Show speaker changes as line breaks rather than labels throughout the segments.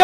ก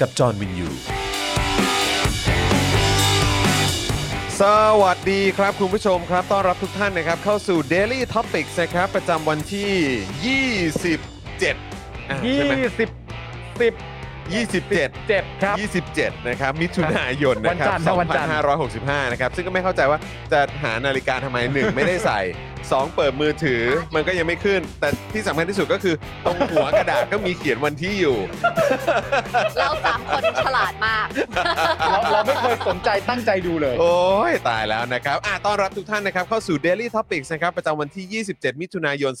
กับจอห์นวินยู
สวัสดีครับ คุณผู้ชมครับ ต้อนรับทุกท่านนะครับ เข้าสู่ Daily Topics นะครับ ประจำวันที่ 27อ่ะ
ยี่
ใช่ไหม
สิบสิบ
27
เจ็ดครับ
27 นะครับ มิถุนายนนะครั
วันจันทร์นะวันจันทร์
บ2565 นะครับ ซึ่งก็ไม่เข้าใจว่าจะหานาฬิกาทำไม 1 ไม่ได้ใส่ 2 เปิดมือถือมันก็ยังไม่ขึ้น แต่ที่สำคัญที่สุดก็คือตรงหัวกระดาษก็มีเขียนวันที่อยู่
เราสามคนฉลาดมาก
เราเราไม่เคยสนใจตั้งใจดูเลย
โอ้ย ตายแล้วนะครับอ่ะต้อนรับทุกท่านนะครับ เข้าสู่ Daily Topics นะครับ ประจำวันที่ 27 มิถุนายน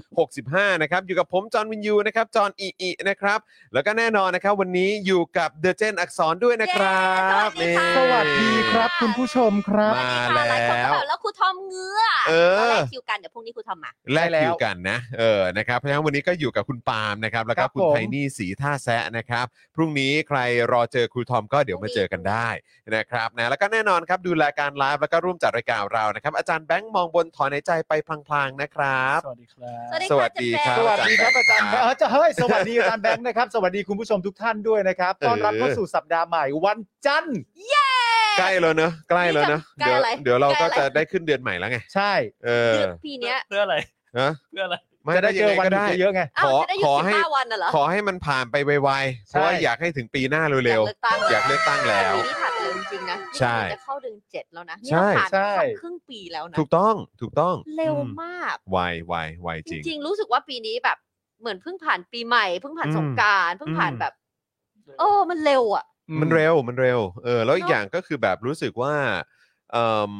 2565 นะครับ อยู่กับผม จอห์นวินยู นะครับ จอห์นอีอีนะครับ แล้วก็แน่นอนนะครับ วันนี้อยู่กับเดอะเจนอักษรด้วยนะครับ
เย้สวัสดีค่ะ
สวัสดีครับคุณผู้ชมครับ
มา
ค่ะหลายคน
แล้ว
ก็แบบแล้วครูทอมเงื้อ
เออ
แลกคิวกันเดี๋ยวพรุ่งนี้ครูทอมมา
แลก
ใช่แล้ว
คิวกันนะ เออ นะครับ เพราะฉะนั้นวันนี้ก็อยู่กับคุณปาล์มนะครับ แล้ว
ค
ก็
รับ
คุณ
ผม
ไทนี่สีท่าแซะนะครับ พรุ่งนี้ใครรอเจอครูทอมก็เดี๋ยวมาเจอกันได้นะครับนะ แล้วก็แน่นอนครับดูรายการไลฟ์แล้วก็ร่วมจัดรายการเรานะครับ อาจารย์แบงค์มองบนถอนในใจไปพลางๆนะครับ
สวัสดีครับ
สวัสดีค่ะ
สวัสดีครับอาจารย์
ครับ
เออจะเฮ้ยสวัสดีอาจารย์แบงค์นะครับ สวัสดีคุณผู้ชมทุกท่านด้วยนะครับ ต้อนรับเข้าสู่สัปดาห์ใหม่วันจันทร์
ใกล้แล้วเนอะใกล้แล้วเนอะ
ใกล้
เดี๋ยว
อะไร
เดี๋ยวเราก็
ใกล้
จะ
อะไร
ได้ขึ้นเดือนใหม่แล้วไง
ใช่
เออ
เดือนปีเนี้ย
เพื่ออะไร
นะ
เพื่ออะไร
ไม่
จะได้เจอ
ยังง
วัน
ก็
หยุ
ได้
ดเยอะๆไง
อ้าว
ขอ
จะได้หยุ
ข
ด
อ
สิบ
ให้
ห้าวันน่ะเหรอ
ขอให้มันผ่านไปไวๆ เพราะว่าอยากให้ถึงปีหน้า
อยา
เร็
ก
ว
เลือกตั้ง
ๆ อยากเลือกตั้งแล้ว
ปีนี้ผ่านไปเร็วจริงๆนะนี่
ใช่
มันจะเข้าเดือนเจ็ดแล้วนะนี่
ใช่
เราผ่าน
ใช่
ผ่านครึ่งปีแล้วนะ
ถูกต้องถูกต้อง
เร็ว
อืม
มาก
ไวไวไว
จ
จริง
ริง ๆ รู้สึกว่าปีนี้แบบ เหมือนเพิ่งผ่านปีใหม่เพิ่งผ่าน
อืม
สงกรารเพิ่งผ่าน
อืม
แบบโอ้มันเร็วอ่ะ
มันเร็วมันเร็วเออแล้วอีกอย่างก็คือแบบรู้สึกว่าเอม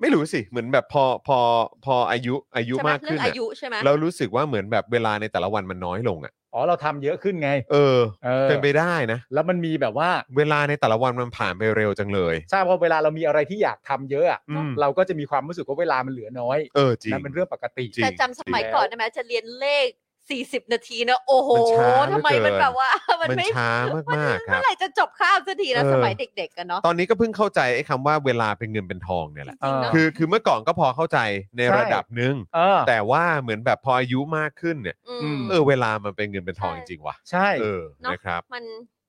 ไม่รู้สิเหมือนแบบพอพอพออายุอายุ
ใช่ไหม
มาก
เรื่
ขึ้
อน ง
อะ
อายุใช่ไหม
เรารู้สึกว่าเหมือนแบบเวลาในแต่ละวันมันน้อยลงอ่ะ
อ๋อเราทำเยอะขึ้นไง
เออ
เออ
เป็นไปได้นะ
แล้วมันมีแบบว่า
เวลาในแต่ละวันมันผ่านไปเร็วจังเลย
ใช่พอเวลาเรามีอะไรที่อยากทำเยอะอะ
อืม
เราก็จะมีความรู้สึกว่าเวลามันเหลือน้อย
เออจริง
นั่นเป็นเรื่องปกติ
จริง
แต่จำสมัยก่อนได้ไหมจะเรียนเลข 40 นาทีนะโอ้โห
มันช้าเหลือ
ทำไมมัน
เกิน
แบบว่า มัน
มัน
ไม่
ช้ามากมากๆค
เมื่
รับ
อไหร่จะจบข้ามสักทีนะ
เออ
สมัยเด็ก ๆ กันเนาะ
ตอนนี้ก็เพิ่งเข้าใจไอ้คำว่าเวลาเป็นเงินเป็นทองเนี่ยแหละ
จริงๆเนอะ
คือคือเมื่อก่อนก็พอเข้าใจใน
ใช่
ระดับหนึ่ง
เออ
แต่ว่าเหมือนแบบพออายุมากขึ้นเนี่ย
อืม
เออเวลามันเป็นเงินเป็นทอง
ใช่
จริงๆว่ะ
ใช่
เออ
เนอะ
นะครับ
มัน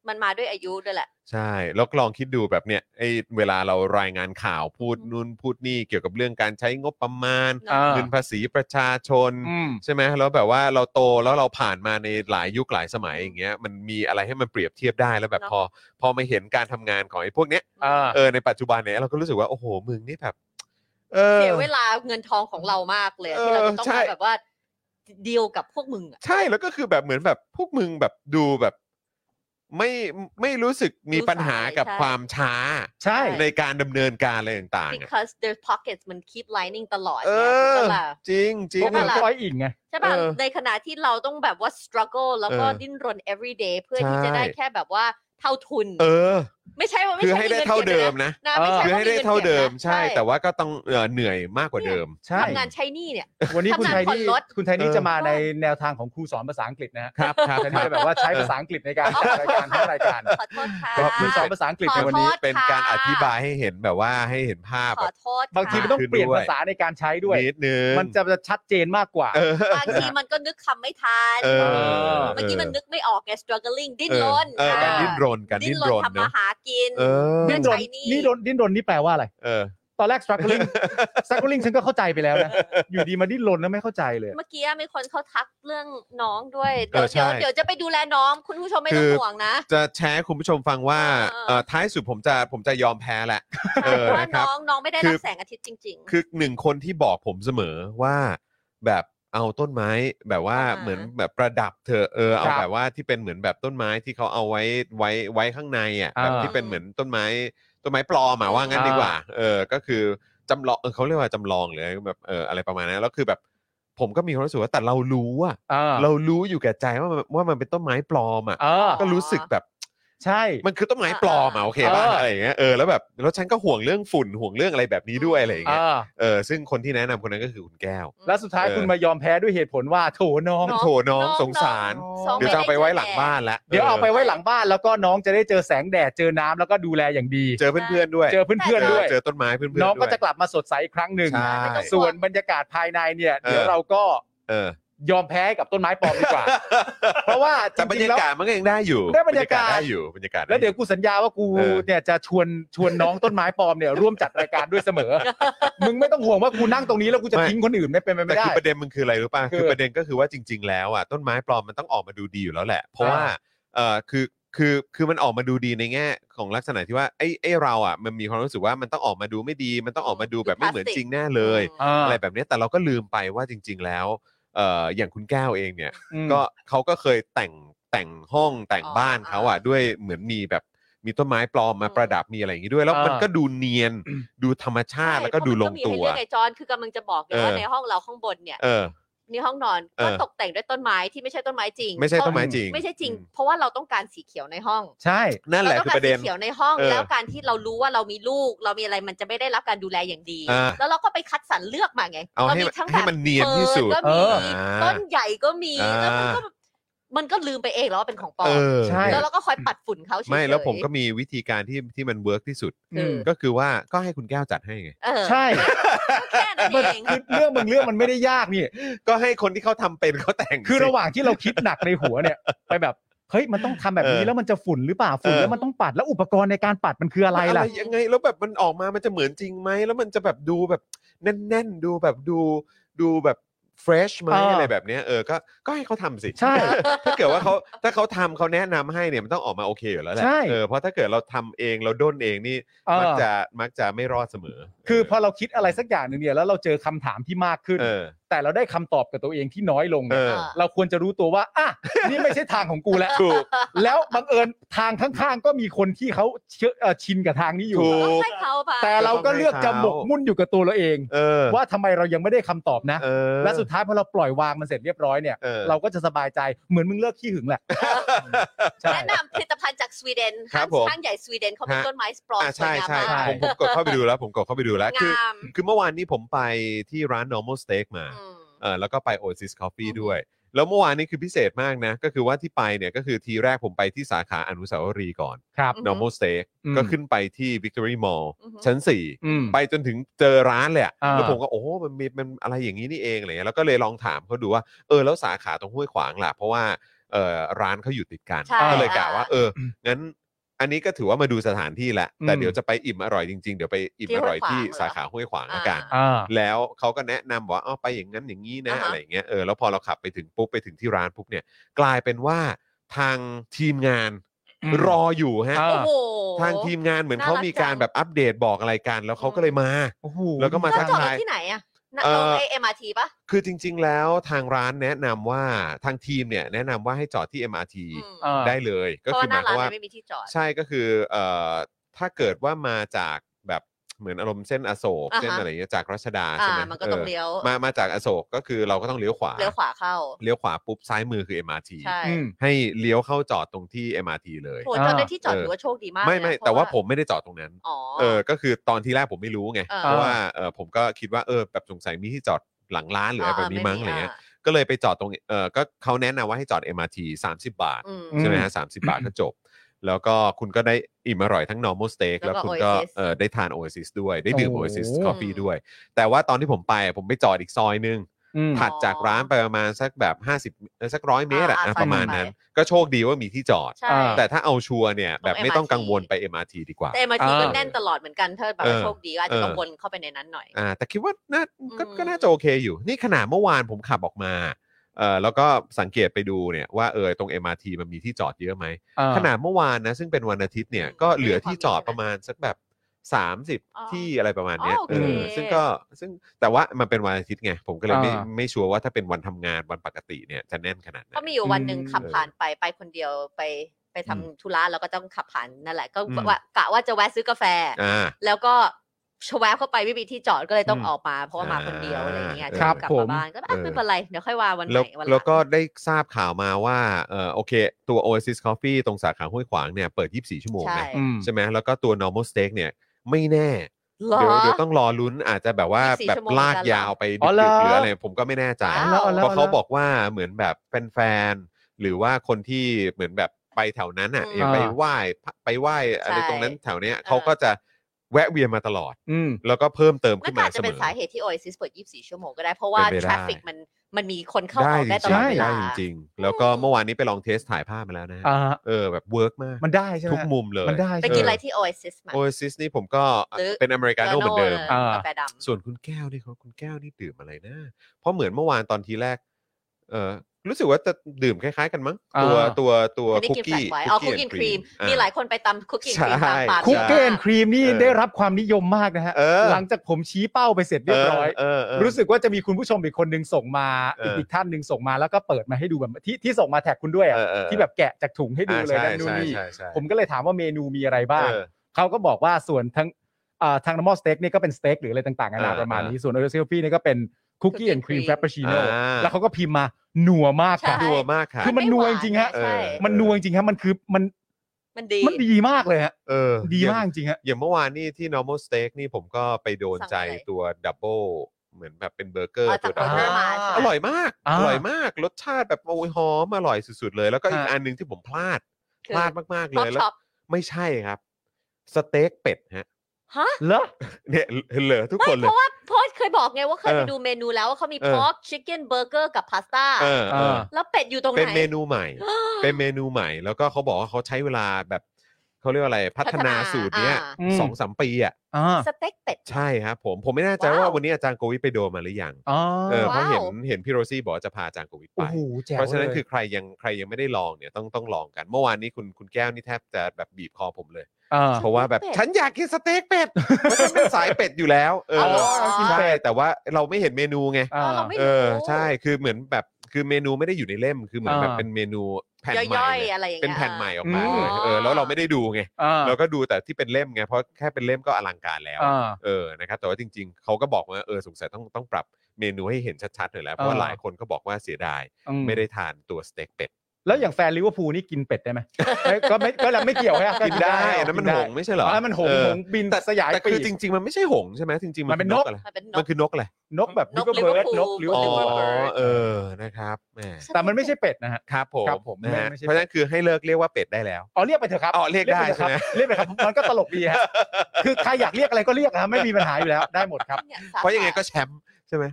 มันมาด้วยอายุด้วยแหละ
ใช่แล้วลองคิดดูแบบเนี้ยไอ้เวลาเรารายงานข่าวพูดนู่นพูดนี่เกี่ยวกับเรื่องการใช้งบประมาณ
อ่า
เงินภาษีประชาชน
อืม
ใช่ไหมแล้วแบบว่าเราโตแล้วเราผ่านมาในหลายยุคหลายสมัยอย่างเงี้ยมันมีอะไรให้มันเปรียบเทียบได้แล้วแบบ
เนอะ
พอพอมาเห็นการทำงานของไอ้พวกเนี้ย
อ่า
เออในปัจจุบันเนี้ยเราก็รู้สึกว่า โอ้โหมึงนี่แบบ เออ
เสียเวลาเงินทองของเรามากเลยอะที่เราจะต้อ
เออ
ง
ใช่
มาแบบว่าดีลกับพวกมึงอ่ะ
ใช่แล้วก็คือแบบเหมือนแบบพวกมึงแบบดูแบบ ไม่ไม่รู้สึกมีปัญหากับ
ใช่
ความช้า
ใช่
ในการดำเนินการอะไรต่างๆอะ
because their pockets มัน keep lining ตลอด
เออ
เนี่ยถูกปะล่ะ
จริงจริง
พวกมึง
ใช่ปะล่ะ
ก็อ้อยอิงไง
ใช่ป่ะ
เออ
ในขณะที่เราต้องแบบว่า struggle แล้วก็
เออ
ดิ้นรน every day เพื่อที่
ใช่
จะได้แค่แบบว่าเท่าทุน
เออ
ไม่ใช่ว่าไม่
คือ
ใช่
ให้ได้
งิน
เท่าเดิม
ก็บ
นะ
นะนะไม่ใช่
คือ
ว่า
ให้ได้
งิน
เท่าเดิม
ก็บนะ
ใช่ แต่ว่าก็ต้องเอ่อเหนื่อยมากกว่าเดิม
ใช่
ทำงานใช้หนี่เนี่ย
วันนี้
ทำงาน
คุณไทยนี่
ผ่อนรถ
คุณไทยนี่
เออ
จะมาในแนวทางของครูสอนภาษาอังกฤษนะฮะ
ครับครับ
ไท
ค
ย
รับ
นี่จะแบบว่าใช้ภาษาอังกฤษในการ
อ๋อ
จัดรายการทั้งรายการ
ขอโทษค่ะ
ขอบ
ค
คุ
รู
ณ
สอนภาษาอังกฤษ
ขอ
ใน
โทษ
วันนี้
เป็นการอธิบายให้เห็นแบบว่าให้เห็นภาพ
ข
แบ
อบ โทษค่ะ
บางทีมันต้องเปลี่ยน
ด้วย
ภาษาในการใช้ด้วย
นิดนึง
มันจะชัดเจนมากกว่า
เออบ
างทีมันก็นึกคำไม่ทัน
เออ
เมื่อกี้มันนึกไม่ออกไง struggling ดิ้น
เออ
รน
เออการ
อ่า
ดิ้นรนการดิ้นรน
ทำมา
เนาะ
หากิน
เออ
เรื่
ดิ้
อง
นร
ใช้
น
หนี้
นี่รนดิ้นรนนี่แปลว่าอะไร
เออ
ตอนแรก struggling struggling ฉันก็เข้าใจไปแล้วนะอยู่ดีมาดิ้นรนแล้วไม่เข้าใจเลย
เมื่อกี้มีคนเขาทักเรื่องน้องด้วย
เอ
เดี๋ย
อ
ว
ใช่
เดี๋ยวเดี๋ยวจะไปดูแลน้องคุณผู้ชมไม่ต้อ
คื
ง
อ
ห่วงนะ
จะแชร์ให้คุณผู้ชมฟังว่า
เออ
เอ่อท้ายสุดผมจะผมจะยอมแพ้แหละ เออ
เพราะว่า
นะครับ
น้องน้องไม่ได้
คื
รับ
อ
แสงอาทิตย์จริง
คือหนึ่งคนที่บอกผมเสมอว่าแบบเอาต้นไม้แบบว่า
อ่า
เหมือนแบบประดับเธอะเออเอา
ครับ
แบบว่าที่เป็นเหมือนแบบต้นไม้ที่เขาเอาไว้ไว้ไว้ข้างในอ่ะ
อ่า
แบบที่เป็นเหมือนต้นไม้ต้นไม้ปลอมอ่ะว่างั้น
อ่า
ดีกว่า เออก็คือจำลองเออเขาเรียกว่าจำลองหรือแบบเอออะไรประมาณนั้นแล้วคือแบบผมก็มีความรู้สึกว่าแต่เรารู้อ่ะ
อ่า
เรารู้อยู่แก่ใจว่ามันว่ามันเป็นต้นไม้ปลอมอ่ะ
เออ
ก็รู้สึกแบบ
ใช่
มันคือต้นไม้ปลอมอ่ะโอเคป่ะ
เอออ
อะไรอย่างเงี้ยเออแล้วแบบแล้วฉันก็ห่วงเรื่องฝุ่นห่วงเรื่องอะไรแบบนี้ด้วยอะไรอย่างเงี้ย
อ่า
เออซึ่งคนที่แนะนำคนนั้นก็คือคุณแก้ว
ๆ
แล้วสุดท้าย
เออ
คุณมายอมแพ้ด้วยเหตุผลว่าโถน้อง
น้องโถน้องสงสาร
น้อง
เดี๋ยวจะเอาไปไว้หลังบ้านละ
เดี๋ยวเอาไปไว้หลังบ้านแล้วก็น้องจะได้เจอแสงแดดเจอน้ำแล้วก็ดูแลอย่างดี
เจอเพื่อนๆด้วย
เจอเพื่อนๆด้วย
เจอต้นไม้เพื่อนๆด้วย
น้องก็จะกลับมาสดใสอีกครั้งหนึ่ง
ใช่
ส่วนบรรยากาศภายในเนี่ย
เออ
เดี๋ยวเราก็
เออย
อมแพ้กับต้นไม้ปลอมดี กว่า เพราะว่าจ
แต่บรร
ริงๆ
ยา
แล้ว
กาศมันก็ยังได้อยู่
ได้บรรยากาศ
ได้อยู่บรรยากาศ
แล้วเดี๋ยว
ไอ
กูสัญญาว่ากู
เออ
เนี่ยจะชวนชวนน้องต้นไม้ปลอมเนี่ยร่วมจัดรายการด้วยเส มอ มึงไม่ต้องห่วงว่ากูนั่งตรงนี้แล้วกูจะ
ไม่
ทิ้งคนอื่นไม่เป็นไป
ยู่
ไม่
แต่
ได้
คือประเด็นมันคืออะไรรู้ป่ะ
คือ
คือประเด็นก็คือว่าจริง ๆ แล้วอ่ะต้นไม้ปลอมมันต้องออกมาดูดีอยู่แล้วแหละ เพราะ
อ่า
ว่าเออคือคือคือมันออกมาดูดีในแง่ของลักษณะที่ว่าไอ้ไอ้เราอ่ะมันมีความรู้สึกว่ามันต้องออกมาดูไม่ดีมันต้องออกมาดูแบบไม่เหมือนจริงแน่เลย
อืม
อะไรแบบเนี้ยแต่เราก็ลืมไปว่าจริง ๆ แล้วเอ่ออย่างคุณแก้วเองเนี่ย
อืม
ก็เขาก็เคยแต่งแต่งห้องแต่ง
อ๋อ
บ้านเขาอ่ะ
อ่า
ด้วยเหมือนมีแบบมีต้นไม้ปลอมมา
อืม
ประดับมีอะไรอย่างนี้ด้วย แล้ว
อ่ามั
มันก็ดูเนียนดูธรรมชาติ
ใช่
แล้วก็
เพราะ
ดู
มัน
ลง
มีให้
ตัว
เลือกไงจอนคือกำลังจะบอกไงว่า
เออ
ในห้องเราข้างบนเนี่ย
เออ
ในห้องนอน
เออ
ก็ตกแต่งด้วยต้นไม้ที่ไม่ใช่ต้นไม้จริง
ไม่ใช่ต้นไม้จริง
ไม่ใช่จริง เพราะว่าเราต้องการสีเขียวในห้อง
ใช่
นั่นแหละ
เราต้
คือ
องการ
ประเด็
สี
น
เขียวในห้อง
เออ
แล้วการที่เรารู้ว่าเรามีลูก เรามีอะไรมันจะไม่ได้รับการดูแลอย่างดี
อ่า
แล้วเราก็ไปคัดสรรเลือกมาไง
เอาให้
มี
มัน
ทั้งแบ
ให้
บ
มันเนียนที่สุด
เฟิร์น
เอ
ก็
อ
มี
อ่า
ต้นใหญ่ก็มี
อ่า
แล้วมันก็แบบมันก็ลืมไปเองแล้วว่าเป็นของปลอ
เอ
ม
อ
ใช่
แล้วเราก็คอยปัดฝุ่นเขาเฉยๆ
ไม่แล้วผมก็มีวิธีการที่ที่มันเวิร์กที่สุด
อืม
ก็คือว่าก็ให้คุณแก้วจัดให้ไง
เออ
ใช่
แค่นั้นเอง
คือเรื่องบางเรื่องมันไม่ได้ยากนี่
ก็ให้คนที่เขาทำเป็นเขาแต่ง
คือ
สิ
ระหว่างที่เราคิดหนักในหัวเนี่ย ไปแบบเฮ้ยมันต้องทำแบบนี้
เออ
แล้วมันจะฝุ่นหรือเปล่าฝุ่น
เออ
แล้วมันต้องปัดแล้วอุปกรณ์ในการปัดมันคืออะไรล่ะ
ยังไงแล้วแบบมันออกมามันจะเหมือนจริงไหมแล้วมันจะแบบดูแบบแน่นๆ ดูแบบดูดูแบบเฟรชไหม
เอออ
อะไรแบบเนี้ยเออก็ก็ให้เขาทำสิ
ใช่
ถ้าเกิดว่าเขาถ้าเขาทำเขาแนะนำให้เนี่ยมันต้องออกมาโอเคอยู่แล้วแหละ
ใช่
เออเพราะถ้าเกิดเราทำเองเราด้นเองนี่
เอ
มัก
อ
จะมักจะไม่รอดเสมอ
คือพอเราคิดอะไรสักอย่างหนึ่งเนี่ยแล้วเราเจอคำถามที่มากขึ้น
เออ
แต่เราได้คำตอบกับตัวเองที่น้อยลง
เอ
เนี่ย
อ
เราควรจะรู้ตัวว่าอ่ะนี่ไม่ใช่ทางของกู แล้ว
ถูก
แล้วบังเอิญทางข้างๆก็มีคนที่เขาเชื่อเอ่อชินกับทางนี้อยู่
ถู
ก็
ก
ให้เขาไป
แต่เราก็เลือกจะหมกมุ่นอยู่กับตัวเราเอง
เออ
ว่าทำไมเรายังไม่ได้คำตอบนะ
เออ
และสุดท้ายพอเราปล่อยวางมันเสร็จเรียบร้อยเนี่ย
เออ
เราก็จะสบายใจเหมือนมึงเลิกขี้หึงแหละ ใช่
แนะนำผลิตภัณฑ์จากสวีเดน
ครั
ห้า
บผ
ง
ม
ห้างใหญ่สวีเดนเขาเป็น
ฮะ
ต้นไม้ปลอม
อ่ะ
สวย
ใช่
งาม
ใช่
มา
ใช่
ผ
ก
มผมกดเข้าไปดูแล้ว ผมกดเข้าไปดูแล้วคือง
าม
คือเมื่อวานนี้ผมไปที่ร้าน normal steak มา
อืม
เออแล้วก็ไป Oasis Coffee
อือฮึ
ด้วย แล้วเมื่อวานนี้คือพิเศษมากนะ ก็คือว่าที่ไปเนี่ยก็คือทีแรกผมไปที่สาขาอนุสาวรีย์ก่อน
ครับ
Normal Steak
อืม
ก็ขึ้นไปที่ Victory Mall
อือฮึ
ชั้น
อืม
4 ไปจนถึงเจอร้านเลยอะ
อ่า
แล้วผมก็โอ้โหมันมีมันอะไรอย่างนี้นี่เองอะไรเงี้ยแล้วก็เลยลองถามเขาดูว่า เออ แล้วสาขาตรงห้วยขวางล่ะ เพราะว่าเออร้านเขาอยู่ติดกัน
ใช่
ก็เลยกะว่า
อ่า
เออ งั้น อันนี้ก็ถือว่ามาดูสถานที่แหละ แต่เดี๋ยวจะไปอิ่มอร่อยจริงๆ เดี๋ยวไปอิ่มอร่อยที่
ที่ห้วยขวางเหรอ
สาขาห้วยขวางละกัน
อ่า
แล้วเขาก็แนะนำว่าเอาไปอย่างนั้นอย่างนี้นะ
อ่าฮะ
อะไรอย่างเงี้ยเออแล้วพอเราขับไปถึงปุ๊บไปถึงที่ร้านปุ๊บเนี่ย กลายเป็นว่าทางทีมงาน
อืม
รออยู่ฮะ
อ่า
โอ้โห
ทางทีมงานเหมือน
น่า
เขา
รัก
มีการ
จัง
แบบอัปเดตบอกอะไรกัน แล้วเขาก็เลยมา
โอ้โห
แล้วก็มา
ก็
ทัก
จอด
ทาร ย
ถที่ไหนอะ
เอ่
ตร
อ
งไอเอ็มอาร์ทีปะ
คือจริง ๆ แล้วทางร้านแนะนำว่าทางทีมเนี่ยแนะนำว่าให้จอดที่ MRT
อ่า
ได้เลย ก็
เพราะ
คื
ว่า
อห
ห
มา
น้าย
ความว่า
ร้านมันไม่มีที่จอด
ใช่ก็คือเอ่อถ้าเกิดว่ามาจากแบบเหมือนอารมณ์เส้นอโศก
อ่าฮะ
เส้นอะไรอย่างเงี้ยจากรัชดา
อ่า
ใช่ไหม
มันก็ต้อง
เออ
เลี้ยว
มามาจากอโศกก็คือเราก็ต้องเลี้ยวขวา
เลี้ยวขวาเข้า
เลี้ยวขวาปุ๊บซ้ายมือคือ MRT
ใช่
อืม
ให้เลี้ยวเข้าจอดตรงที่ MRT เลย
โหจอดได้ที่จอด
เออ
ถือว่าโชคดีมาก
ไม่
นะ
ไม่
เพระ
แต่ว่าผมไม่ได้จอดตรงนั้น
อ๋อ
เออก็คือตอนที่แรกผมไม่รู้ไง
เออ
เพราะว่าเออผมก็คิดว่าเออแบบสงสัยมีที่จอดหลังร้านหรืออะไรแบบนี้มั้งอะไรเงี้ยก็เลยไปจอดตรงเออก็เขาแนะนำว่าให้จอด MRT 30 บาท
อืม
ใช่ไหมฮะสามสิบาทก็จบ แล้วก็คุณก็ได้อิ่มอร่อยทั้ง normal steak
แล้
แล้ว
วก็
คุณก็
Oasis
เอ่อได้ทาน Oasis ด้วย ได้ดื่ม
โอ้โห
Oasis Coffee ด้วย แต่ว่าตอนที่ผมไปอะผมไปจอดอีกซอยนึง
อืม
ถัดจากร้านไปประมาณสักแบบ 50เอ่อสักร้อยเมตรอะ
อ่า
อ่ะ
ไป
ประมาณนั้น ก็โชคดีว่ามีที่จอด
ใช่
อ่า
แต่ถ้าเอาชัวร์เนี่ยแบบ
ต้อง
ไม่ต้อง
MRT
กังวลไป MRT ดีกว่า
แต่ MRT ก็
อ่า
แน่นตลอดเหมือนกัน ถ้าแบบว่า
เออ
โชคดีก็อาจจะ
เออ
ต้องวนเข้าไปในนั้นหน่อย
อ่าแต่คิดว่าน่าก็
อืม
ก็น่าจะโอเคอยู่ นี่ขนาดเมื่อวานผมขับออกมาเออแล้วก็สังเกตไปดูเนี่ยว่าเออตรง MRT มันมีที่จอดเยอะไหม
อ่
ขนาดเมื่อวานนะซึ่งเป็นวันอาทิตย์เนี่ย
อืม
ก็เหลือที่จอด
ไม่ได้
ประมาณสักแบบ
อ๋อ
30 ที่อะไรประมาณเนี้ย
อ๋อโอ
เออ
เค
ซึ่งก็ซึ่งแต่ว่ามันเป็นวันอาทิตย์ไง ผมก็เลยไม่
อ่า
ไม่ชัวร์ว่าถ้าเป็นวันทำงานวันปกติเนี่ยจะแน่นขนาดไหน
ก็มีอยู่วันหนึ่ง
อืม
ขับผ่านไปไปคนเดียวไปไปทำ
อืม
ธุระแล้วก็ต้องขับผ่านนั่นแหละ ก็
อืม
ว่ากะว่าจะแวะซื้อกาแฟ
อ่า
แล้วก็ชวบเข้าไปไม่มีที่จอดก็เลยต้อง
อืม
ออกมา เพราะว่ามาคนเดียวอะไรอย่างเงี้ย
อ่า
จะ
ครับ
กลั
ผม
บาม บ้านก็แบบ
เออ
ไม่เป็นไร เดี๋ยวค่อยว่าวันไห
แล้ว
นวันหง
แล้วก็ได้ทราบข่าวมาว่าเออโอเค ตัว Oasis Coffee ตรงสาขาห้วยขวางเนี่ยเปิด 24 ชั่วโมงนะ
ใช่
อืม
ใช่ไหมแล้วก็ตัว normal steak เนี่ยไม่แน่
หรอ
เดี๋ยวเดี๋ยวต้องรอลุ้นอาจจะแบบว่า
24
แบบ
ชั่วโมง
ลาก
แล้วเหรอย
าวไป
อ๋
ดึ
อเหรอ
กๆหรืออะไรผมก็ไม่แน่ใจ
อ้าว
แล้ว
เพ
แล้ว
ราะเขา
แล้ว
บอกว่าเหมือนแบบแฟนๆ หรือว่าคนที่เหมือนแบบไปแถวนั้นอ่ะ
อืม
อย่างไปไหว้พระไปไหว้อะไร
ใช่
ตรงนั้นแถวเนี้ย
เออ
เขาก็จะแวะเวียนมาตลอด
อืม
แล้วก็เพิ่มเติม
นั่
ขึ้
น
น
ก็
มา
อาจ
เส
จะ
ม
เป็น
อ
สาเหตุที่ Oasis เปิด 24 ชั่วโมงก็ได้ เพราะว่า
เป็นไปได้
ทราฟฟิกมันมันมีคนเข้าออกได้ตลอดเวลา
ได้จริงๆ แล้วก็เมื่อวานนี้ไปลองเทสถ่ายภาพมาแล้วนะฮะ
อ่า
เออแบบเวิร์กมาก
มันได้ใช่ไหม
ทุกมุมเลย
มันได้
ไป
ใช่หม
กินอะไรที่ Oasis มา
โอซิสนี่ผมก็
หรือ
เป็นอเมริกาโน่เหมือนเดิม
อ่า
กาแฟดำ
ส่วนคุณแก้วนี่เขาคุณแก้วนี่ดื่มอะไรนะ เพราะเหมือนเมื่อวานตอนทีแรก เออรู้สึกว่าจะดื่มคล้ายๆกันมั้ง ตัว
อ่า
ตัวตัว
อันนี้
คุก
กินแฟล
กี้
ตไว้อ๋อคุกกี้
แนด์
ครีม
cream
มีหลาย
อ่
คนไปตำคุกกี้ครีมตามปาร์
ใช่
คุกเกนครีมนี่
เออ
ได้รับความนิยมมากนะฮะ
เออ
หลังจากผมชี้เป้าไปเสร็จเรียบร้อย
เเออ
รู้สึกว่าจะมีคุณผู้ชมอีกคนหนึ่งส่งมา
เอออี
อีกท่านหนึ่งส่งมาแล้วก็เปิดมาให้ดูแบบที่ที่ส่งมาแท็กคุณด้วยอะ
เออเออ
ที่แบบแกะจากถุงให้ดูเลย
อ่า
นั่นนู่น
ใช่
นี่
ใช่ใช่
ผมก็เลยถามว่าเมนูมีอะไรบ้าง
เออ
เขาก็บอกว่าส่วนทั้งอ่าทางนมอสเต็กนี่ยก็เป็นสเต็กหรืออะไรต่างๆกันานา
อ่า
ประมาณ
อ่านี้
นี้ส่วนโอเรซิลฟี่นี่ยก็เป็นคุกกี้
Cookie
แอนด์ครีม
cream
แฟรปปูชิโน่
อ่า
แล้วเขาก็พิมพ์มาหนัวมากค่ะ
ใช่
นัวมากค่ะ
คือมัน นัวจริงๆฮะ
ใช่
เออ
มันนัวจริงๆครับมันคือมัน
มันดี
มันดีมากเลยฮะ
เออ
ดี
อย่ง
มากจริงๆฮะ
อย่างเมื่อวานนี่ที่ normal steak นี่ผมก็ไปโดนใจ
สั่งอะไร
ตัวดับเบิลเหมือนแบบเป็นเบอร์เกอร์
เอา
ตั
จาก
ว
โร
ดับ
ง
เบิล
งานมาใช่
อ
ไหม
ร่อยมาก
อ่า
อร่อยมากรสชาติแบบโอ้ยหอมอร่อยสุดๆเลย แล้วก็อีก
อ่า
อันหนึ่งที่ผมพลาด
คือ
พลาดมากๆเล
ท็อป
ยแล้ว
ช็อป
ไม่ใช่ครับ สเต็กเป็ดฮะ
ฮะ
เหรอ
เนี่ยเหลือทุก
ไม่
คนเล
เพ
ย
ราะว่าโพสเคยบอกไงว่าเคย
เออ
ไปดูเมนูแล้วว่าเขามี
เออ
พอกชิคเก้นเบอร์เกอร์กับพาสต้า
เออเออ
แล้วเป็ดอยู่ตรงไหน
เป็นเมนู ใหม่ เป็นเมนูใหม่ แล้วก็เขาบอกว่าเขาใช้เวลาแบบเขาเรียกว่าอะไรพัฒนา
พัฒนา
สูตรเนี้ย
อ่า
สองสามปีอ่ะ
อ่า
สเต็กเป็ด
ใช่ครับผมผมไม่แน่ใจ
ว้าว
ว่าวันนี้อาจารย์โกวิทไปโดนมาหรือยัง
อ๋อ
เออเพราะ
ว้าว
เห็นเห็นพี่โรซี่บอกว่าจะพาอาจารย์โกวิทไป
โอ้โหแจ๋ว
เพราะฉะนั้น
ลย
คือใครยังใครยังไม่ได้ลองเนี่ยต้องต้องลองกัน เมื่อวานนี้คุณคุณแก้วนี่แทบจะแบบบีบคอผม เลย เพราะว่าแบบ
เป็ด
ฉันอยากกินสเต็กเป็ดเพราะฉันเป็นสายเป็ดอยู่แล้วเออ
เอาเหรอ
ใช่แต่ว่าเราไม่เห็นเมนูไง
เออเราไม่
เอ
รู้
อใช่คือเหมือนแบบคือเมนูไม่ได้อยู่ในเล่มคือเหมือน
อ่า
แบบเป็นเมนูแผ่นใหม่
ย่อยๆ
เนี่ย
อะไรอย่าง
เป็น
เงี้ย
แผ่นใหม่ออกมา
อืม
เลยเออแล้วเราไม่ได้ดูไง
อ่า
เราก็ดูแต่ที่เป็นเล่มไงเพราะแค่เป็นเล่มก็อลังการแล้ว
อ่า
เออนะครับแต่ว่าจริง ๆเขาก็บอกว่าเออสงสัยต้องต้องปรับเมนูให้เห็นชัดๆหน่อยแล้วเพราะว่า
อ่า
หลายคนก็บอกว่าเสียดาย
อื
ไม่ได้ทานตัวสเต็กเป็ด
แล้วอย่างแฟนลิเวอร์พูลนี่กินเป็ดได้ไหม ไม่ก็ไม่ก็แล้วไม่เกี่ยวฮะ
กินได้อันนั้นมันหง
ส์
ส์ไม่ใช่เหรอ
อ๋อมันหงส์
เออ
หงส์บิน
แต่
สยาย
แต่
ปี
คือก จริง ๆ มันไม่ใช่หงส์ใช่ไหมจริง ๆ มัน
มันเป็น
คือน น
ก
กอะไร
มันเป็นน
มั
ก
นคือนกอะไร
นกแบบ
น
ลิ
ก
เวอร์เบิร์ด
Liverpool
นกลิเวอ
อ๋อ
ร์พู
Liverpool
เออนะครับแหม
แต่มันไม่ใช่เป็ดนะฮะ
ครับผม
ครับผม
นะฮะ
ไม่ใช่
เพราะฉะนั้นคือให้เลิกเรียกว่าเป็ดได้แล้ว
อ๋อเรียกไปเถอะครับ
อ๋อเรียกได้
ปถอะครั
ใช่
บ
ไหม
เรียกไปครับมันก็ตลกดีฮะคือใครอยากเรียกอะไรก็เรียกนะไม่มีปัญหาอยู่แล้วได้หมดครับ
เนี่ย
เพราะยังไงก็แชมป์ใช่ไหม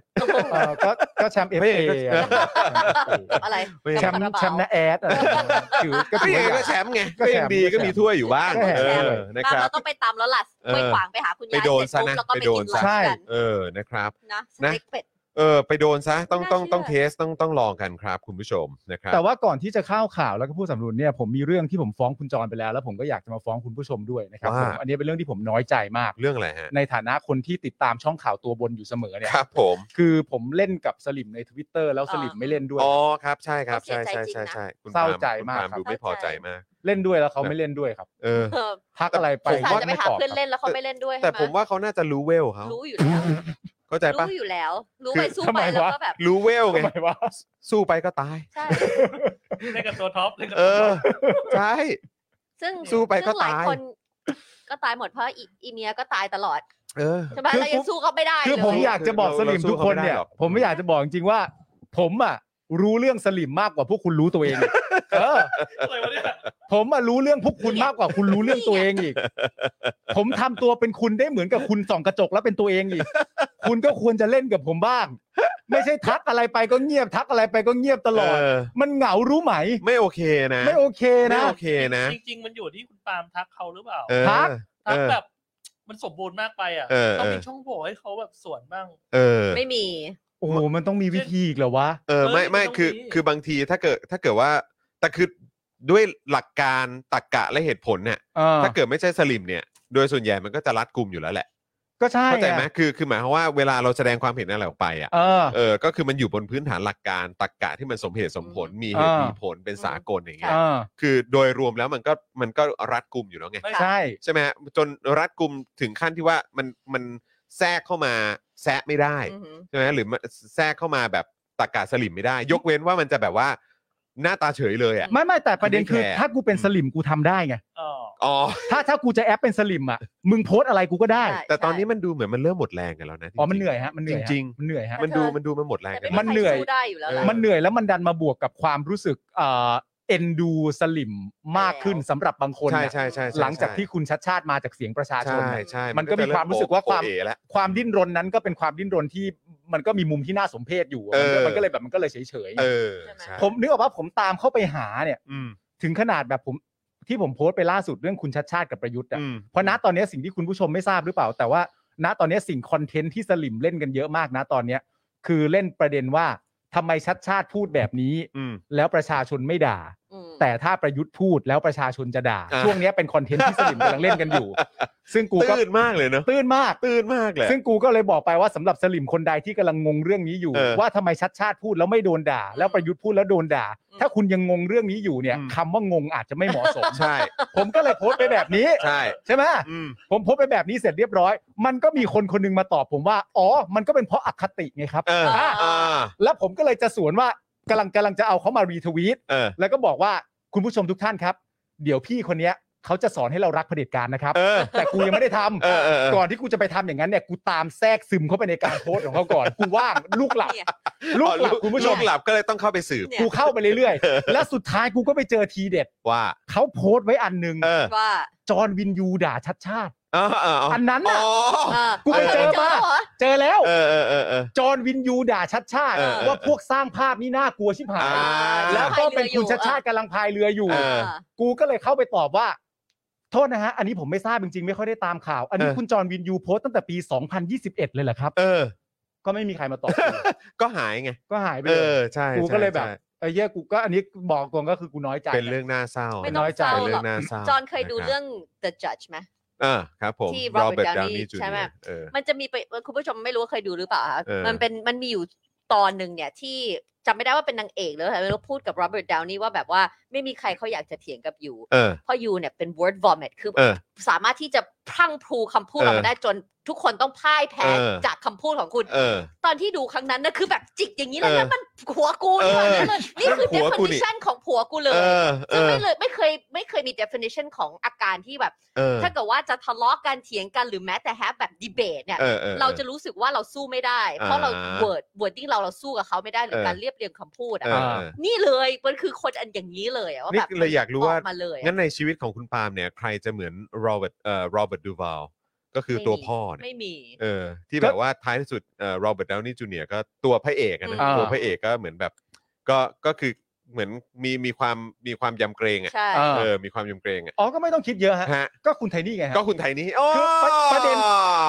เอ่อก็ก็แชมป์เอฟ
ไม่
เ
เห็นก็
อ
กับอะไร
ไม่ใช่
แชมป์แชมป์นะแอดอะไรถือก็
ก็
ถือ
ยังไง
ว่า
ก็แชมป์ไง
ก็
ก็
แช
ยั
ม
ง
ป์
ดี
ก็
ก็
แชมป์
มีถ้วยอยู่บ้าง
ก็แชมป์
เอ
แซม
อนะค
บ้าน
รับ
เราต้องไปตำแล้วล่ะ
เออ
ไปขวางไปหาคุณยาย
ไปโดน
เสร็จ
ซะ
ปุ๊บ
นะ
แล้วก็
ไป
ไป
โด
กิ
น
น
ซะ
ร้านกัน
เออนะครับ
นะสเต็กเป็ด
เออไปโดนซะต้องต้อง
น่าเชื่อ
ต้องเทสต้องต้องลองกันครับคุณผู้ชมนะครับ
แต่ว่าก่อนที่จะเข้าข่าวแล้วก็พูดสำรุนเนี่ยผมมีเรื่องที่ผมฟ้องคุณจรไปแล้ว แล้วผมก็อยากจะมาฟ้องคุณผู้ชมด้วยนะครับ
ว่า
ผมอันนี้เป็นเรื่องที่ผมน้อยใจมาก
เรื่องอะไรฮะ
ในฐานะคนที่ติดตามช่องข่าวตัวบนอยู่เสมอเนี่ย
ครับผม
คือผมเล่นกับสลิมใน Twitter แล้วสลิมไม่เล่นด้วย
อ๋อครับใช่ครับใช่
เขาเสี
ใช่
ยใจ
ใช่
จริงนะ
ใช่คุณ
เศร้า
ปล์
ใจมาก
คุณปล์
ครับ
ดูไม่พอใจมาก
เล่นด้วยแล้วเขาไม่เล่นด้วยครับ
เออ
เออ
ทักอะไรไป
ผ
อุต
ม
ส่าห์
ว่า
จะไปหาเพื่อนเล่นแล้วเขาไม่เล่นด้วย
แต่
ใช่ไห
ผมว่าเขาน่าจะรู้เวลเขา
รู้อยู่แล้ว
เข้าใจปะ
รู้อยู่แล้ว รู้ไปสู้
ทำ
ไป
ไม
แล้ว
วะ
ก็แบบ
รู้เวลไง
ทำไมวะ
สู้ไปก็ตาย
ใช่
เล่นกับตัวท็อปเล่นกับ
เอ
ตั
อ
วท็อป
ใช่
ซึ่ง
สู้ไปก็
ซึ่งหลาย
ตาย
คน ก็ตายหมดเพราะอีอีเมียก็ตายตลอด
เออ
ใช่ไหม
คือ
เรายัง
ผม
สู้เขาไม่ได้
คือ
เล
ผม
ย
อยากจะบอกสลิมทุกคนเนี่ย
เราสู้เขาไม่ได้หรอก
ผมไม่อยากจะบอกจริงๆว่า ผมอ่ะ รู้เรื่องสลิมมากกว่าพวกคุณรู้ตัวเองอีก เออ
อะไรวะเนี่ย
ผมมารู้เรื่องพวกคุณมากกว่าคุณรู้เรื่องตัวเอง อีก ผมทำตัวเป็นคุณได้เหมือนกับคุณส่องกระจกแล้วเป็นตัวเองอีก คุณก็ควรจะเล่นกับผมบ้าง ไม่ใช่ทักอะไรไปก็เงียบทักอะไรไปก็เงียบตลอด
เอ
มันเหงารู้ไหม
ไม่โอเคนะ
ไม่โอเค
ไม่
นะ
โอเคนะ
จริงๆ มันอยู่ที่คุณปาล์มทักเขาหรือเปล่า
เออ
ทัก
เอ
ทัก
อ
แบบมันสมบูรณ์มากไปอ่ะ
เออ
ต้องมีช่องโหว่ให้เขาแบบสวนบ้าง
เออ
ไม่มี
โอ้โหมันต้องมีวิธีอีกเหรอวะ
เออไม่
เออ
ไม่
มันต้อง
คือ
มี
คือบางทีถ้าเกิดถ้าเกิดว่าแต่คือด้วยหลักการตรรกะและเหตุผลเนี่ย
เออ
ถ้าเกิดไม่ใช่สลิมเนี่ย โดยส่วนใหญ่มันก็จะรัดกลุ่มอยู่แล้วแหละ
ก็ใช่
เข้าใจไหม
อะ
คือคือหมายความว่าเวลาเราแสดงความเห็นอะไรออกไปอ่ะ
เออ
เออก็คือมันอยู่บนพื้นฐานหลักการตรรกะที่มันสมเหตุสมผลมีเหตุ
อ่ามี
มีผลเป็นสากลอย่างเงี้ย
เออ
คือโดยรวมแล้วมันก็มันก็รัดกลุ่มอยู่แล้วไง
ไม่
ใช่
ใช่ไหมฮะจนรัดกลุ่มถึงขั้นที่ว่ามันมันแทรกเข้ามาแซะไม่ได้
อือหือ
ใช่ไหมหรือมันแทรกเข้ามาแบบตากาสลิมไม่ได้ ยกเว้นว่ามันจะแบบว่าหน้าตาเฉยเลยอ่ะ
ไม่ไม่แต่ประเด็นคือ
ไม่แคร์
ถ้ากูเป็นสลิมกูทำได้ไง
เออ
อ๋อ
ถ้าถ้ากูจะแอปเป็นสลิมอ่ะ มึงโพสต์อะไรกูก็ได้
ใช่
แต่ตอนนี้มันดูเหมือนมันเริ่มหมดแรงกันแล้วนะจริงๆ
อ๋อ มันเหนื่อยฮะ มันเหนื่อยฮะ
จริงๆ
มันเหนื่อยฮะ
มันดูมันดูมันหมดแรงกั
แต่
น
ไม่
แล้ว
มันเหนื่อย
มีใครสู้ได้อยู่แล้วล่ะ
มันเหนื่อยแล้วมันดันมาบวกกับความรู้สึกเอ่อเอ็นดูสลิมมากขึ้นสำหรับบางคน
ใช่
น่ะ
ใช่ใช่ใช่
หลังจากที่คุณชัดชาติมาจากเสียงประชาชน
ใช่
น่ะ
ใช่
มันก็มี
จะเ
ความรู้สึกว่าความ
โอเอแล้ว
ความดิ้นรนนั้นก็เป็นความดิ้นรนที่มันก็มีมุมที่น่าสมเพชอยู่อะ
เออ
มันก็มันก็เลยแบบมันก็เลยเฉยเฉยๆ
เออ
ใช่ไหม
ใช่
ผมนึกออกว่าผมตามเข้าไปหาเนี่ย
อืม
ถึงขนาดแบบผมที่ผมโพสต์ไปล่าสุดเรื่องคุณชัดชาติกับประยุทธ์อะ
อืม
เพราะณตอนนี้สิ่งที่คุณผู้ชมไม่ทราบหรือเปล่า แต่ว่า ณตอนนี้สิ่งคอนเทนต์ที่สลิมเล่นกันเยอะมากนะตอนเนี้ยคือเล่นประเด็นว่าทำไมชัดชาติพูดแบบนี้
อืม
แล้วประชาชนไม่ด่า
อืม
แต่ถ้าประยุทธ์พูดแล้วประชาชนจะด่า
อ่า
ช่วงเนี้ยเป็นคอนเทนต์ที่สลิมกำลังเล่นกันอยู่ ซึ่งกูก็
ตื่นมากเลยเนอะ
ตื่นมาก
ตื่นมากเลย
ซึ่งกูก็เลยบอกไปว่าสำหรับสลิมคนใดที่กำลังงงเรื่องนี้อยู่
เออ
ว่าทำไมชัดชาติพูดแล้วไม่โดนด่า แล้วประยุทธ์พูดแล้วโดนด่า
อืม
ถ้าคุณยังงงเรื่องนี้อยู่เนี่ย
อืม
คำว่างงอาจจะไม่เหมาะสม
ใช่
ผมก็เลยโพสต์ไปแบบนี้
ใช่
ใช่ไหม
อืม
ผมพบไปแบบนี้เสร็จเรียบร้อย มันก็มีคนคนหนึงมาตอบผมว่า อ๋อ มันก็เป็นเพราะอคติไงครับ
เออ
อ่า
อ่า
แล้วผมก็เลยจะสวนว่ากำลังกำลังจะเอาเขามารีทวีต
เออ
แล้วก็บอกว่าคุณผู้ชมทุกท่านครับ เดี๋ยวพี่คนเนี้ยเขาจะสอนให้เรารักเผด็จการนะครับ
เออ
แต่กูยังไม่ได้ทำ
เออเออเออ
ก่อนที่กูจะไปทำอย่างนั้นเนี่ยกูตามแทรกซึมเข้าไปในการโพสต์ของเขาก่อน กูว่างลูกหลับ
เนี่ย
ลูกหลับคุณผู้ช
ลู
ม
กหลับก็เลยต้องเข้าไปสืบ
เนี่ย
กูเข้าไปเรื่อยๆ แล้วสุดท้ายกูก็ไปเจอทีเด็ด
ว่า
เขาโพสต์ไว้อันหนึ่ง
เออ
ว่า
จอห์นวินยูด่าชัดชาติ
เออเออเออ
อันนั้น
อ๋
น่ะ
อ
อ่า
กูไปเจอมา
แล้วเหรอ
เจอแล้ว
เออเออเออเออ
จอห์นวินยูด่าชัดชาติ
เออ
ว่าพวกสร้างภาพนี่น่ากลัวชิบหาย
อ่า
แล้วก็เป็นคุณชัดชาติกำลังพายเรืออยู่
เออ
กูก็เลยเข้าไปตอบว่า โทษนะฮะ อันนี้ผมไม่ทราบจริงๆ ไม่ค่อยได้ตามข่าว อันนี้
เออ
คุณจอห์นวินยูโพสต์ตั้งแต่ปี 2021 เลยเหรอครับ
เออ
ก็ไม่มีใครมาตอบกู
ก็หายไง
ก็หายไป
เอ
เล
อย ใช่
กู
ใช่
ก็เลยแบบ
ใช่
ไอ้เหี้ยกูก็อันนี้บอกตรงก็คือกูน้อยใจ
เป็นเรื่องน่าเศร้า
ไม่ต้อง
น้อยใจ
เศร้า
เป็น
ห
เรื่
ร
อ
อก
งน่าเศร้า
จอห์นเคยดู
ะรับ
เรื่อง The Judge ไหม
เออครับผม
ที่
Robert
Robert
Downey
Downey
Jr.
ใช่ไหม
เออ
มันจะมีไปคุณผู้ชมไม่รู้ว่าเคยดูหรือเปล่าคะ
เออ
มันเป็นมันมีอยู่ตอนหนึ่งเนี่ยที่จำไม่ได้ว่าเป็นนางเอกหรืออะไรไม่รู้พูดกับโรเบิร์ตดาวนี่ว่าแบบว่าไม่มีใครเขาอยากจะเถียงกับยู
เออ
เพราะยูเนี่ยเป็น word vomit คือ
เออ
สามารถที่จะพรั่งพรูคำพูดออกมาได้จนทุกคนต้องพ่ายแพ้
เออ
จากคำพูดของคุณ
เออ
ตอนที่ดูครั้งนั้นนะคือแบบจิกอย่างนี้เลย
เออ
แล้วมันผัวกูนี่
เออ
เลยนี่คือ
นั่นผัวกูนี่
definition ของผัวกูเล
เอย อเอ
ซึ่ง
อ
ไม่เลยไม่เคยไม่เคยมี definition ของอาการที่แบบ
เออ
ถ้าเกิดว่าจะทะเลาะกันเถียงกันหรือแม้แต่แฮปแบบดีเบตเนี่ย
เออออ
เราจะรู้สึกว่าเราสู้ไม่ได้ เพราะเรา
อ่า
เวิร์ดเวิร์ดดิ้งเราเราสู้กับเขาไม่ได้หรือ
เออ
การเรียบเรียงคำพูด
เอ
อะ
อเออ
นี่เลยมันคือคนอันอย่างนี้เลยอะว่า
นี่
แบบ
เลยอยากรู้
อ
ว่า
อกมาเลยอะ
งั้นในชีวิตของคุณปาล์มเนี่ยใครจะเหมือนโรเบิร์ตเอ่อโรเบิร์ตดูวาลก็คือตัวพ่อเนี่ย
ไม่มี
เออ ที่แบบว่าท้ายที่สุดเอ่อโรเบิร์ตดาวนี่จูเนียก็ตัวพระเอกอะนะ
อืม
ตัวพระเอกก็เหมือนแบบ ก็ก็คือเหมือนมีมีความมีความยำเกรงอ่ะ
ใช่
เออ
เออมีความยำเกรงอ่ะ
อ๋อก็ไม่ต้องคิดเยอะฮะ
ฮะ
ก็คุณไทนี่ไงฮะ
ก็คุณไทยนี้โอ้
คือประประเด็น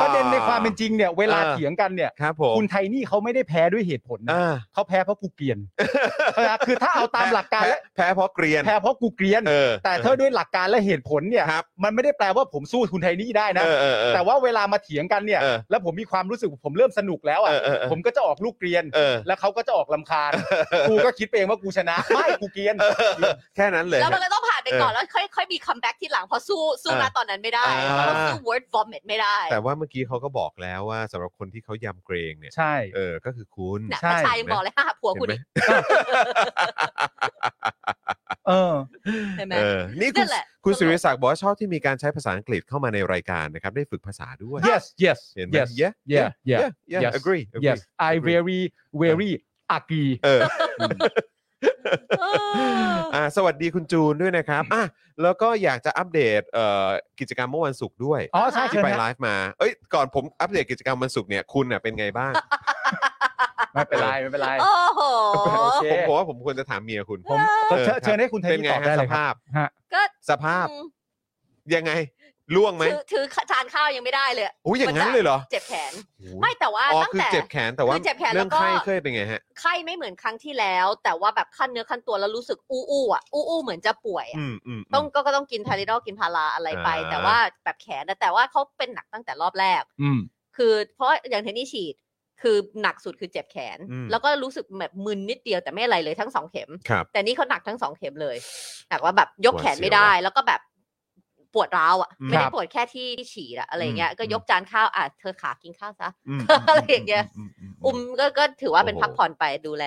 ประเด็นในความเป็นจริงเนี่ยเวลาเถียงกันเนี่ย
ครับผม
คุณไทนี่เขาไม่ได้แพ้ด้วยเหตุผลนะ
อ่า
เขาแพ้เพราะกูเกลียน เออคือถ้าเอาตามหลักการและ
แพ้เพราะเกรียน
แพ้เพราะกูเกรียน
เออ
แต่ถ้าด้วยหลักการและเหตุผลเนี่ย
ครับ
มันไม่ได้แปลว่าผมสู้คุณไทนี่ได้นะ
เออเออเออ
แต่ว่าเวลามาเถียงกันเนี่ย
เออ
แล้วผมมีความรู้สึกผมเริ่มสนุกแล้วอ่ะ
เออเออเออ
ผมก็จะออกลูกเกรียน
เออ
แล้วเขาก็จะออกลำคาญกูก็คิดไปเองว่ากูชนะ ไม่กูเกรียน
เออแค่นั้นเลย
แล้วมันก็ต้องผ่านไปก่อน
เออ
แล้วค่อยค่อยมีคัมแบ็กที่หลังเพอสู้สู้
เออ
มาตอนนั้นไม่ได้
อ่า
เพราะเราสู้ word vomit ไม่ได้
แต่ว่าเมื่อกี้เขาก็บอกแล้วว่าสำหรับคนที่เขายำเกรงเนี่ย
ใช่
เออก็คือคุณ
นะ
ใช่
ประชายังบอกเลยฮ่าผัวกูนี่
เออ
เห็นไหม
เออนี่คุ
นั่
ณ
นแหละ
คุณสิริศักดิ์บอกว่าชอบที่มีการใช้ภาษาอังกฤษเข้ามาในรายการนะครับ ได้ฝึกภาษาด้วย
yes yes
เห็นไหม
yes
yeah
yeah yeah
yeah yeah agree agree
yes I
agree
very very อากี
เออ
เออ
อ่าสวัสดีคุณจูนด้วยนะครับอ่ะแล้วก็อยากจะอัปเดตเอ่อกิจกรรมเมื่อวันศุกร์ด้วย
อ๋อใช่
ที่
เชิญ
ไป
ฮะ
ไลฟ์มา เอ้ย ก่อนผมอัปเดตกิจกรรมวันศุกร์เนี่ย คุณเน่ะเป็นไงบ้าง
ไม่เป็นไรไม่เป็นไร
โอ้โห
โอเค
ผมผมว่าผมควรจะถามเมียคุณ
ผมก็เชิญ
เออ
เชิญให้คุณไทย
เป็นไง
ตอบ
ฮะ
ได้
ส
เลยครับ
ภาพ
ฮะ
ก็
สภาพ
อืม
ยังไง ล่วงไหม
ถือถือจานข้าวยังไม่ได้เลย
อุ้ยอย่างนั้นเลยเหรอ
เจ็บแขน
โอ้โห
ไม่แต่ว่า
อ๋อ
ตั้ง
คือ
แต่
เจ็บแขนแต่ว่า
คือเจ็บแขน
เรื่อง
แล้วก็
ไข้เคยเป็นไงฮะ
ไข้ไม่เหมือนครั้งที่แล้ว แต่ว่าแบบขั้นเนื้อขั้นตัวแล้วรู้สึกอู้อู้ๆอ่ะอู้อู้ๆเหมือนจะป่วยอะ
อืมอืมม
ต้องก็ก็ต้องกินทาริดอลกินพาราอะไรไป
อ่า
แต่ว่าแบบแขนนะแต่ว่าเขาเป็นหนักตั้งแต่รอบแรก
อืม
คือเพราะอย่างเทนนี่ฉีด คือหนักสุดคือเจ็บแขน
อืม
แล้วก็รู้สึกแบบมึนนิดเดียวแต่ไม่อะไรเลยทั้งสองเข็ม
ครับ
แต่นี่เขาหนักทั้งสองเข็มเลยหนักว่าแบบยกแขนไม่ได้
หวาดเสียวอะ
แล้วก็แบบปวดร้าวอ่ะ
อืม
ไม่
ค
ได้
รับ
ปวดแค่ที่ฉีดอะอะไรเงี้ย
อืม
ก็ยกจานข้าวอ่ะเธอขากินข้าวซะ
ม
อะไรอย่างเงี้ย
มม
อุ้มก็ก็ถือว่าเป็น
โโห
พักผ่อนไปดูแล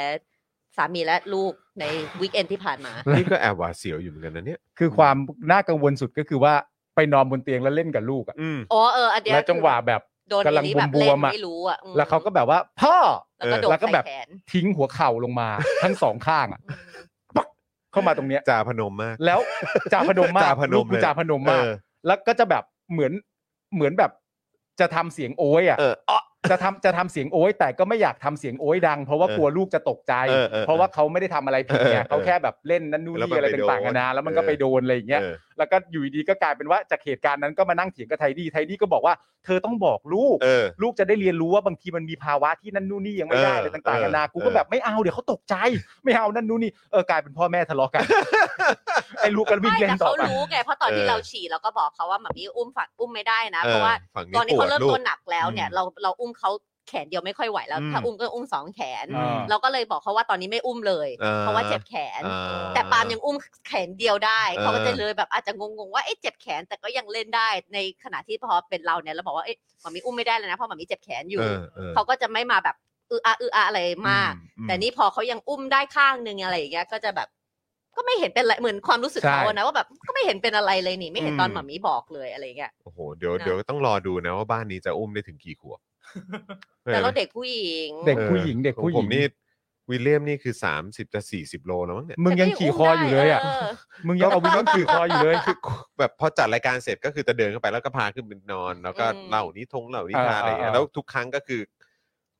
สามีและลูกในวีคเอนที่ผ่านมา
นี่ก็แอบหวาดเสียวอยู่เหมือนกันนะเนี่ย
คือความน่ากังวลสุดก็คือว่าไปนอนบนเตียงแล้วเล่นกับลูกอะ
อืม
อ๋อเอออันเดีย
แล้วจังหวะแบบ
โดน
กำลัง
อีแบบ
บ
เล่
วน มๆอะ
ไม่รู้อ่ะอืม
แล้วเขาก็แบบว่า พ่อ
แล้วก็
เออ
โดน
แล้วก็แบบ
ใส่ขน
ทิ้งหัวเข่าลงมา ทั้งสองข้าง อะ
อืม
เข้ามาตรงเนี้ย
จ่าพนมมาก
แล้วจ่าพนมมา
จ่าก พนม
ลูกกู
เลย
จ่าพนมมาก
เออ
แล้วก็จะแบบเหมือนเหมือนแบบจะทำเสียงโอ้ยอ่ะ
เอออ๊ะ
จะทำจะทำเสียงโอ้ยแต่ก็ไม่อยากทำเสียงโอ้ยดัง เพราะว่า
เออก
ลัวลูกจะตกใจ
เออเออ
เพราะว่าเขาไม่ได้ทำอะไรผิด
เออเอ
ไง
อ
เขาแค่แบบเล่นนั่นนู่น
แล้วมั
นี่
น
อะไร
ไปโดน
ต่างๆนานาแล้วมันก็
เออ
ไปโดนอะไรอย่างเงี้ย
เออ
แล้วก็อยู่ดีๆก็กลายเป็นว่าจากเหตุการณ์นั้นก็มานั่งเถียงกับไทดี้ไทดี้ก็บอกว่าเธอต้องบอกลูก
เออ
ลูกจะได้เรียนรู้ว่าบางทีมันมีภาวะที่นั่นนู่นนี่ยังไม่ได้
เออ
อะไรต่างๆนานา
เออ
กูก็แบบไม่เอาเดี๋ยวเขาตกใจ ไม่เอานั่นนู่นนี่เออกลายเป็นพ่อแม่ทะเลาะกัน ไอ้ลูกก็วิ่ง
ไม่
เล่
แต่
นต่อ
เขา
ไป
รู้ไงเพราะตอนที่
เออ
เราฉีดเราก็บอกเขาว่าแบบนี้อุ้มฝักอุ้มไม่ได้นะเพราะว่า
ฝั่ง
ตอนนี้
ปว
เขา
ด
เริ่ม
ลูก
ตัวหนักแล้วเนี่ย
อืม
เราเราอุ้มเขาแขนเดียวไม่ค่อยไหวแล้ว
อืม
ถ้าอุ้มก็อุ้มสองแขน
อ่า
เราก็เลยบอกเขาว่าตอนนี้ไม่อุ้มเลย
อ่
เพราะว่าเจ็บแขน
อ่
แต่ปาล์มยังอุ้มแขนเดียวได้
เออ
เขาก็จะเลยแบบอาจจะงงๆว่าเอ๊ะเจ็บแขนแต่ก็ยังเล่นได้ในขณะที่พอเป็นเราเนี่ยเราบอกว่าเอ๊ะหมามีอุ้มไม่ได้เลยนะเพราะหมามีเจ็บแขนอยู่
เออออ
เขาก็จะไม่มาแบบอืออาอืออาอะไรมาก
อืม
แต่นี่พอเขายังอุ้มได้ข้างหนึงอะไรอย่างเงี้ยก็จะแบบ ก็ไม่เห็นเป็นอะไรเหมือนความรู้สึก
ใช่
เขาอะนะว่าแบบก็ไม่เห็นเป็นอะไรเลยนี่ไม่เห็นตอนหมามีบอกเลยอะไรอย่างเงี้ย
โอ้โหเดี๋ยว
นะ
เดี๋ยวต้องรอดูนะว่าบ้านนี้จะอุ้มได้ถึงกี่ขวบ
แต่เราเด็กผู้หญิง
เด็ก ผู้หญิงเด็กผู้หญิง
ของผมนี่วิลเลียมนี่คือ 30 จะ 40 โลแล้วมั้งเนี่ย
มึงยังขี่คออยู่เลยอ่ะ มึงยังเอาวินต้องขี่คออยู่เลย
คือแบบพอจัดรายการเสร็จก็คือจะเดินเข้าไปแล้วก็พาขึ้นเป็นนอน แล้วก็
อืม
เล่านิทงเล่านิทาน
อ่า
อะไรอย่างเงี้ย
อ่า
แล้วทุกครั้งก็คือ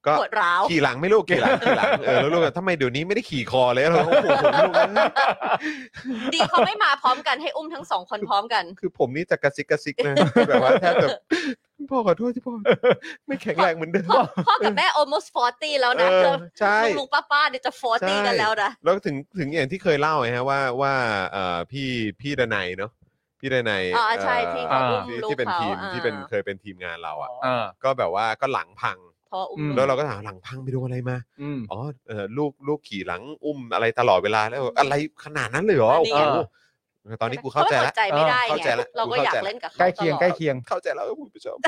ก็
ปวดร้าว
ขี่หลังไม่ลูกขี่หลังขี่หลังเออแล้วลูกก็ทำไมเดี๋ยวนี้ไม่ได้ขี่คอเลยแล้วโอ้โหลูกนั้น
ดีเขาไม่มาพร้อมกันให้อุ้มทั้งสองคนพร้อม กัน
คือผมนี่จะกระซิกกระซิกนะ แบบว่าแทบจะพ่อขอโทษที่พ่อไม่แข็งแรงเหมือนเดิม
พ่อพ่อกับแม่ almost 40 แล้วนะ
เออ
เธอ
ใช่
ลุงลุงป้าป้าเนี่ยจะ
ใช่
40 กันแล้วนะ
แล้วถึงถึงอย่างที่เคยเล่าไงฮะว่าว่าเอ่อพี่พี่ดนัยเนาะพี่ดนัย
อ๋อใช่ที่
เอ่อ
เขาอุ้ม
ที่
ลูก
ที่เป็นทีม
เขาอ่า
ที่เป็นเคยเป็นทีมงานเราอ่ะ
เออ
ก็แบบว่าก็หลังพัง
พออุ้ม
อืม
แล้วเราก็ถามหลังพังไปโดนอะไรมา
อืม
อ๋อเออลูกลูกขี่หลังอุ้มอะไรตลอดเวลาแล้วอะไรขนาดนั้นเลยเหรอโอ้โหตอนนี้กูเข้าใจ
เขา
แล้ว
เข้าใจไม่ได้
เข้า
ไง
ใจแล้ว
เราก็
เข้า
อยาก
ใจแล้ว
เล่นกับเขา
ใกล้เคียง
ตอด
ใกล้เคียง
เข้าใจแล้วคุณผู้ชม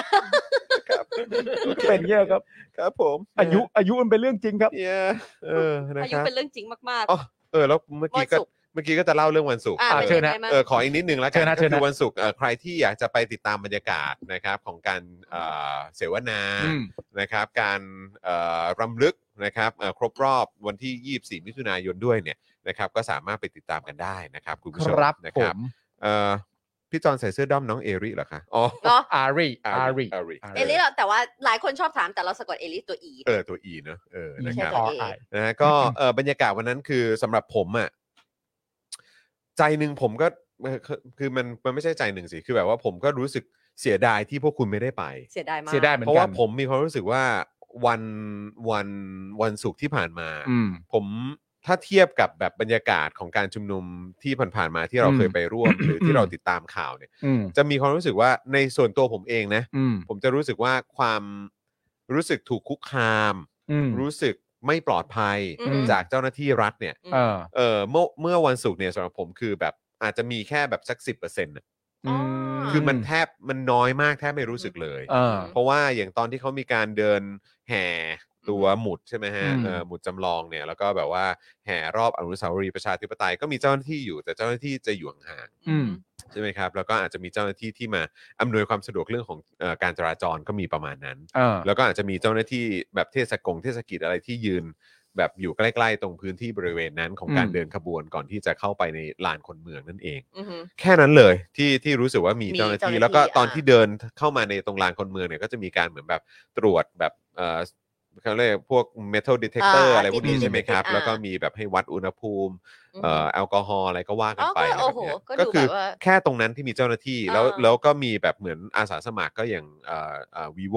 ครับ
เป็นเงี้ยครับ
ครับผม
อายุอายุมันเป็นเรื่องจริงครับ
เย้เออนะ
อา
ค
ยุ
รับ
เป็นเรื่องจริงมาก
อ๋อเออแล้วเมื่อ
ๆ
กี้
วัน
ก็
ศุกร์
เมื่อกี้ก็จะเล่าเรื่องวันศุกร์
อ่า
อ่ะ
เป็น
เชิ
ยั
ญ
งไง
นะ
บ้าง
เออขออีกนิดนึงแล้วกั
เชิญ
น
นะ
ก็
เชิญ
คื
นะ
อวันศุกร์เอ่อใครที่อยากจะไปติดตามบรรยากาศนะครับของการเอ่อเสวนานะครับ การเอ่อรำลึกนะครับเอ่อครบรอบวันที่ 24 มิถุนายนด้วยเนี่ยนะครับ ก็สามารถไปติดตามกันได้นะครับ คุณผู้ชม
ครับ
นะ
ผ
ครับ
ม
เอ่อพี่จอนใส่เสื้อด้อมน้องเอริเหรอคะอ๋อ
อารีอารี
อาริ
เอลิเราแต่ว่าหลายคนชอบถามแต่เราสะกดเอลิตัวอี
เออตัวอีเนอะเออนะ
ใช่
ครับ
ตัว เอ
นะฮะก็เอ่อบรรยากาศวันนั้นคือสำหรับผมอะ่ะใจหนึ่งผมก็เอ่อคือคือมันมันไม่ใช่ใจหนึ่งสิคือแบบว่าผมก็รู้สึกเสียดายที่พวกคุณไม่ได้ไป
เสียดายมาก
เสียดายเหมือน
เพราะ
กั
ว่าน ผมมีความรู้สึกว่าวันวันวันศุกร์ที่ผ่านมา
อืม
ผมถ้าเทียบกับแบบบรรยากาศของการชุมนุมที่ผ่านๆมาที่เรา
อืม
เคยไปร่ วม หรือที่
อืม
เราติดตามข่าวเนี่ย
อืม
จะมีความรู้สึกว่าในส่วนตัวผมเองนะ
อืม
ผมจะรู้สึกว่าความรู้สึกถูกคุกคาม
อืม
รู้สึกไม่ปลอดภัย
อืม
ม
จากเจ้าหน้าที่รัฐเนี่ย
เออ
เออเมื่อเมื่อวันศุกร์เนี่ยสำหรับผมคือแบบอาจจะมีแค่แบบสักสิบเปอร์เซ็นต์
อืม
คือมันแทบมันน้อยมากแทบไม่รู้สึกเลย
เออ
เพราะว่าอย่างตอนที่เขามีการเดินแห่ตัวหมุดใช่ไหมฮะ
อืม
เออหมุดจำลองเนี่ยแล้วก็แบบว่าแห่รอบอนุสาวรีย์ประชาธิปไตยก็มีเจ้าหน้าที่อยู่แต่เจ้าหน้าที่จะอยู่ห่าง
อืม
ๆใช่ไหมครับแล้วก็อาจจะมีเจ้าหน้าที่ที่มาอำนวยความสะดวกเรื่องของเอ่อการจราจรก็มีประมาณนั้น
เออ
แล้วก็อาจจะมีเจ้าหน้าที่แบบเทศกงเทศกิจอะไรที่ยืน แบบอยู่ใกล้ๆตรงพื้นที่บริเวณนั้นของการ
อืม
เดินขบวนก่อนที่จะเข้าไปในลานคนเมืองนั่นเอง
อือหือ
แค่นั้นเลยที่ที่รู้สึกว่ามี
มี
เจ้าหน้าที่
เจ้าหน้าที่
แล้วก็ตอน
อ่ะ
ที่เดินเข้ามาในตรงลานคนเมืองเนี่ยก็จะมีการเหมือนแบบตรวจแบบเอ่อเขาเรียกพวก metal detector อะไรพวกนี้ใช่ไหมครับ แล้วก็มีแบบให้วัดอุณหภูมิ เอ่อแอลกอฮอล์อะไรก็ว่ากัน
อ๋อ
ไป
ก็โอ้โห
ะไร
ก็
แบบเนี้ยก็คื
ดู
อ
แบบว่า
แค่ตรงนั้นที่มีเจ้าหน้าที่แล้ว
อ่า
แล้วก็มีแบบเหมือนอาสาสมัครก็อย่างเอ่อเอ่อวีโว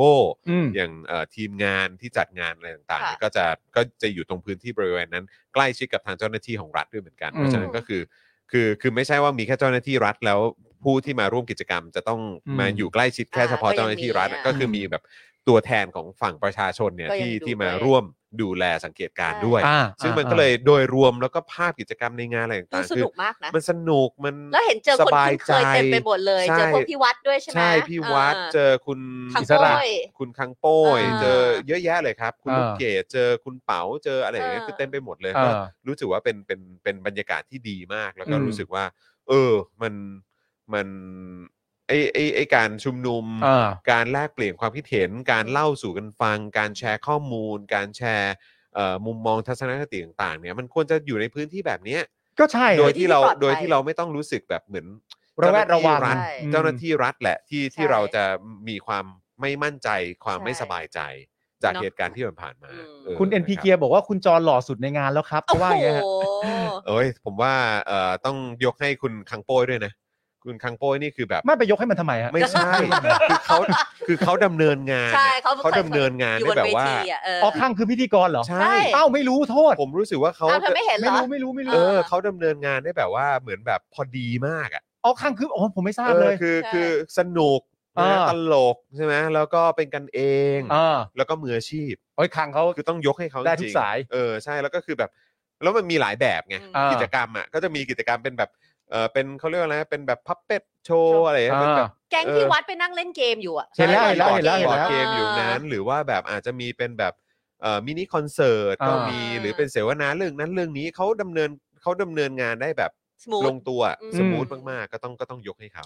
อืม
อย่างเอ่อทีมงานที่จัดงานอะไรต่างๆเนี่ยก็จะก็จะอยู่ตรงพื้นที่บริเวณนั้น ใกล้ชิดกับทางเจ้าหน้าที่ของรัฐด้วยเหมือนกัน
อืม
เพราะฉะนั้นก็คือคือคือไม่ใช่ว่ามีแค่เจ้าหน้าที่รัฐแล้วผู้ที่มาร่วมกิจกรรม จะต้องมาอยู่ใกล้ชิดแค่
อ่า
เฉพาะ
ก็ยัง
เจ้าหน้าที่รัฐอะ
มีอ่ะ
ก็คือมีแบบตัวแทนของฝั่งประชาชนเนี่ย
ก็ยัง
ที่
ดู
ที่มา
ด้วย
ร่วมดูแลสังเกตการณ์ด้วย
อ่า
ซึ่งมัน
อ่า
ก็เลยโดยรวมแล้วก็ภาพกิจกรรมในงานอะไร
ดู
ต่าง
ส
ๆคือ
นุกมากนะ
มันสนุกมัน
แล้วเห็นเจอคน
สบาย
คุ้นเคย
ใจ
เต็มไปหมดเลย
ใช่
เจอพวกพี่วัดด้วยใช่ไหม
ใช่พี่วัด
า
เจอคุณ
ขัง
อิสระ
โป้ย
คุณคังโป้ย
อ่า
เจอเยอะแยะเลยครับ คุณ
อ่า
ลูกเกดเจอคุณเป๋าเจออะไรอย่างเงี้ย
อ่า
คือเต็มไปหมดเลย
เอ
ก็
อ
รู้สึกว่าเป็นเป็นเป็นบรรยากาศที่ดีมากแล้วก็
อืม
รู้สึกว่า เออมันมันไอไอไอการชุมนุม
เออ
การแลกเปลี่ยนความคิดเห็นการเล่าสู่กันฟัง การแชร์ข้อมูล การแชร์เอ่อมุมมองทัศนคติต่างๆเนี่ยมันควรจะอยู่ในพื้นที่แบบเนี้ย
ก็ใช่
โด
อะ
ยที่เรา
ที่ปลอดภัย
โดยที่เราไม่ต้องรู้สึกแบบเหมือน
ระแวดระวัง
เจ้าหน้าที่รัฐ
ใช่
เจ้าหน้าที่รัฐแหละที่ที่
ใช่
เราจะมีความไม่มั่นใจความ
ใช่
ไม่สบายใจ จาก
เนอะ
เหตุการณ์ที่มันผ่านมา
อืม
เอ
คุณ
อะรับ
NP เกียร์บอกว่าคุณจอนหล่อสุดในงานแล้วครับ
โอ้
เขาว่าอย่างเงี้ย
โห
ฮะ
เอ้ยผมว่าเอ่อต้องยกให้คุณคังโป้ยด้วยนะ คุณคังโป้ยนี่คือแบบ
ไม่ไปยกให้มันทำไมฮะ
ไม่ใช่ คือเขาคือเขาดำเนินงาน
ใช่
อะ
เขา
เขาดำเนินงาน
อยู่
ได้
บน
แบบ
เว
ว่า
ทีอ่ะเออ
ออกข้างคือพิธีกรเหรอ
ใช่
เอ้าไม่รู้โทษ
ผมรู้สึกว่าเขา
อ้าวเธอไม่เห็นเหรอ
ไม่รู้ไม่รู้ไม่
เอ
รู้
อเขาดำเนินงานได้แบบว่าเหมือนแบบพอดีมากอ่ะ
ออกข้างคืออ๋อผมไม่ทราบ
เออ
เลย
คือ
ใช่
คือสนุกนะ
อ่า
ตลกใช่ไหมแล้วก็เป็นกันเอง
เออ
แล้วก็มืออาชีพ
โอ้ยข้างเขา
คือต้องยกให้เขา
ได้
จริงๆ
ทุกสาย
เออใช่แล้วก็คือแบบ แล้วมันมีหลายแบบไง
อ่า
กิจกรรมอ่ะก็จะมีกิจกรรมเป็นแบบเออเป็นเขาเรียกว่าอะไรนะเป็นแบบพับเป็ดโชว์อะไรเป็นแบบ
แก๊ง
เออ
ที่วัดไปนั่งเล่นเกมอยู่อ่ะ
เห็นแล้ว
ออ
เห็นแล้ว
ล่
เห็นแล้ว
กม
เห็
บ
น
อ
แล้
ร์ด
ว
เกมอยู่นั้น หรือว่าแบบอาจจะมีเป็นแบบเอ่อมินิคอนเสิร์ตก็
อ่ามี
มีหรือเป็นเสวนาเรื่องนั้นเรื่องนี้เขาดำเนินเขาดำเนินงานได้แบบ
สมูท
ลงตัว
อืม
สมูทมากๆ ก็ต้องก็ต้องยกให้เขา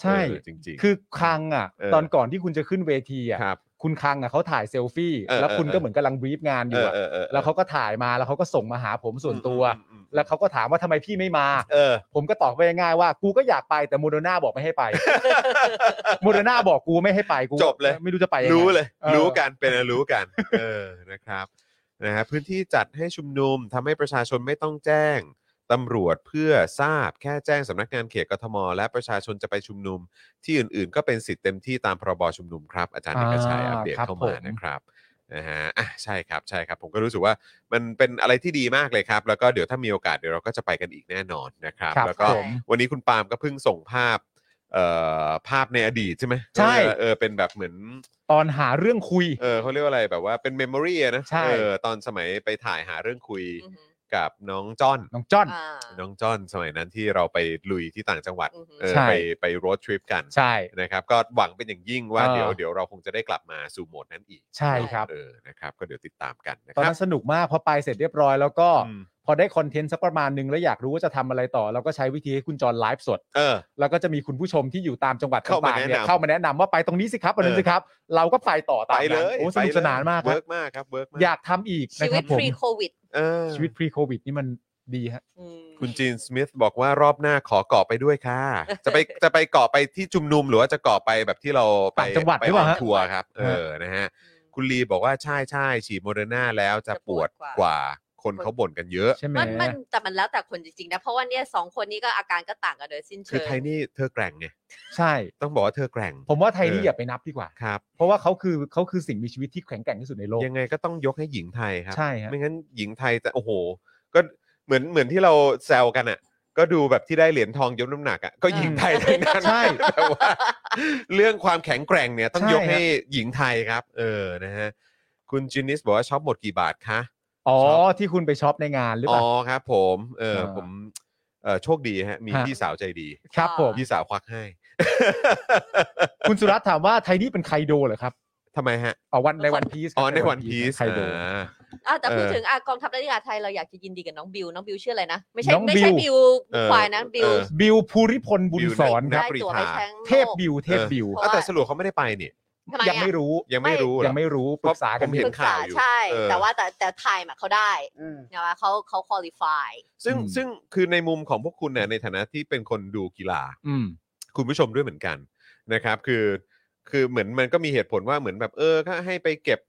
ใช่
เออจริงๆ
คือคังอ่ะ
เออ
ตอนก่อนที่คุณจะขึ้นเวทีอ่ะ
ครับ
คุณคังอ่ะเขาถ่ายเซลฟี่
เออ
แล้วคุณ
เออ
ก็เหมือนกำลังบรีฟงานอ
เอยู่ อ
อะ
เออออ
แล้วเขาก็ถ่ายมาแล้วเขาก็ส่งมาหาผมส่วนตัว
อืมอืมอืม
แล้วเขาก็ถามว่าทำไมพี่ไม่มา
เออ
ผมก็ตอบไปง่ายๆว่ากูก็อยากไปแต่โมเดอร์นาบอกไม่ ให้ไป โมเดอร์นาบอกกูไม่ให้ไปกู
จบเลย
ไม่รู้จะไปงไง
รู้เลย
เออ
รู้กันเป็นอันรู้กัน เออนะครับนะฮะพื้นที่จัดให้ชุมนุมทำให้ประชาชนไม่ต้องแจ้งตำรวจเพื่อทราบแค่แจ้งสำนักงานเขตกทม และประชาชนจะไปชุมนุม ที่อื่นๆ ก็เป็นสิทธิ์เต็มที่ตามพรบชุมนุมครับ อาจารย์เอกชัยอัปเดต
อ่าครับผม
เข้าาม นะครับนะฮะอ่ะใช่ครับใช่ครับ ผมก็รู้สึกว่ามันเป็นอะไรที่ดีมากเลยครับ แล้วก็เดี๋ยวถ้ามีโอกาสเดี๋ยวเราก็จะไปกันอีกแน่นอนนะครับ
ครับ
แล้วก็
ผม
วันนี้คุณปาล์มก็เพิ่งส่งภาพเอ่อภาพในอดีตใช่ไหม
ใช่
เออเป็นแบบเหมือน
ตอนหาเรื่องคุย
เออเขาเรียกว่าอะไรแบบว่าเป็นเมมโมรีนะ
ใช่
เออตอนสมัยไปถ่ายหาเรื่องคุย
อือหือ
กับน้องจ้อน
น้องจ้อน
อ่า
น้องจ้อนสมัยนั้นที่เราไปลุยที่ต่างจังหวัด
อือหือ
เออ
ใช่
ไปไปโรดทริปกัน
ใช่
นะครับก็หวังเป็นอย่างยิ่งว่า
อ่า
เดี๋ยวเดี๋ยวเราคงจะได้กลับมาสู่โหมดนั้นอีก
ใช่ครับ
เออนะครับก็เดี๋ยวติดตามกันนะ
ตอน
ครั
นั้
บ
นสนุกมากพอไปเสร็จเรียบร้อยแล้วก็
อืม
พอได้คอนเทนต์สักประมาณหนึงแล้วอยากรู้ว่าจะทำอะไรต่อเราก็ใช้วิธีให้คุณจอรไลฟ์สด
เออ
แล้วก็จะมีคุณผู้ชมที่อยู่ตามจังหวัด
เข้ามา
ต่างๆเนี่ย
แนะนำ
เข้ามาแนะนำว่าไปตรงนี้สิครับอันนั้นสิครับ เราก็ไปต่อ
ไป
ตาม
เล
นั้น
ย
โอ้สนุกสนานมากค
เวิ
รั
ร์
บ
กมากครับเวิร์กมาก
อยากทำอีกนะ
ชี
ค
วิ
รั
ต
บผม
pre covid
เออ
ชีวิต pre covid นี่มันดีฮะ
อืม
คุณจีนสมิธบอกว่ารอบหน้าขอเกาะไปด้วยค่ะ จะไปจะไปเกาะไปที่จุมนุมหรือว่าจะเกาะไปแบบที่เราไป
ต่างจังหวัด
ไป
หรือ
อ
เป
อ
ล่าก ฮะ
ทัวร์ครับเออนะฮะ คุณลีบอกว่าใช่ใช่ฉีดโมเดอร์นาแล้วจะปวดกว่าคนเขาบ่นกันเยอะ
ใช่ไหม
มันมันแต่มันแล้วแต่คนจริงๆนะ เพราะว่าเนี่ยสองคนนี้ก็อาการก็ต่างกันโดยสิ้น
คื
เชิ
อง ไทนี่เธอแกร่งไง
ใช่
ต้องบอกว่าเธอแกร่ง
ผมว่าไทยนี่
เออ
อ
อ
ย่าไปนับดีกว่า
ครับ
เพราะว่าเขาคือเขาคือสิ่งมีชีวิตที่แข็งแกร่งที่สุดในโลก
ยังไงก็ต้องยกให้หญิงไทยครับ
ใช่ฮะ
ไม่งั้นหญิงไทยจะโอ้โห ก็เหมือนเหมือนที่เราแซวกันอ่ะ ก็ดูแบบที่ได้เหรียญทองยกน้ำหนักอ่ะก็หญิงไทยทั้งนั้น
ใช่
แต่ว่าเรื่องความแข็งแกร่งเนี่ยต้อง
ใช่
ย
ฮะ
กให้หญิงไทยครับ เออนะฮะคุณจินิสบอกว่าช็อปหมดกี่บาทคะ
อ๋อ
ช็อป
ที่คุณไปช็อปในงานหรือ
อ๋
เป
อ
ล่า
ครับผมเออ
เออ
ผมเออโชคดีฮะมี
ฮะ
พี่สาวใจดี
ครับผม
พี่สาวควักให้
คุณสุรัตน์ถามว่าไทยนี่เป็นไคโดเหรอครับ
ทำไมฮะ
อ๋อวันในวันพีซ
อ๋อในวันพีซ
ไคโด
อ่า
อ่ะแต่พูด
เออ
ถึงอ่ะกองทัพนาฬิกาไทยเราอยากจะยินดีกับน้องบิว น้องบิวชื่ออะไรนะ ไม่ใช่
น้อง
ไม่ใช่
บิ
บิ
ว
ว
เออ
ควายนะบิว
เออ
บิวภูริพลบุญสอนค
นั
รับ
ก
ได้
ปรี
ตัว
ชา
ไปแทงโลก
เทพบิวเทพบิว
เออ
อ่ะแต่สรุปเขาไม่ได้ไปนี่
ทำไม
ยัง
อ่ะ
ไม่รู้
ยังไม่รู้เหรอ
ยังไม่รู้ป
เพ
รึ
ราะ
กษากัน
ผม
อ
เห็น
ยู่
ปรึกษา
ข่าวอยู่
ใช่
เออ
แต่ว่าแต่แต่ไทม์อะเขาได้นะว่าเขาเขาคุริฟาย
ซึ่ง
อืม
ซึ่งคือในมุมของพวกคุณเนี่ยในฐานะที่เป็นคนดูกีฬา
อืม
คุณผู้ชมด้วยเหมือนกันนะครับ คือคือเหมือนมันก็มีเหตุผลว่าเหมือนแบบเออถ้าให้ไปเก็บ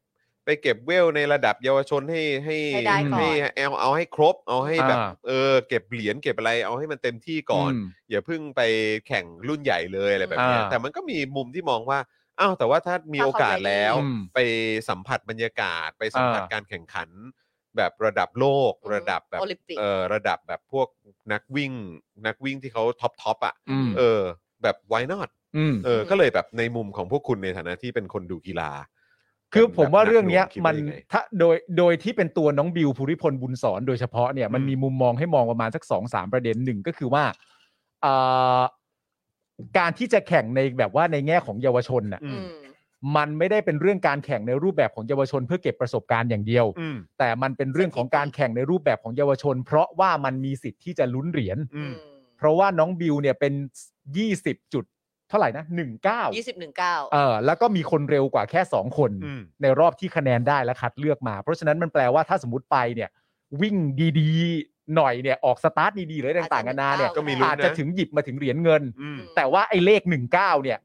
ไปเก็บเวลในระดับเยาวชนให้ให้
ให้ได้ก่อน
เอาเอาให้ครบ เอาให้แบบ
อ่า
เออเก็บเหรียญเก็บอะไรเอาให้มันเต็มที่ก่อน
ม
อย่าเพิ่งไปแข่งรุ่นใหญ่เลยอะไรแบบเนี้ย
อ่า
แต่มันก็มีมุมที่มองว่าอ้าวแต่ว่าถ้ามีโอกาสแล้ว
อืม
ไปสัมผัสบรรยากาศ ไปสัมผัส
อ่า
การแข่งขัน แบบระดับโลก
อืม
ระดับแบบ
โอลิมปิก
เออระดับแบบพวกนักวิ่ง นักวิ่งที่เขาท็อปท็อปอ่ะ
อืม
เออ แบบ why not
อืม
เออ
อืม
ก็เลยแบบในมุมของพวกคุณในฐานะที่เป็นคนดูกีฬา
คือผมว่าเรื่องเนี้ย
แบบกดู
มัน
คิดว่ายังไง
ถ้าโดยโดยที่เป็นตัวน้องบิวภูริพลบุญสอนโดยเฉพาะเนี่ยมัน
อืม
มีมุมมองให้มองประมาณสักสองสามประเด็นหนึ่งก็คือว่าเอ่อการที่จะแข่งในแบบว่าในแง่ของเยาวชนน่ะ
อืม
อืม
มันไม่ได้เป็นเรื่องการแข่งในรูปแบบของเยาวชน เพื่อเก็บประสบการณ์อย่างเดียว
อืม
แต่มันเป็นเรื่องของการแข่งในรูปแบบของเยาวชน เพราะว่ามันมีสิทธิ์ที่จะลุ้นเหรียญ
อืม
เพราะว่าน้องบิวเนี่ยเป็นยี่สิบจุดเท่าไหร่นะหนึ่งเก้า
ยี่สิบหนึ่งเก้า
เออแล้วก็มีคนเร็วกว่าแค่สองคน
อืม
ในรอบที่คะแนนได้และคัดเลือกมา เพราะฉะนั้นมันแปลว่าถ้าสมมติไปเนี่ย วิ่งดีๆ หน่อยเนี่ยออกสตาร์ทดีๆหรืออะไรต่างๆกันานาเนี่ย
ก็มีลุ้น
อาจจะ
นะ
ถึงหยิบมาถึงเหรียญเงิน
อืม
แต่ว่าไอ้เลขหนึ่งเก้าเนี่ย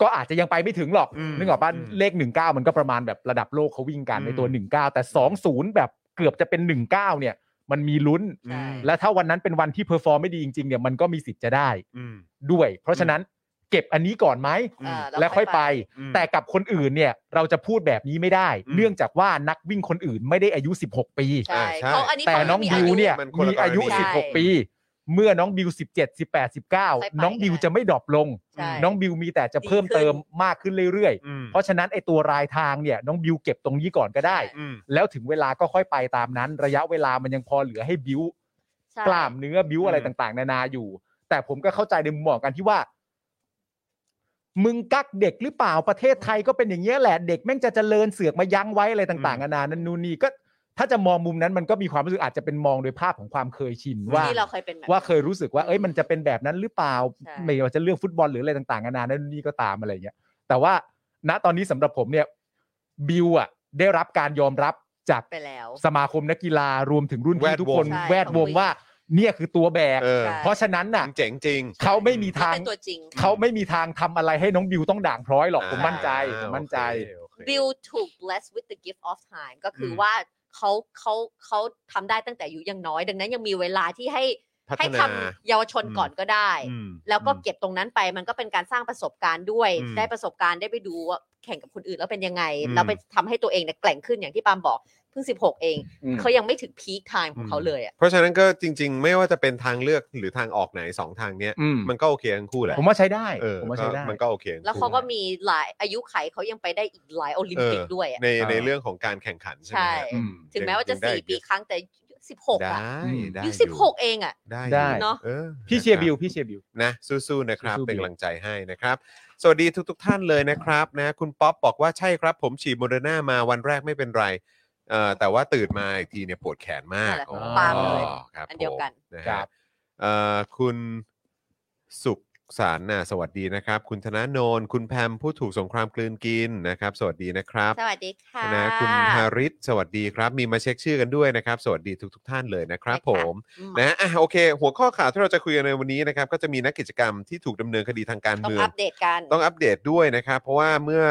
ก็อาจจะยังไปไม่ถึงหรอก
อืม
นึกออกป่ะ
อืม
เลขหนึ่งเก้ามันก็ประมาณแบบระดับโลกเขาวิ่งกันในตัว
อืม
หนึ่งเก้าแต่สองศูนย์แบบเกือบจะเป็นหนึ่งเก้าเนี่ย มันมีลุ้น
ใช่
และถ้าวันนั้นเป็นวันที่เพอร์ฟอร์มไม่ดีจริงๆเนี่ยมันก็มีสิทธิ์จะได้
อืม
ด้วย เพราะฉะนั้นเก็บอันนี้ก่อนไหม
เออ
แล้วค่อยไป
อืม
แต่กับคนอื่นเนี่ยเราจะพูดแบบนี้ไม่ได้
อืม
เนื่องจากว่านักวิ่งคนอื่นไม่ได้อายุ 16 ปี
ใช่
อ่าใช่
เขาอันนี้
แต่น้อง
ขา
บิว
ไม่มีา
เนี่ย
มันคนละ
มีอายุ
กรณี
16 ปี เมื่อน้องบิว 17 18
ใช่
19 น้องบิวจะไม่ดรอปลง
ใช่
น้องบิวมีแต่จะเพิ่ม
ดีขึ้น
เติมมากขึ้นเรื่อย
อืม
ๆ เพราะฉะนั้นไอตัวรายทางเนี่ยน้องบิวเก็บตรงนี้ก่อนก็ได้
อืม
แล้วถึงเวลาก็ค่อยไปตามนั้น ระยะเวลามันยังพอเหลือให้บิว
ใช่
กล้ามเนื้อบิ้วอะไรต่างๆ นานาอยู่ แต่ผมก็เข้าใจในมุมมองกันที่ว่า มึงกักเด็กหรือเปล่าประเทศไทยก็เป็นอย่างเงี้ยแหละเด็กแม่งจะเจริญเสือกมายั้งไว้อะไรต่างๆนานานั่นนู่นนี่ก็ ถ้าจะมองมุมนั้นมันก็มีความรู้สึกอาจจะเป็นมองโดยภาพของความเคยชินว่า
ที่เราเคยเป็นแบบนั้น
ว่าเคยรู้สึกว่า เอ้ยมันจะเป็นแบบนั้นหรือเปล่า
ใช่
ไม่ว่าจะเรื่องฟุตบอลหรืออะไรต่างๆนานานั่นนี่ก็ตามอะไรอย่างเงี้ยแต่ว่าณตอนนี้สำหรับผมเนี่ยบิวอะได้รับการยอมรับจาก
ไปแล้ว
สมาคมนักกีฬารวมถึงรุ่นพี่ทุกคน
ใช่
แวดวง
เขาคุย
ว่า เนี่ยคือตัวแบก
เออ
เพราะฉะนั้นน่ะ
เจ๋งจริง
เขาไม่มีทาง
เป็นตัวจริง
เขาไม่มีทางทำอะไรให้น้องบิวต้องด่างพร้อยหรอก
อ่า
ผมมั่นใจผมมั่นใจ
โอเค
บิลถูก bless with the gift of time ก็คือ
ม
อว่าเขาเขาเขาทำได้ตั้งแต่อายู่ยังน้อย ดังนั้นยังมีเวลาที่ให้
พัฒ
ให้
นา
ทำเยาวชน
อืม
ก่อนก็ได้
อืม
แล้วก็เก็บตรงนั้นไปมันก็เป็นการสร้างประสบการณ์ด้วย
อืม
ได้ประสบการณ์ได้ไปดูว่าแข่งกับคนอื่นแล้วเป็นยังไง
อืม
แล้วไปทำให้ตัวเองเนี่ยแกร่งขึ้นอย่างที่ปาล์มบอกเพิ่ง 16 เอง เขายังไม่ถึงพีคไทม์ของเขาเลยอ่ะ
เพราะฉะนั้นก็จริง ๆ ไม่ว่าจะเป็นทางเลือกหรือทางออกไหนสองทางเนี้ย
อืม
มันก็โอเคทั้งคู่แหละ
ผมว่าใช้ได้
เออ
ผมว่าใช้ได้
ก็มันก็โอเคทั้งคู่
แล้วเขาก็มีหลายอายุไขเขายังไปได้อีกหลายโอลิมปิก
เออ
ด้วยอ่ะ
ใน
เออ
ในเรื่องของการแข่งขันใช่ไหม
ใช่
ฮะ
อืม
ถึงแม้ว่าจะ
ยังได้
สี่
อีก
ปีครั้งแต่สิบหก
ได้
อ่ะ
ได้
อายุสิบหกเองอ่ะ
ได้
ได้
อยู่
เนอะ
ออ
พี่เชียร์
นะครับ
บิวพี่เชียร์บิว
นะสู้ๆนะครับ
สู้ๆ
เป็น
บิว
กำลังใจให้นะครับ สวัสดีทุกๆทท่านเลยนะครับนะคุณป๊อปบอกว่าใช่ครับ ผมฉีดโมเดอร์นามาวันแรกไม่เป็นไรเอ่อแต่ว่าตื่นมาอีกทีเนี่ยปวดแขนมาก
นั่นแหละ
อ๋อ
ปาล์ม
ค
เลย
รับ
อันเดียวกัน
ผมนะ
ครั
ฮะ
บ
เอ่อคุณสุขสารนะสวัสดีนะครับ คุณธนาโนน คุณแพมผู้ถูกสงครามกลืนกินนะครับ สวัสดีนะครับ
สวัสดีค่ะ
นะคุณฮาริสสวัสดีครับ มีมาเช็คชื่อกันด้วยนะครับ สวัสดีทุก ๆ ท่านเลยนะครับ
ใช่
ผ
ค่ะ
ม นะอ่ะโอเค หัวข้อข่าวที่เราจะคุยกันในวันนี้นะครับ ก็จะมีนักกิจกรรมที่ถูกดำเนินคดีทางการ
ต้อง
เมือง
อัปเดตกัน
ต้องอัปเดตด้วยนะครับ เพราะว่าเมื่อ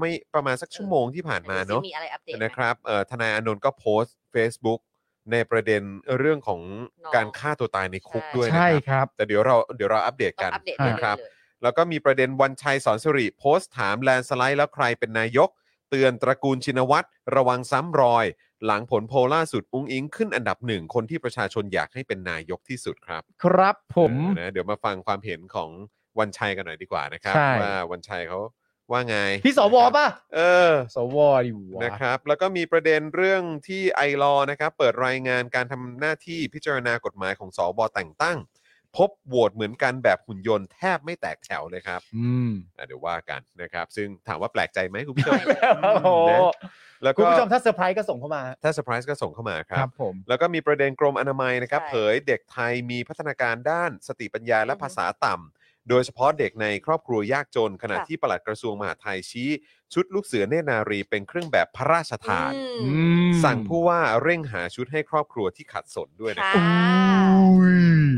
ไม่ประมาณสักชั่วโมงที่ผ่านมาเนาะ
ดี๋ยวมีอะไรอัปเดตไหม
นะครับเอ่อทนายอานนท์ก็โพสต์ Facebook ในประเด็นเรื่องของ
น้อง
การฆ่าตัวตายในคุก
ใช่
ด้วยนะ
ใช่
ครับ
ครับ
แต่เดี๋ยวเราเดี๋ยวเราอัปเดต
ต้อ
กั
ง
น
อัปเดต
นะค
ค
รั
รับ บ
แล้วก็มีประเด็นวันชัยสอนสิริโพสต์ถามแลนด์สไลด์แล้วใครเป็นนายก เตือนตระกูลชินวัตรระวังซ้ำรอย หลังผลโพลล่าสุดอุ้งอิงขึ้นอันดับหนึ่งคนที่ประชาชนอยากให้เป็นนายกที่สุดครับ
ครับผม
เออนะเดี๋ยวมาฟังความเห็นของวันชัยกันหน่อยดีกว่านะครับ
ใช่
ว่าวันชัยเขาว่าไง
พี่สวป่ะ
เออ
สวดิวะ
นะครับแล้วก็มีประเด็นเรื่องที่ไอรอนะครับเปิดรายงานการทำหน้าที่พิจารณากฎหมายของสอบแต่งตั้ง พบโหวตเหมือนกันแบบหุ่นยนต์แทบไม่แตกแถวเลยครับ
อืม
อ่ะเดี๋ยวว่ากันนะครับ ซึ่งถามว่าแปลกใจไหมคุณผู้ชม
ไม่
โอ้โห
นะแล้ว
คุ
ก็
ณผู้ชมถ้าเซอร์ไพรส์ก็ส่งเข้ามา
ถ้าเซอร์ไพรส์ก็ส่งเข้ามาครับ
ครับผม
แล้วก็มีประเด็นกรมอนามัยนะครับ
ใช่
เผยเด็กไทยมีพัฒนาการด้านสติปัญญาและ
อือฮึ
ภาษาต่ำ โดยเฉพาะเด็กในครอบครัวยากจน ขณะ
ค่ะ
ที่ปลัดกระทรวงมหาดไทยชี้ ชุดลูกเสือเนตรนารีเป็นเครื่องแบบพระราชทาน
อื
อื
ม
ม
สั่งผู้ว่าเร่งหาชุดให้ครอบครัวที่ขัดสนด้วยนะ
ค่ะ
อุ้ย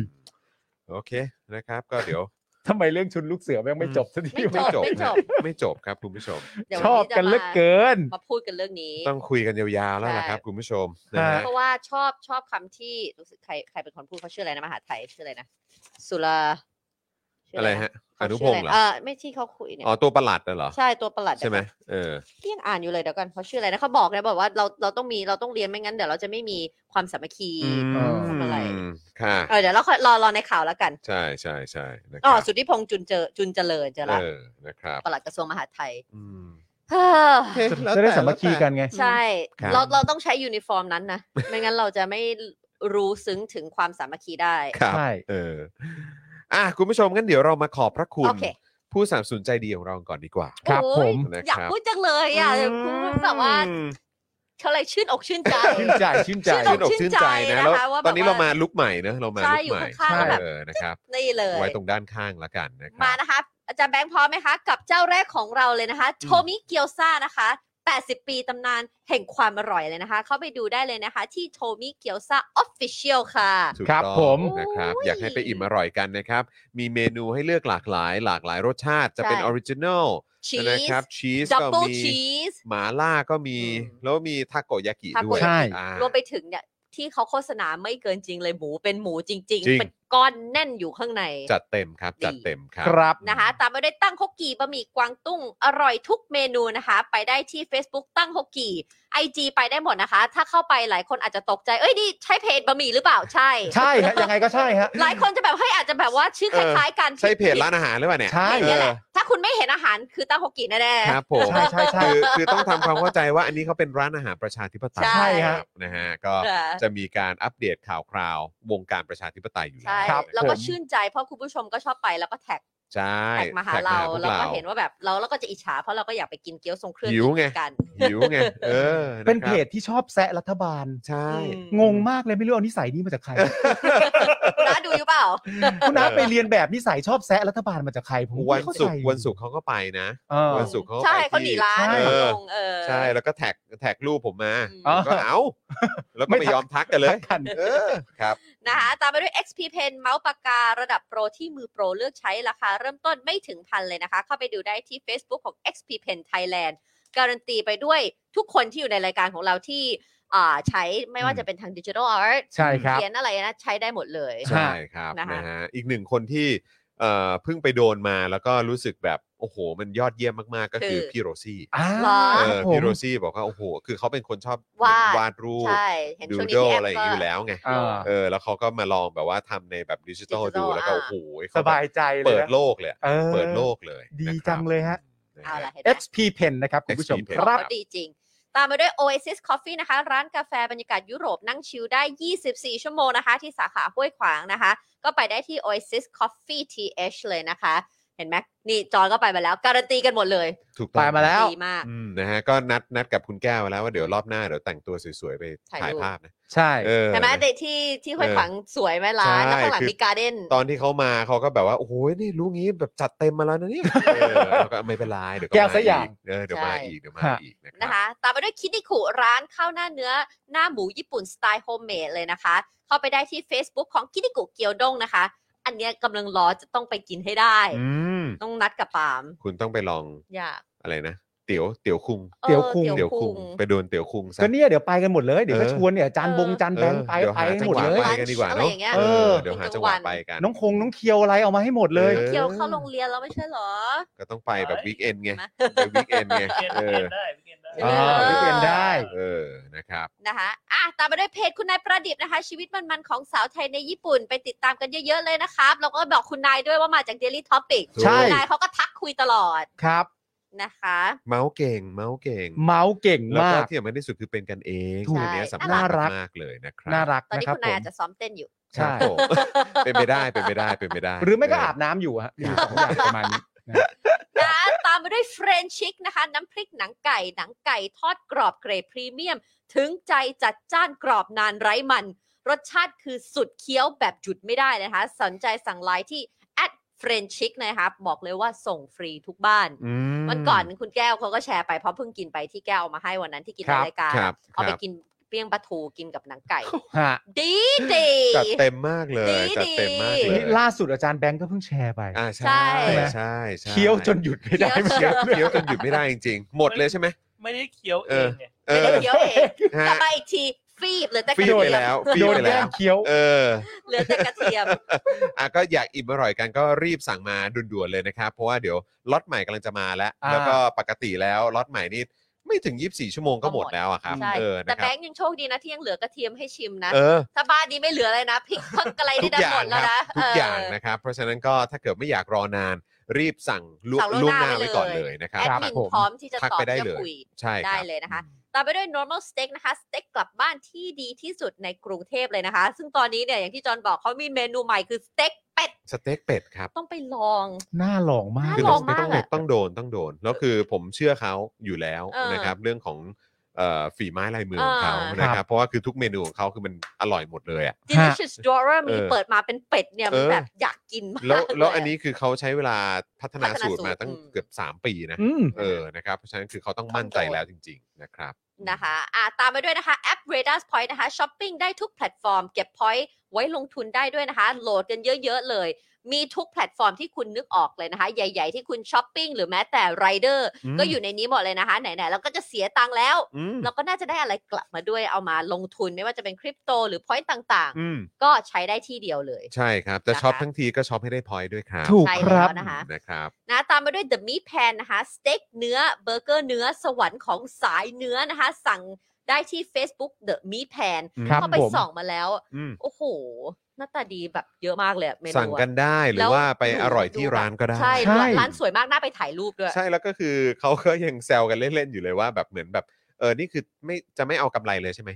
โอเคนะครับ ก็เดี๋ยว
ทำไมเรื่องชุดลูกเสือแม่งไม่จบสักที
ไม่จ
วะ
บไม่จบ
ไม่จบครับคุณผู้ชม
เดี๋ยว
ชอบกันเหลือเกิน
มาพูดกันเรื่องนี้
ต้องคุยกันยาวๆแล้วล่ะครับ
ใช่
คุณผู้ชมนะฮะ
เพราะว่าชอบชอบคำที่รู้สึกใครใครเป็นคนพูดเขาชื่ออะไรนะมหาไทยชื่ออะไรนะสุราชื่
อะไรฮะ อ
เขา
นุ
ชื่
พงศ์เหรอ
เออไม่ที่เขาคุยเนี่ย
อ๋อตัวประหลัดน่ะเหรอ
ใช่ตัวประหลัด
ใช่ไหม
เดี๋ยวก่อน
เออ
เที่ยงอ่านอยู่เลยเดี๋ยวกันเขาชื่ออะไรนะเขาบอกนะบอกว่าเราเราต้องมีเราต้องเรียนไม่งั้นเดี๋ยวเราจะไม่มีความสามัคคี
อื
เออทำอะไร
มค่ะ
เออเดี๋ยวเราค่อยรอรอในข่าวแล้วกัน
ใช่ใช่ใช่นะค
อ๋อ
รับ
สุทธิพงษ์จุนเจอจุนเจริญเจอละ
เออนะครับ
ปลัดกระทรวงมหาดไทย
อืม
เฮ้อ
จะได้สามัคคีกันไง
ใช่
ครับ
เราเราต้องใช้ยูนิฟอร์มนั้นนะ ไม่งั้นเราจะไม่รู้ซึ้งถึงความสามัคคีได้
ครับ
ใช่
เอออ่ะคุณผู้ชมงั้นเดี๋ยวเรามาขอบพระคุณ
โอเค
ผู้สามสนุนใจดีของเราก่อนดีกว่า
ครับ
โอ้ย
ผม
นะครับ
อยากพูดจังเลยอ่ะคุณแบบว่าเขาอะไรชื่นอกชื่นใจ
ชื่นใจชื่นใจ
ชื่
ชื่น
นอกชื่นใจนะแล้ว
นะคะว่าแบบ
ตอนนี้เรา
ว่า
มาลุกใหม่นะเรามา
ใช่
ลุกใหม่
อยู่ข้างๆแล้วแบบ
เออนะครับ
นี่เลย
ไว้ตรงด้านข้างละกันนะค
มา
รับ
นะคะ อาจารย์แบงค์พร้อมไหมคะ กับเจ้าแรกของเราเลยนะคะ โทมิเกียวซานะคะ 80 ปีตำนานแห่งความอร่อยเลยนะคะ เข้าไปดูได้เลยนะคะ ที่โทมิเกียวซาออฟฟิเชียลค่ะ
ถูก
ครับ
ต้อง
ผม
นะครับ
โอ้ย
อยากให้ไปอิ่มอร่อยกันนะครับ มีเมนูให้เลือกหลากหลาย หลากหลายรสชาติจะเป็น
ใช่
ออริจินอล
ชีส
นะครับชีส
ดับ
ก็
เบิล
มี
ชีส
หมาล่าก็มี
อืม
แล้วมีทาโกยากิ
ทาโก
ด้วย
ยากิ
ใช่
อ่า
รวมไปถึงเนี่ยที่เขาโฆษณาไม่เกินจริงเลยหมูเป็นหมูจริง
จริง
ๆ เป็นก้อนแน่นอยู่ข้างใน
จัดเต็มครับ
ดี
จัดเต็มครั
ครับ
นะคะ ตามไปด้วยตั้งฮกกีบะหมี่กวางตุ้งอร่อยทุกเมนูนะคะ ไปได้ที่ Facebook ตั้งฮกกีไอจไปได้หมดนะคะ ถ้าเข้าไปหลายคนอาจจะตกใจ เอ้ยนี่ใช่เพจบะหมี่หรือเปล่าใช่
ใช่ฮะยังไงก็ใช่ฮะ
หลายคนจะแบบเฮ้ยอาจจะแบบว่าชื่อคล้ายๆกัน
ใช่เพจร้านอาหารหรือเปล่าเนี่ย
ใช่
อย่างเงี้ยแหละถ้าคุณไม่เห็นอาหารคือตั้งฮกกีแน่
เออ
ๆ
ครับผม
ใช่ใช่ใช่
คือคือต้องทำความเข้าใจว่าอันนี้เขาเป็นร้านอาหารประชาธิปไตย
ใช่
ค
ฮะ
รับนะฮะก็
ค่ะ
จะมีการอัปเดตข่าวคราววงการประชาธิปไตยอยู่แล้
ใช่
ว
ครับ
แล้วก็
ผม
ชื่นใจเพราะคุณผู้ชมก็ชอบไปแล้วก็แท็ก
ใช่
แท็กมาหา
แท็ก
เรา
พว
แล้วก็เห็นว่าแบบเราเราก็จะอิจฉาเพราะเราก็อยากไปกินเกี๊ยวทรงเครื่อง
หิวไง
กัน
หิวไงเออนะครับ
เป็นเพจที่ชอบแซะรัฐบาล
ใช่
งงมากเลยไม่รู้เอานิสัยนี้มาจากใคร
น้าดูอยู่เปล่า
คุณน้าไปเรียนแบบนิสัยชอบแซะรัฐบาลมาจากใครผม
วัน
ไม่เข้าใจ
ศุกร์วันศุกร์เขาก็ไปนะ
เออ
วันศุกร์เขาก็
ใช่
ไป
เขาหนี
ที่
ร้าน
ใช่
เขาลงเออ
ใช่แล้วก็แท็กแท็กรูปผมมา
อื
ผ
ม
มก็เอาแล้วก็
ไม่
ไม่
ทัก
ยอมทักกัน เลย
ทักกัน
เออครับ
นะคะตามไปด้วย XP Pen เมาส์ปากการะดับโปรที่มือโปรเลือกใช้ราคาเริ่มต้นไม่ถึงพันเลยนะคะ เข้าไปดูได้ที่ Facebook ของ XP Pen Thailand การันตีไปด้วยทุกคนที่อยู่ในรายการของเราที่อ่าใช้ไม่ว่าจะเป็นทางดิจิทัลอาร์ต
ใช่ครับ
เขียนอะไรนะ ใช้ได้หมดเลย
ใช่ครับ
นะคะ
นะฮะอีกหนึ่งคนที่เอ่อเพิ่งไปโดนมาแล้วก็รู้สึกแบบโอ้โห มันยอดเยี่ยมมากๆ ก็คือพี่โรซี่
อ่า
เหรอ
เออพี่
ม
โรซี่บอกว่าโอ้โห คือเขาเป็นคนชอบ
วาด
วาดรูป
ใช่เห็น
ดู
ช่วงนี้
โด
พี่แอม
อะไรอย่า
ก็
งนี้อยู่แล้วไง
อ่า
เออแล้วเขาก็มาลองแบบว่าทำในแบบดิจิตอล
ดิจิทัล
ดูแล้วก็
อ่า
โอ้โหเข
สบายใจเลยนะ
เปิดโลกเลยอะ
เออ
เปิดโลกเลย
ดี
นะครับ
จังเลยฮะ
นะ
เอา
ฮะ
ละเห็นไหม
XP Pen นะครับ คุณผู้ชม
XP Pen
ครับ
ของเขาดีจริง ตามไปด้วย Oasis Coffee นะคะ ร้านกาแฟบรรยากาศยุโรปนั่งชิลได้ 24 ชั่วโมงนะคะ ที่สาขาห้วยขวางนะคะ ก็ไปได้ที่ Oasis Coffee TH เลยนะคะ เห็นไหมนี่จอนก็ไปมาแล้ว การันตีกันหมดเลย
ถูกต้อง
ไปมาแล้ว
ดีมาก
อืมนะฮะก็นัดนัดกับคุณแก้วไว้แล้วว่าเดี๋ยวรอบหน้าเดี๋ยวแต่งตัวสวยๆ ไป
ถ่าย
ถ่าย
รูป
ภาพนะ
ใช่
เออ
เห็นไหมเด็กที่ที่ห้วยขวางสวยไหมร้าน
ใช่
แล้วข้างหลัง
คือ
มีการ์เด้น
ตอนที่เขามาเขาก็แบบว่า โอ้โหนี่รู้งี้แบบจัดเต็มมาแล้วนะ เนี่ยเออแล้วก็ไม่เป็นไรเดี๋ยว
แก้วซะอย่าง
มกเออเดี๋ยวมา
ใช่
อีกเดี๋ยวมาอีกนะค
นะ
รับ
คะ ตามไปด้วยคินิคุร้านข้าวหน้าเนื้อหน้าหมูญี่ปุ่นสไตล์โฮมเมดเลยนะคะ เข้าไปได้ที่ Facebook ของคินิคุเกียวด้งนะคะ อันเนี้ยกำลังรอจะต้องไปกินให้ได้
อืม
ต้องนัดกับปาล์ม
คุณต้องไปลอง
อยาก
อะไรนะ เตี๋ยวเตี๋ยวคุง
เตี๋ยวคุง
ออ
เตี๋ยวคุงไปโดนเตี๋ยวคุงซะ
ก็เนี่ยเดี๋ยวไปกันหมดเลย เดี๋ยวก็
เออ
ชวนเนี่ยจานบงจานแบงค์ไป
เออ
ไปให้
เดี๋ยวหาจัง
หมด
หวะ
เลย
ไปกันดีกว่าเนาะ
อะไรอย่างเงี้ย
เออ
เออ
เดี๋ยวหาจังหวะไปกัน
น้องคงน้องเคียวอะไรเอามาให้หมดเลย
ออ
เคียวเข้าโรงเรียนแล้วไม่ใช่เหรอ
ก็ต้องไปแบบวีคเอนไง
นะ
ไปวีคเอนไง
เกณฑ์
เออ
ได้เกณฑ์ได้
อ่าพี่เกณฑ์ได้
เออนะครับ
นะคะอ่ะตามไปด้วยเพจคุณนายประดิษฐ์นะคะ ชีวิตมันๆของสาวไทยในญี่ปุ่นไปติดตามกันเยอะๆเลยนะครับแล้วก็บอกคุณนายด้วยว่ามาจาก Daily Topic
ใช่
คุณนายเขาก็ทักคุยตลอด
ครับ
นะคะ
เมาส์เก่งเมาส์เก่ง
เมาส์เก่ง
แล้ว
มา
ก็
ก
ที่สำคัญที่สุดคือเป็นกันเอง
ถูก
อันเนี้ยสำ
น่า
คัญ
รัก
มากๆเลยนะครับ
น่ารัก
ตอน
นะ
นี้
ครับ
คุณ
ผ
นา
ม
ยอาจจะซ้อมเต้นอยู่
ค
ใช่
รับผมเป็นไปได้เป็นไปได้เป็นไปได้
หรือไม่ก็อาบน้ำอยู่ฮะมีอยู่สองอย่างประมาณนี้นะ
นะตามมาด้วยเฟรนชิกนะคะ น้ำพริกหนังไก่หนังไก่ทอดกรอบเกรดพรีเมียม ถึงใจจัดจ้านกรอบนานไร้มัน รสชาติคือสุดเคี้ยวแบบจุดไม่ได้นะคะ สนใจสั่งไลน์ที่ at เฟรนชิกนะครับ บอกเลยว่าส่งฟรีทุกบ้าน
อื
วันก่อนคุณแก้วเขาก็แชร์ไปเพราะเพิ่งกินไปที่แก้วเอามาให้วันนั้นที่กินในรายการ
ครับ
เอาไป
ครับ
กินเปรี้ยงปลาทูกินกับหนัง ไก่
ฮะ
ดีดี
จัดเต็มมากเลย จัดเต็มมากเล
นี่
ย
ล่าสุดอาจารย์แบงก์ก็เพิ่งแชร์ไป
อ่าใช่
ใช่
ใช่ใช่
เคี้ยวจนหยุดไม่ได้
เคี้ยว
หมือน
เคี้ยวน
กั
เคี้ยวจนหยุดไม่ได้จริงๆ หมดเลยใช่ไหม
ไม่ได้เคี้ยวเองไง
เอ
ไม่
อ
ได้เคี้ยวเอง
ฮะ
กลับมาอีกทีฟีบเหลือแต่กระ
ฟีบ
เที
ไป
ย
แล้ว
ม
ฟีบ
โดน
ไป
แกล้
แล้
ง
ว
เคี้ยว
เออ
เหลือแต่กระเทียม
อ่ะก็อยากอิ่มอร่อยกันก็รีบสั่งมาด่วนๆเลยนะครับ เพราะว่าเดี๋ยวล็อตใหม่กำลังจะมาแล้ว
อ่า
แล้วก็ปกติแล้วล็อตใหม่นี่ไม่ถึง 24 ชั่วโมงก็หมดแล้วอะครับ
ใช่
เออ
แต่
นะค
แบ
รับ
งค์ยังโชคดีนะที่ยังเหลือกระเทียมให้ชิมนะ
เออ
ถ้าบ้านนี้ไม่เหลืออะไรนะพริกเพิ่งอะไร
ทุ
นี่
ก
ได้
อย่า
หม
ง
ด
ครับ
แล้วนะ
ทุกอย่าง
เ
นะครับ เพราะฉะนั้นก็ถ้าเกิดไม่อยากรอนาน รีบสั่งล่วง
สั่งล่
ล่วง
วง
ห
ห
น้า
น้า
ไว้
ไป
ก่อน
เลย
เลยนะค
อ
รับ
อแอด
ครับ
มิน
ผม
พร้อมที่จะ
ทัก
ตอบ
ไปได้
จะ
เลย
คุย
ใช่ค
ได้
รับ
เลยนะคะ ตามไปด้วย normal steak นะคะ สเต็กกลับบ้านที่ดีที่สุดในกรุงเทพเลยนะคะ ซึ่งตอนนี้เนี่ยอย่างที่จอห์นบอกเขามีเมนูใหม่คือสเต็กเป็ด
สเต็กเป็ดครับ
ต้องไปลอง
หน้าหลองมาก
น่า
คือ
ล
ต้
อ
อง
ง
ต้อง
มากอะ
ต้องโดนต้องโดนแล้วคือผมเชื่อเขาอยู่แล้ว
เออ
นะครับ เรื่องของเอ่อฝีไม้ลายมือของเขา
เออ
นะค
ครั
รับ
บ
เพราะว่าคือทุกเมนูของเขาคือมันอร่อยหมดเลยอะ
delicious drawer มี
เออ
เปิดมาเป็นเป็ดเนี่ยมัน
เออ
แบบอยากกินมาก
แล้วแล้ว
เยะ
อันนี้คือเขาใช้เวลาพัฒนา
พัฒนาสู
สูต
ตร
รมาตั้ง
อืม
เกือบ 3 ปีนะ
อืม
เออนะครับเพราะฉะนั้นคือเขาต้องมั่นใจแล้วจริง ๆ นะครับ
นะคะอ่ะตามไปด้วยนะคะแอป r a d a r Point นะคะช้อปปิ้งได้ทุกแพลตฟอร์ม เก็บ point ไว้ลงทุนได้ด้วยนะคะ โหลดกันเยอะ ๆ เลย มีทุกแพลตฟอร์มที่คุณนึกออกเลยนะคะ ใหญ่ ๆ ที่คุณช้อปปิ้งหรือแม้แต่ไรเดอร์
อืม
ก็อยู่ในนี้หมดเลยนะคะ ไหนๆเราก็จะเสียตังค์แล้ว
อืม
เราก็น่าจะได้อะไรกลับมาด้วยเอามาลงทุนไม่ว่าจะเป็นคริปโตหรือ point ต่าง
อืม
ๆ ก็ใช้ได้ที่เดียวเลย
ใช่ครับจะ
นะคะ
ช็อปทั้งทีก็ช็อปให้ได้พอยต์ด้วยครับ
ถูก
ใช่
ครั
แล้ว
บ
นะคะ
นะครับ
นะตามมาด้วย The Meat Pan นะคะสเต็กเนื้อเบอร์เกอร์เนื้อสวรรค์ของสายเนื้อนะคะ สั่งได้ที่ Facebook The Meat Pan
ครับ
เข้าไป
ผม
ส่องมาแล้ว
อืม
โอ้โหหน้าตาดีแบบเยอะมากเลยอะเมนูอะ
สั่งกันได้หรือ
แล้ว
ว่าไป
ดู
อร่อย
ดู
ที่
แบบ
ร้านก็ได้
ใช่
ใช่
ร้านสวยมากน่าไปถ่ายรูปด้วย
ใช่แล้วก็คือเขาก็ยังแซวกันเล่น ๆ อยู่เลยว่าแบบเหมือนแบบเออนี่คือไม่จะไม่เอากำไรเลยใช่ไหม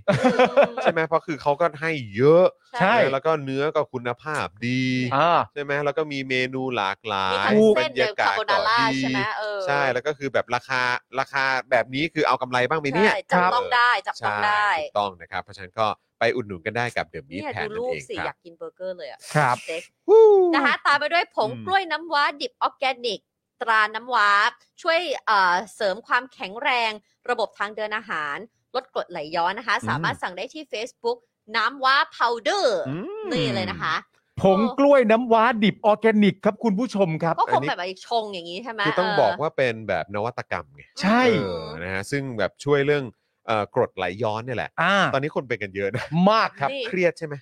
ใช่ไหมเพราะคือเขาก็ให้เยอะ
ใช่
นะแล้วก็เนื้อก็คุณภาพดี
อ่า
ใช่ไหมแล้วก็มีเมนูหลากหลา
มี
ย
ทั้ง
บร
เส้น
ร
เด
ยา
คาก
าศ
โบ
ก็
นาร่า
ดี
ใช่ไหมเออ
ใช่แล้วก็คือแบบราคาราคาแบบนี้คือเอากำไรบ้างไหมเนี่ย
ใช่จับต้องได้จับต้องได้
ใช่ถูกต้องนะครับ เพราะฉะนั้นก็ไปอุดหนุนกันได้กับเดอะมีท
เนี่ย
แทน
ดู
นั่
รู
น
ป
เอง
สิ
ค
อ
รั
ยา
บ
กกินเบอร์เกอร์เลยอะ
ครับ
สเต็กนะคะตามไปด้วยผง
อืม
กล้วยน้ำว้าดิบออร์แกนิก ตราน้ำว้า ช่วยเอ่อเสริมความแข็งแรง ระบบทางเดินอาหาร ลดกรดไหลย้อนนะคะ สามารถสั่งได้ที่ Facebook น้ำว้าพาวเดอร์
อืม
นี่เลยนะคะ
ผงกล้วยน้ำว้าดิบออร์แกนิกครับคุณผู้ชมครับ
ก็ค
อัน
ง
นี้
แบบไอ้ชงอย่างนี้ใช่ไหม
คือต้อง
เ
บอกว่าเป็นแบบนวัตกรรมไง
ใช่
เออนะฮะซึ่งแบบช่วยเรื่องเอ่อกรดไหลย้อนเนี่ยแหละ
อ่า
ตอนนี้คนเป็นกันเยอะนะ
มากครับ
นี่
เครียดใช่ไหม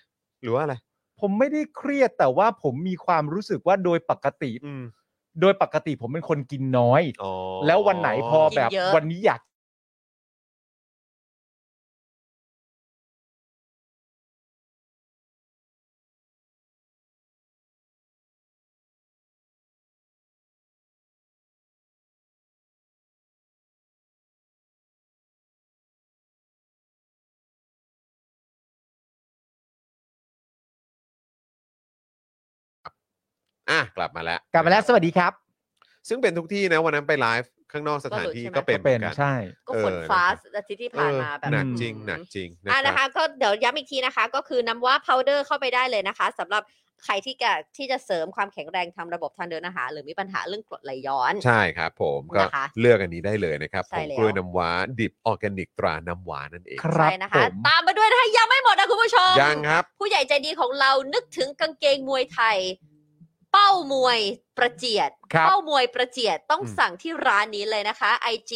หรือว่าอะไร
ผมไม่ได้เครียดแต่ว่าผมมีความรู้สึกว่าโดยปกติ
อืม
โดยปกติผมเป็นคนกินน้อย
อ๋อ
แล้ววันไหนพอแบบ
กินเยอะ
วันนี้อยาก
อ่ะกลับมาแล้ว
กลับมาแล้วสวัสดีครับ
ซึ่งเป็นทุกที่นะวันนั้นไปไลฟ์ข้างนอกสถานที่
ก็หลุดใช่ไหม
ก็เป็นเหมื
เป็
อน นกัน
ใช่
ก็
เออ
ฝนฟ้า
นะครับ
อาทิตย์ที่ผ่านมาแบ
เอ
บ
อหนักจริงหนักจริงนะค
อ่ะ
รั
นะคะ
บ
ก็เดี๋ยวย้ำอีกทีนะคะ ก็คือน้ำว่าพาวเดอร์เข้าไปได้เลยนะคะสำหรับใครที่จะที่จะเสริมความแข็งแรงทางระบบทางเดินอาหาร หรือมีปัญหาเรื่องกรดไหลย้อน
ใช่ครับผมก็
นะคะ
เลือกอันนี้ได้เลยนะครับ
ใช่
ผง
แล้ว
กล้วยน้ำว้า ดิบออร์แกนิกตราน้ำว้านั่นเอง
ครับ
ใช่นะคะ
ผม
ตามมาด้วยนะคะยังไม่หมดนะคุณผู้ชม
ยังครับ
ผู้ใหญ่ใจดีของเรานึกถึงกางเกงมวยไทย เป้ามวยประเจียด
ครับ
เป้ามวยประเจียดต้อง
อืม
สั่งที่ร้านนี้เลยนะคะ IG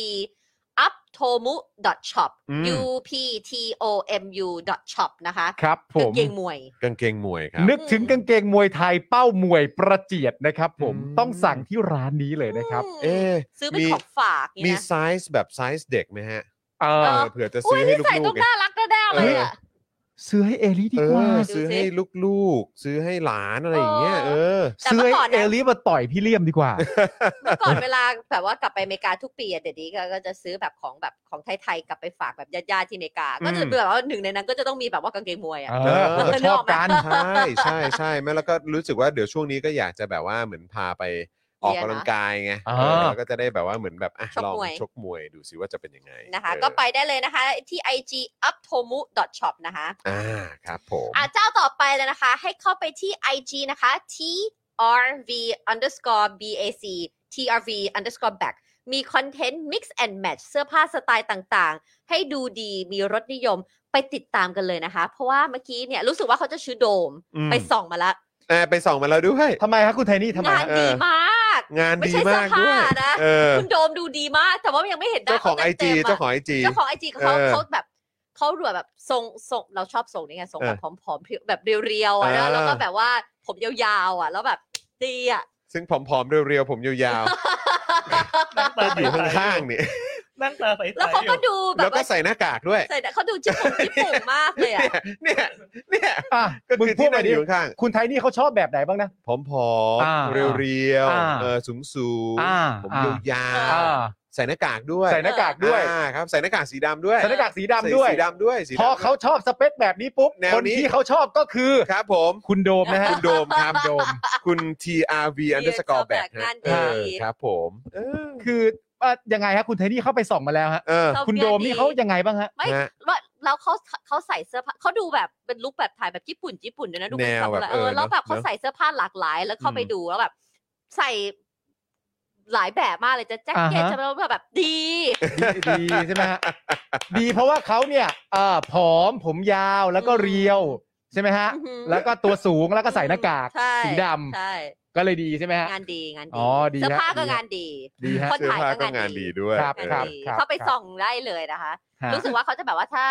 uptomu shop
อืม
u p t o m u shop นะคะ
ครับ ผ
กาง
ม
เกงมวย
กางเกงมวยครับ
นึกถึงกางเกงมวยไทยเป้ามวยประเจียดนะครับผม
อืม
ต้องสั่งที่ร้านนี้เลยนะครับ
เอ๊ะ
ซื้อเป็นของฝากอย่าง
มี
เงี้ยนะ
ไซส์แบบไซส์เด็กไหมฮะ
เอ
เอ
อ
อเผื่อจะ
อุ้
ซื้
ย
อให้
ที่
ลู
ใส่ต้อ
ๆ
ก ง
ไง
น่ารักแน่ๆเลยอ่ะ
ซื้อให้เอลี่ดี
เอก
ว่า
อ
ดูสิ
ซื้อให้ลูกๆ ซื้อให้หลานอะไรอย่างเงี้ยเอ
เอ
อ
แต่
ซื้อ
เมื่อ
ให้
ก่อน
เอ
นะ
ลี่มาต่อยพี่เลี่ยมดีกว่า
เมื่อก่อนเวลาแบบว่ากลับไปอเมริกาทุกปีอะเดี๋ยวนี้ก็ก็จะซื้อแบบของแบบของไทยๆกลับไปฝากแบบญาติๆที่อเมริกา ก็จะ
อืม
แบบว่าหนึ่งในนั้นก็จะต้องมีแบบว่ากางเกงมวยอ่ะ
เออ
เออ
ชอบกัน
ใช่ใช่ใช่แม่แล้วก็รู้สึกว่าเดี๋ยวช่วงนี้ก็อยากจะแบบว่าเหมือนพาไปออกกำลังกายไง
อ่า
เออแล้วก็จะได้แบบว่าเหมือนแบบอ่ะ
ชก
ลอง
มวย
ชกมวยดูสิว่าจะเป็นยังไง
นะคะ
เออ
ก็ไปได้เลยนะคะที่ IG uptomu shop นะคะ
อ่าครับผม
อ่ะเจ้าต่อไปเลยนะคะ ให้เข้าไปที่ IG นะคะ t rv underscore bac trv underscore back มีคอนเทนต์ mix and match เสื้อผ้าสไตล์ต่างๆ ให้ดูดีมีรสนิยมไปติดตามกันเลยนะคะ เพราะว่าเมื่อกี้เนี่ยรู้สึกว่าเขาจะชื่อโดม
อืม
ไปส่องมาละ
เออไปส่องมาแล้วด้วย
ทำไมครับคุณไทนี่ทำไม
งาน
เอ
ฮะ
อ
ดีมาก
งาน
ไม่
ดี
ใช่
มากด้วย
เสื้อผ้านะ
เออ
คุณโดมดูดีมาก แต่ว่ายังไม่เห็นหน้า
เจ้าของไอ
ขต็
จี
มๆะ
เจ้าของไอจี
เจ้าของไอจีเขา
เออ
เขาแบบเขารวยแบบทรงทรงเราชอบทรงนี้ไงทรงแบบผอมๆแบบเรียวๆอ่ะนะ
อ่า
แล้วก็แบบว่าผมยาวๆอ่ะ แล้วแบบดีอ่ะ
ซึ่งผอมๆเรียวๆผมยาว
นั่งตา
ๆ อยู่ข้างๆเนี่ย
นั่งตาใสๆ
แล้วเขา
อ
ก็
ยู่
ดูแบ
แล้ว
บ
ก็
ว่า
ใส่หน้ากากด้วย
ใส่เขาดูญี่ปุ่นญี่ปุ่นมากเลยอ่ะ
เนี่ย เนี่ย
อ่ะ
ก็คื
มึง
อ
พู
ที่
ด
นั่
มาง ดิ
อยู่ข้าง
คุณไทนี่เขาชอบแบบไหนบ้างนะ
ๆผอม
อ่า
ๆเรียว
อ่า
ๆเออสูง
อ่า
ๆผม
อ่า
ยา
อ่
วๆใส่หน้ากากด้วย
ใส่หน้ากากด้วย
อ่าครับใส่หน้ากากสีดำด้วย
ใส่หน้ากากสีดำ
ใส่
ด้วย
สีดำด้วยสีดำ
พอเขา
ด้ว
ชอบสเปคแบบนี้ปุ๊บ
แนว
คน
นี้
ที่เขาชอบก็คือ
ยครับผม
คุณโดมนะฮะ
คุณโดมครับโดม คุณ TRV underscore back ฮะ
งานดี
เออครับผมเออ
คืออ่ะยังไงฮะคุณไทนี่เข้าไปส่องมาแล้วฮะ
เออ
เรา
คุณโดมนี่เขายังไงบ้างฮะ
ไม่
ฮะ
ว่าแล้วเขาเขาใส่เสื้อผ้าเขาดูแบบเป็นลุคแบบถ่ายแบบญี่ปุ่นญี่ปุ่นด้วยนะดูเป็
แน
น
ว
ซามูไร
แบบ
เออ
เออ
แล้วแบบเขา
เนอะ
ใส่เสื้อผ้าหลากหลาย แล้วเข้าไป
อืม
ดูแล้วแบบ ใส่หลายแบบมากเลยจะแจ็คเก็ต
อ่าฮะ
จะแบบแบบดี
ดีใช่ไหมฮะ ดีเพราะว่าเขาเนี่ยเอ่อผอมผมยาวแล้วก็
อืม
เรียวใช่ไหมฮะ
อือหือ
แล้วก็ตัวสูงแล้วก็ใส่หน้ากาก
ใช่
สีดำ
ใช่
ก็เลยดีใช่ไหมฮะ
งานดีงานดี
อ๋อดีฮะ
เสื้อผ้าก็
ดีฮะ
งานดี
ดีฮะ
คน
เสื้อ
ถ่าย
ผ้า
ก็งาง
ก็าน น
ดี
ดีด้วย
ครับ
เออ
ครับ
งานดีเข้าไปส่องได้เลยนะคะ
ฮะ
รู้สึกว่าเขาจะแบบว่าถ้า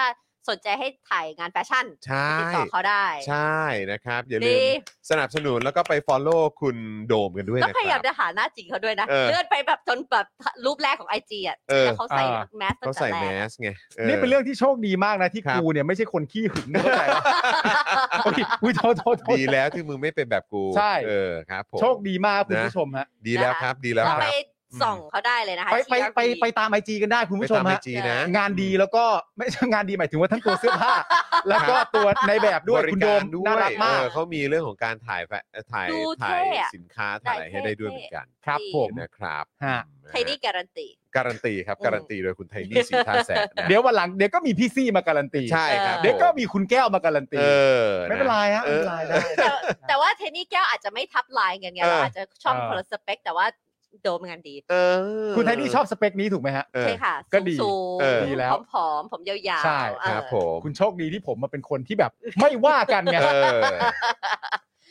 สนใจให้ถ่ายงานแฟชั่น
ใช่
ติดต่อเขาได้
ใช่นะครับ อย่า
ดี
ลืมสนับสนุนแล้วก็ไป follow คุณโดมกันด้วย
แล้ว
นะ
พยา
ค
ยา
รับ
มจะหาหน้าจริงเขาด้วยนะ
เออ
เลื่อนไปแบบจนแบบรูปแรกของไอจีอ่ะ
เออ
แล้วเขาใส่
อ่า
แมสตั้
เขา
งแต่
ใส่
แร
แม
ก
สไงอ
นี่เป็นเรื่องที่โชคดีมากนะที่
ครับ
กูเนี่ยไม่ใช่คนขี้หึงเข้าใจปะโอ้ยอุ้ยโทษโทษโทษ
ดีแล้วที่มึงไม่เป็นแบบกู
ใช่
เออครับผม
โชคดีมากคุณ
นะ
ผู้ชมฮะ
ดีแล้วครับ ดีแล้ว
เรา
ค
ไป
รับ
ส่องเขาได้เลยนะคะ
ไปไป
TRP
ไปไปตามไอจีกันได้คุณ
ไป
ผู้ชม
ตามไอ
ฮะ
จีนะ
งานดีแล้วก็ไม่ใช่งานดีหมายถึงว่าทั้งตัวเสื้อผ้า แล้วก็ตัวในแบบด้วย
บริ
คุณโด
การ
ม
ด้วย
น่ารักมาก
เออเขามีเรื่องของการถ่ายแฟถ่าย
ดูเท่
ถ่าย
อะ
สินค้าถ่ายอะไรให้ได้ด้วยเหมือนกัน
ครับผม
นะครับ
ฮะ
ไทยนี่การันตี
การันตีครับ
อืม
การันตีโดยคุณไทนี่สีท่าแสนนะ
เดี๋ยววันหลังเดี๋ยวก็มีพี่ซี่มาการันตี
ใช่ครับ
เดี๋ยวก็มีคุณแก้วมาการันตี
เออ
ไม่เป็นไรฮะ
เอ
ไม่
อ
เป็นไรได้
แต่แต่ว่าเทนนี่แก้วอาจจะไม่ทับไลน์กันไง
เออ
เราอาจจะชอบ
เออ
คนละสเปคแต่ว่าโดมงานดี
เออ
คุณไทนี่ชอบสเปคนี้ถูกไหมฮะ
เออ
ใช่ค่ะ
ก็ดี
สูง
เออ
ดีแล้ว
ผอมๆผมยาวๆ
ใช่
เออ
ครับผม
คุณโชคดีที่ผมมาเป็นคนที่แบบ ไม่ว่ากันไง
เออ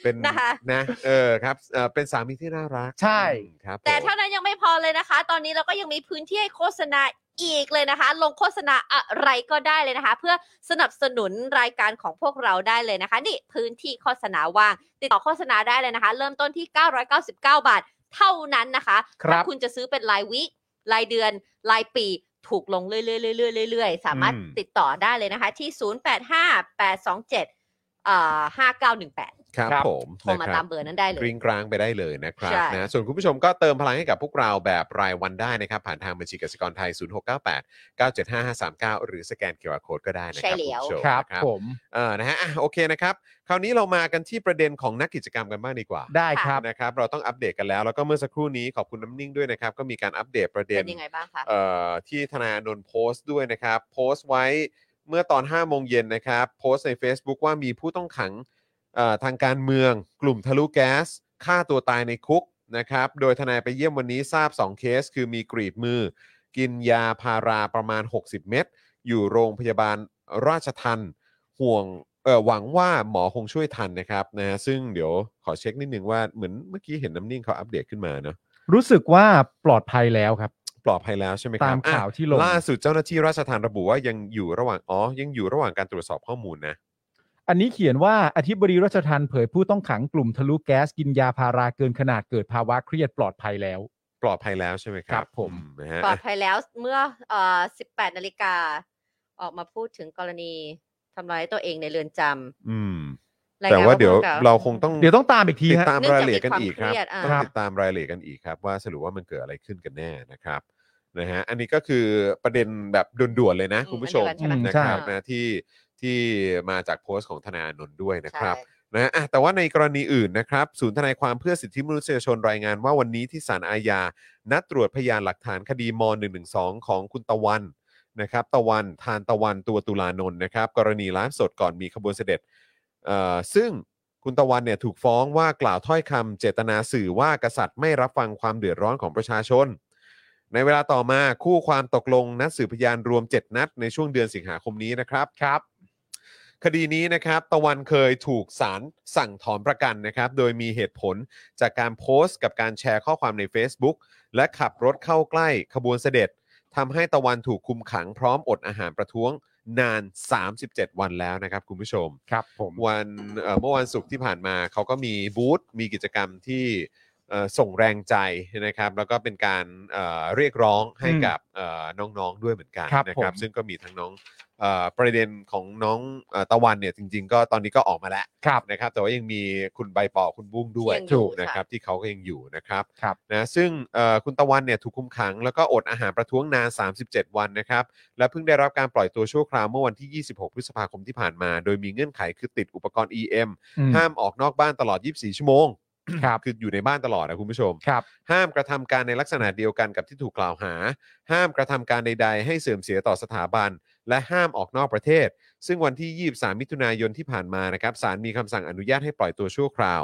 เป็น
นะคะ
นะ เออครับเออเป็นสามีที่น่ารัก
ใช่
อืมครับ
แต่
ผม
เท่านั้นยังไม่พอเลยนะคะ ตอนนี้เราก็ยังมีพื้นที่ให้โฆษณาอีกเลยนะคะ ลงโฆษณาอะไรก็ได้เลยนะคะ เพื่อสนับสนุนรายการของพวกเราได้เลยนะคะ นี่พื้นที่โฆษณาว่าง ติดต่อโฆษณาได้เลยนะคะ เริ่มต้นที่ 999 บาท เท่านั้นนะคะ
ครับ
ถ้าคุณจะซื้อเป็นรายวิรายเดือนรายปีถูกลงเรื่อยๆเรื่อยๆเรื่อยๆสามารถ
อืม
ติดต่อได้เลยนะคะที่ 085827อ่า
ค
5918
รับ
ครับ
ผม
โทรมา
ะคบ
ตามเบอร์นั้นได้เลย
กริ้งกรางไปได้เลยนะครับ
ใช่
นะส่วนคุณผู้ชมก็เติมพลังให้กับพวกเราแบบรายวันได้นะครับ ผ่านทางบัญชีกสิกรไทย 0698 975539 หรือสแกนเคอร์โคดก็ได้นะค
ใช่
รับ
แล้ว
ณผู้ชม
ครับ
นะ
ผม
เออนะฮะอ่ะโอเคนะครับ คราวนี้เรามากันที่ประเด็นของนักกิจกรรมกันบ้างดีกว่า
ได้ครับ
นะครับ เราต้องอัปเดตกันแล้ว แล้วก็เมื่อสักครู่นี้ขอบคุณน้ำนิ่งด้วยนะครับ ก็มีการอัปเดตประเด็น
เป็นยังไงบ้างคะ
เอ่อที่ธนาโนนโพสต์ด้วยนะครับ โพสต์ไว้เมื่อตอน 5 โมงเย็นนะครับ โพสต์ใน Facebook ว่ามีผู้ต้องขังเอ่อทางการเมือง กลุ่มทะลุแก๊สฆ่าตัวตายในคุกนะครับ โดยทนายไปเยี่ยมวันนี้ทราบ 2 เคส คือมีกรีดมือ กินยาพาราประมาณ 60 เม็ดอยู่โรงพยาบาลราชทันห่วงเอ่อหวังว่าหมอคงช่วยทันนะครับนะฮะซึ่งเดี๋ยวขอเช็คนิดนึงว่าเหมือนเมื่อกี้เห็นน้ำนิ่งเขาอัปเดตขึ้นมาเนอะ
รู้สึกว่าปลอดภัยแล้วครับ
ปลอดภัยแล้วใช่ไหมครับ
ตาม
อ่ะ
ข่าวที่ลง
ล่าสุดเจ้าหน้าที่ราชทานระบุว่ายังอยู่ระหว่างอ๋อยังอยู่ระหว่างการตรวจสอบข้อมูลนะ
อันนี้เขียนว่าอธิบดีรัชทันเผยผู้ต้องขังกลุ่มทะลุแก๊สกินยาพาราเกินขนาดเกิดภาวะเครียดปลอดภัยแล้ว
ปลอดภัยแล้วใช่ไหมครั
ครับ บผม
อืนะฮะ
ปลอดภัยแล้วเมื่อเอ่อ18 นาฬิกา ออกมาพูดถึงกรณีทำร้ายตัวเองในเรือนจ
อืม
ำรยงน
แต่ว่าเดี๋ยว
ผู้กำกับ
เราคงต้อง
เดี๋ยวต้องตามอีกที
ติด
ฮะ
ตาม
เนื่อง
รา
จา
ยละ
ก
เอียดกันอีกครับ
มีความเครียดอ่ะ
ต้อง
ครับ
ติดตามรายละเอียดกันอีกครับ ว่าสรุปว่ามันเกิดอะไรขึ้นกันแน่นะครับนะฮะอันนี้ก็คือประเด็นแบบด่วนๆเลยนะ
อืม
คุณผู้ชม
อันเดียวกัน
นะ
ใช่
ค
ไหม
รับ
อ่า
นะที่ที่มาจากโพสต์ของธนาอานนท์ด้วยนะค
ใช่
รับ นะฮะอ่ะแต่ว่าในกรณีอื่นนะครับ ศูนย์ทนายความเพื่อสิทธิมนุษยชนรายงานว่าวันนี้ที่ศาลอาญา นัดตรวจพยานหลักฐานคดีม .112 ของคุณตะวันนะครับ ตะวันทานตะวันตัวตุลานนท์นะครับ กรณีไลฟ์สดก่อนมีขบวนเสด็จเอ่อซึ่ง คุณตะวันเนี่ยถูกฟ้องว่ากล่าวถ้อยคำเจตนาสื่อว่ากษัตริย์ไม่รับฟังความเดือดร้อนของประชาชน ในเวลาต่อมาคู่ความตกลงนัดสืบพยานรวม 7 นัดในช่วงเดือนสิงหาคมนี้นะครับครับ คดีนี้นะครับ ตะวันเคยถูกศาลสั่งถอนประกันนะครับ โดยมีเหตุผลจากการโพสต์กับการแชร์ข้อความใน Facebook และขับรถเข้าใกล้ขบวนเสด็จทำให้ตะวันถูกคุมขังพร้อมอดอาหารประท้วงนาน 37 วันแล้วนะครับคุณผู้ชม
ครับผม
วันเอ่อเมื่อวันศุกร์ที่ผ่านมาเขาก็มีบูธมีกิจกรรมที่เอ่อส่งแรงใจนะครับ แล้วก็เป็นการเอ่อเรียกร้องให้กับเอ่อน้องๆด้วยเหมือนกัน
ครับ
นะครับ
ผม
ซึ่งก็มีทั้งน้องเอ่อประเด็นของน้องเอ่อตะวันเนี่ยจริง ๆ ก็ตอนนี้ก็ออกมาแล้ว
ครับ
นะครับ แต่ว่ายังมีคุณใบปอคุณบุ้งด้วย
ยังอยู่ถูกค่ะ
นะครับที่เขาก็ยังอยู่นะครับ
ครับ
นะซึ่งเอ่อคุณตะวันเนี่ยถูกคุมขัง แล้วก็อดอาหารประท้วงนาน 37 วันนะครับ และเพิ่งได้รับการปล่อยตัวชั่วคราวเมื่อวันที่ 26 พฤษภาคมที่ผ่านมา โดยมีเงื่อนไขคือติดอุปกรณ์ EM
อืม
ห้ามออกนอกบ้านตลอด 24 ชั่วโมง
ครับ
คืออยู่ในบ้านตลอดนะคุณผู้ชม
ครับ
ห้ามกระทำการในลักษณะเดียวกันกับที่ถูกกล่าวหา ห้ามกระทำการใด ๆ ให้เสื่อมเสียต่อสถาบัน และห้ามออกนอกประเทศ ซึ่งวันที่ 23 มิถุนายนที่ผ่านมานะครับศาลมีคำสั่งอนุญาตให้ปล่อยตัวชั่วคราว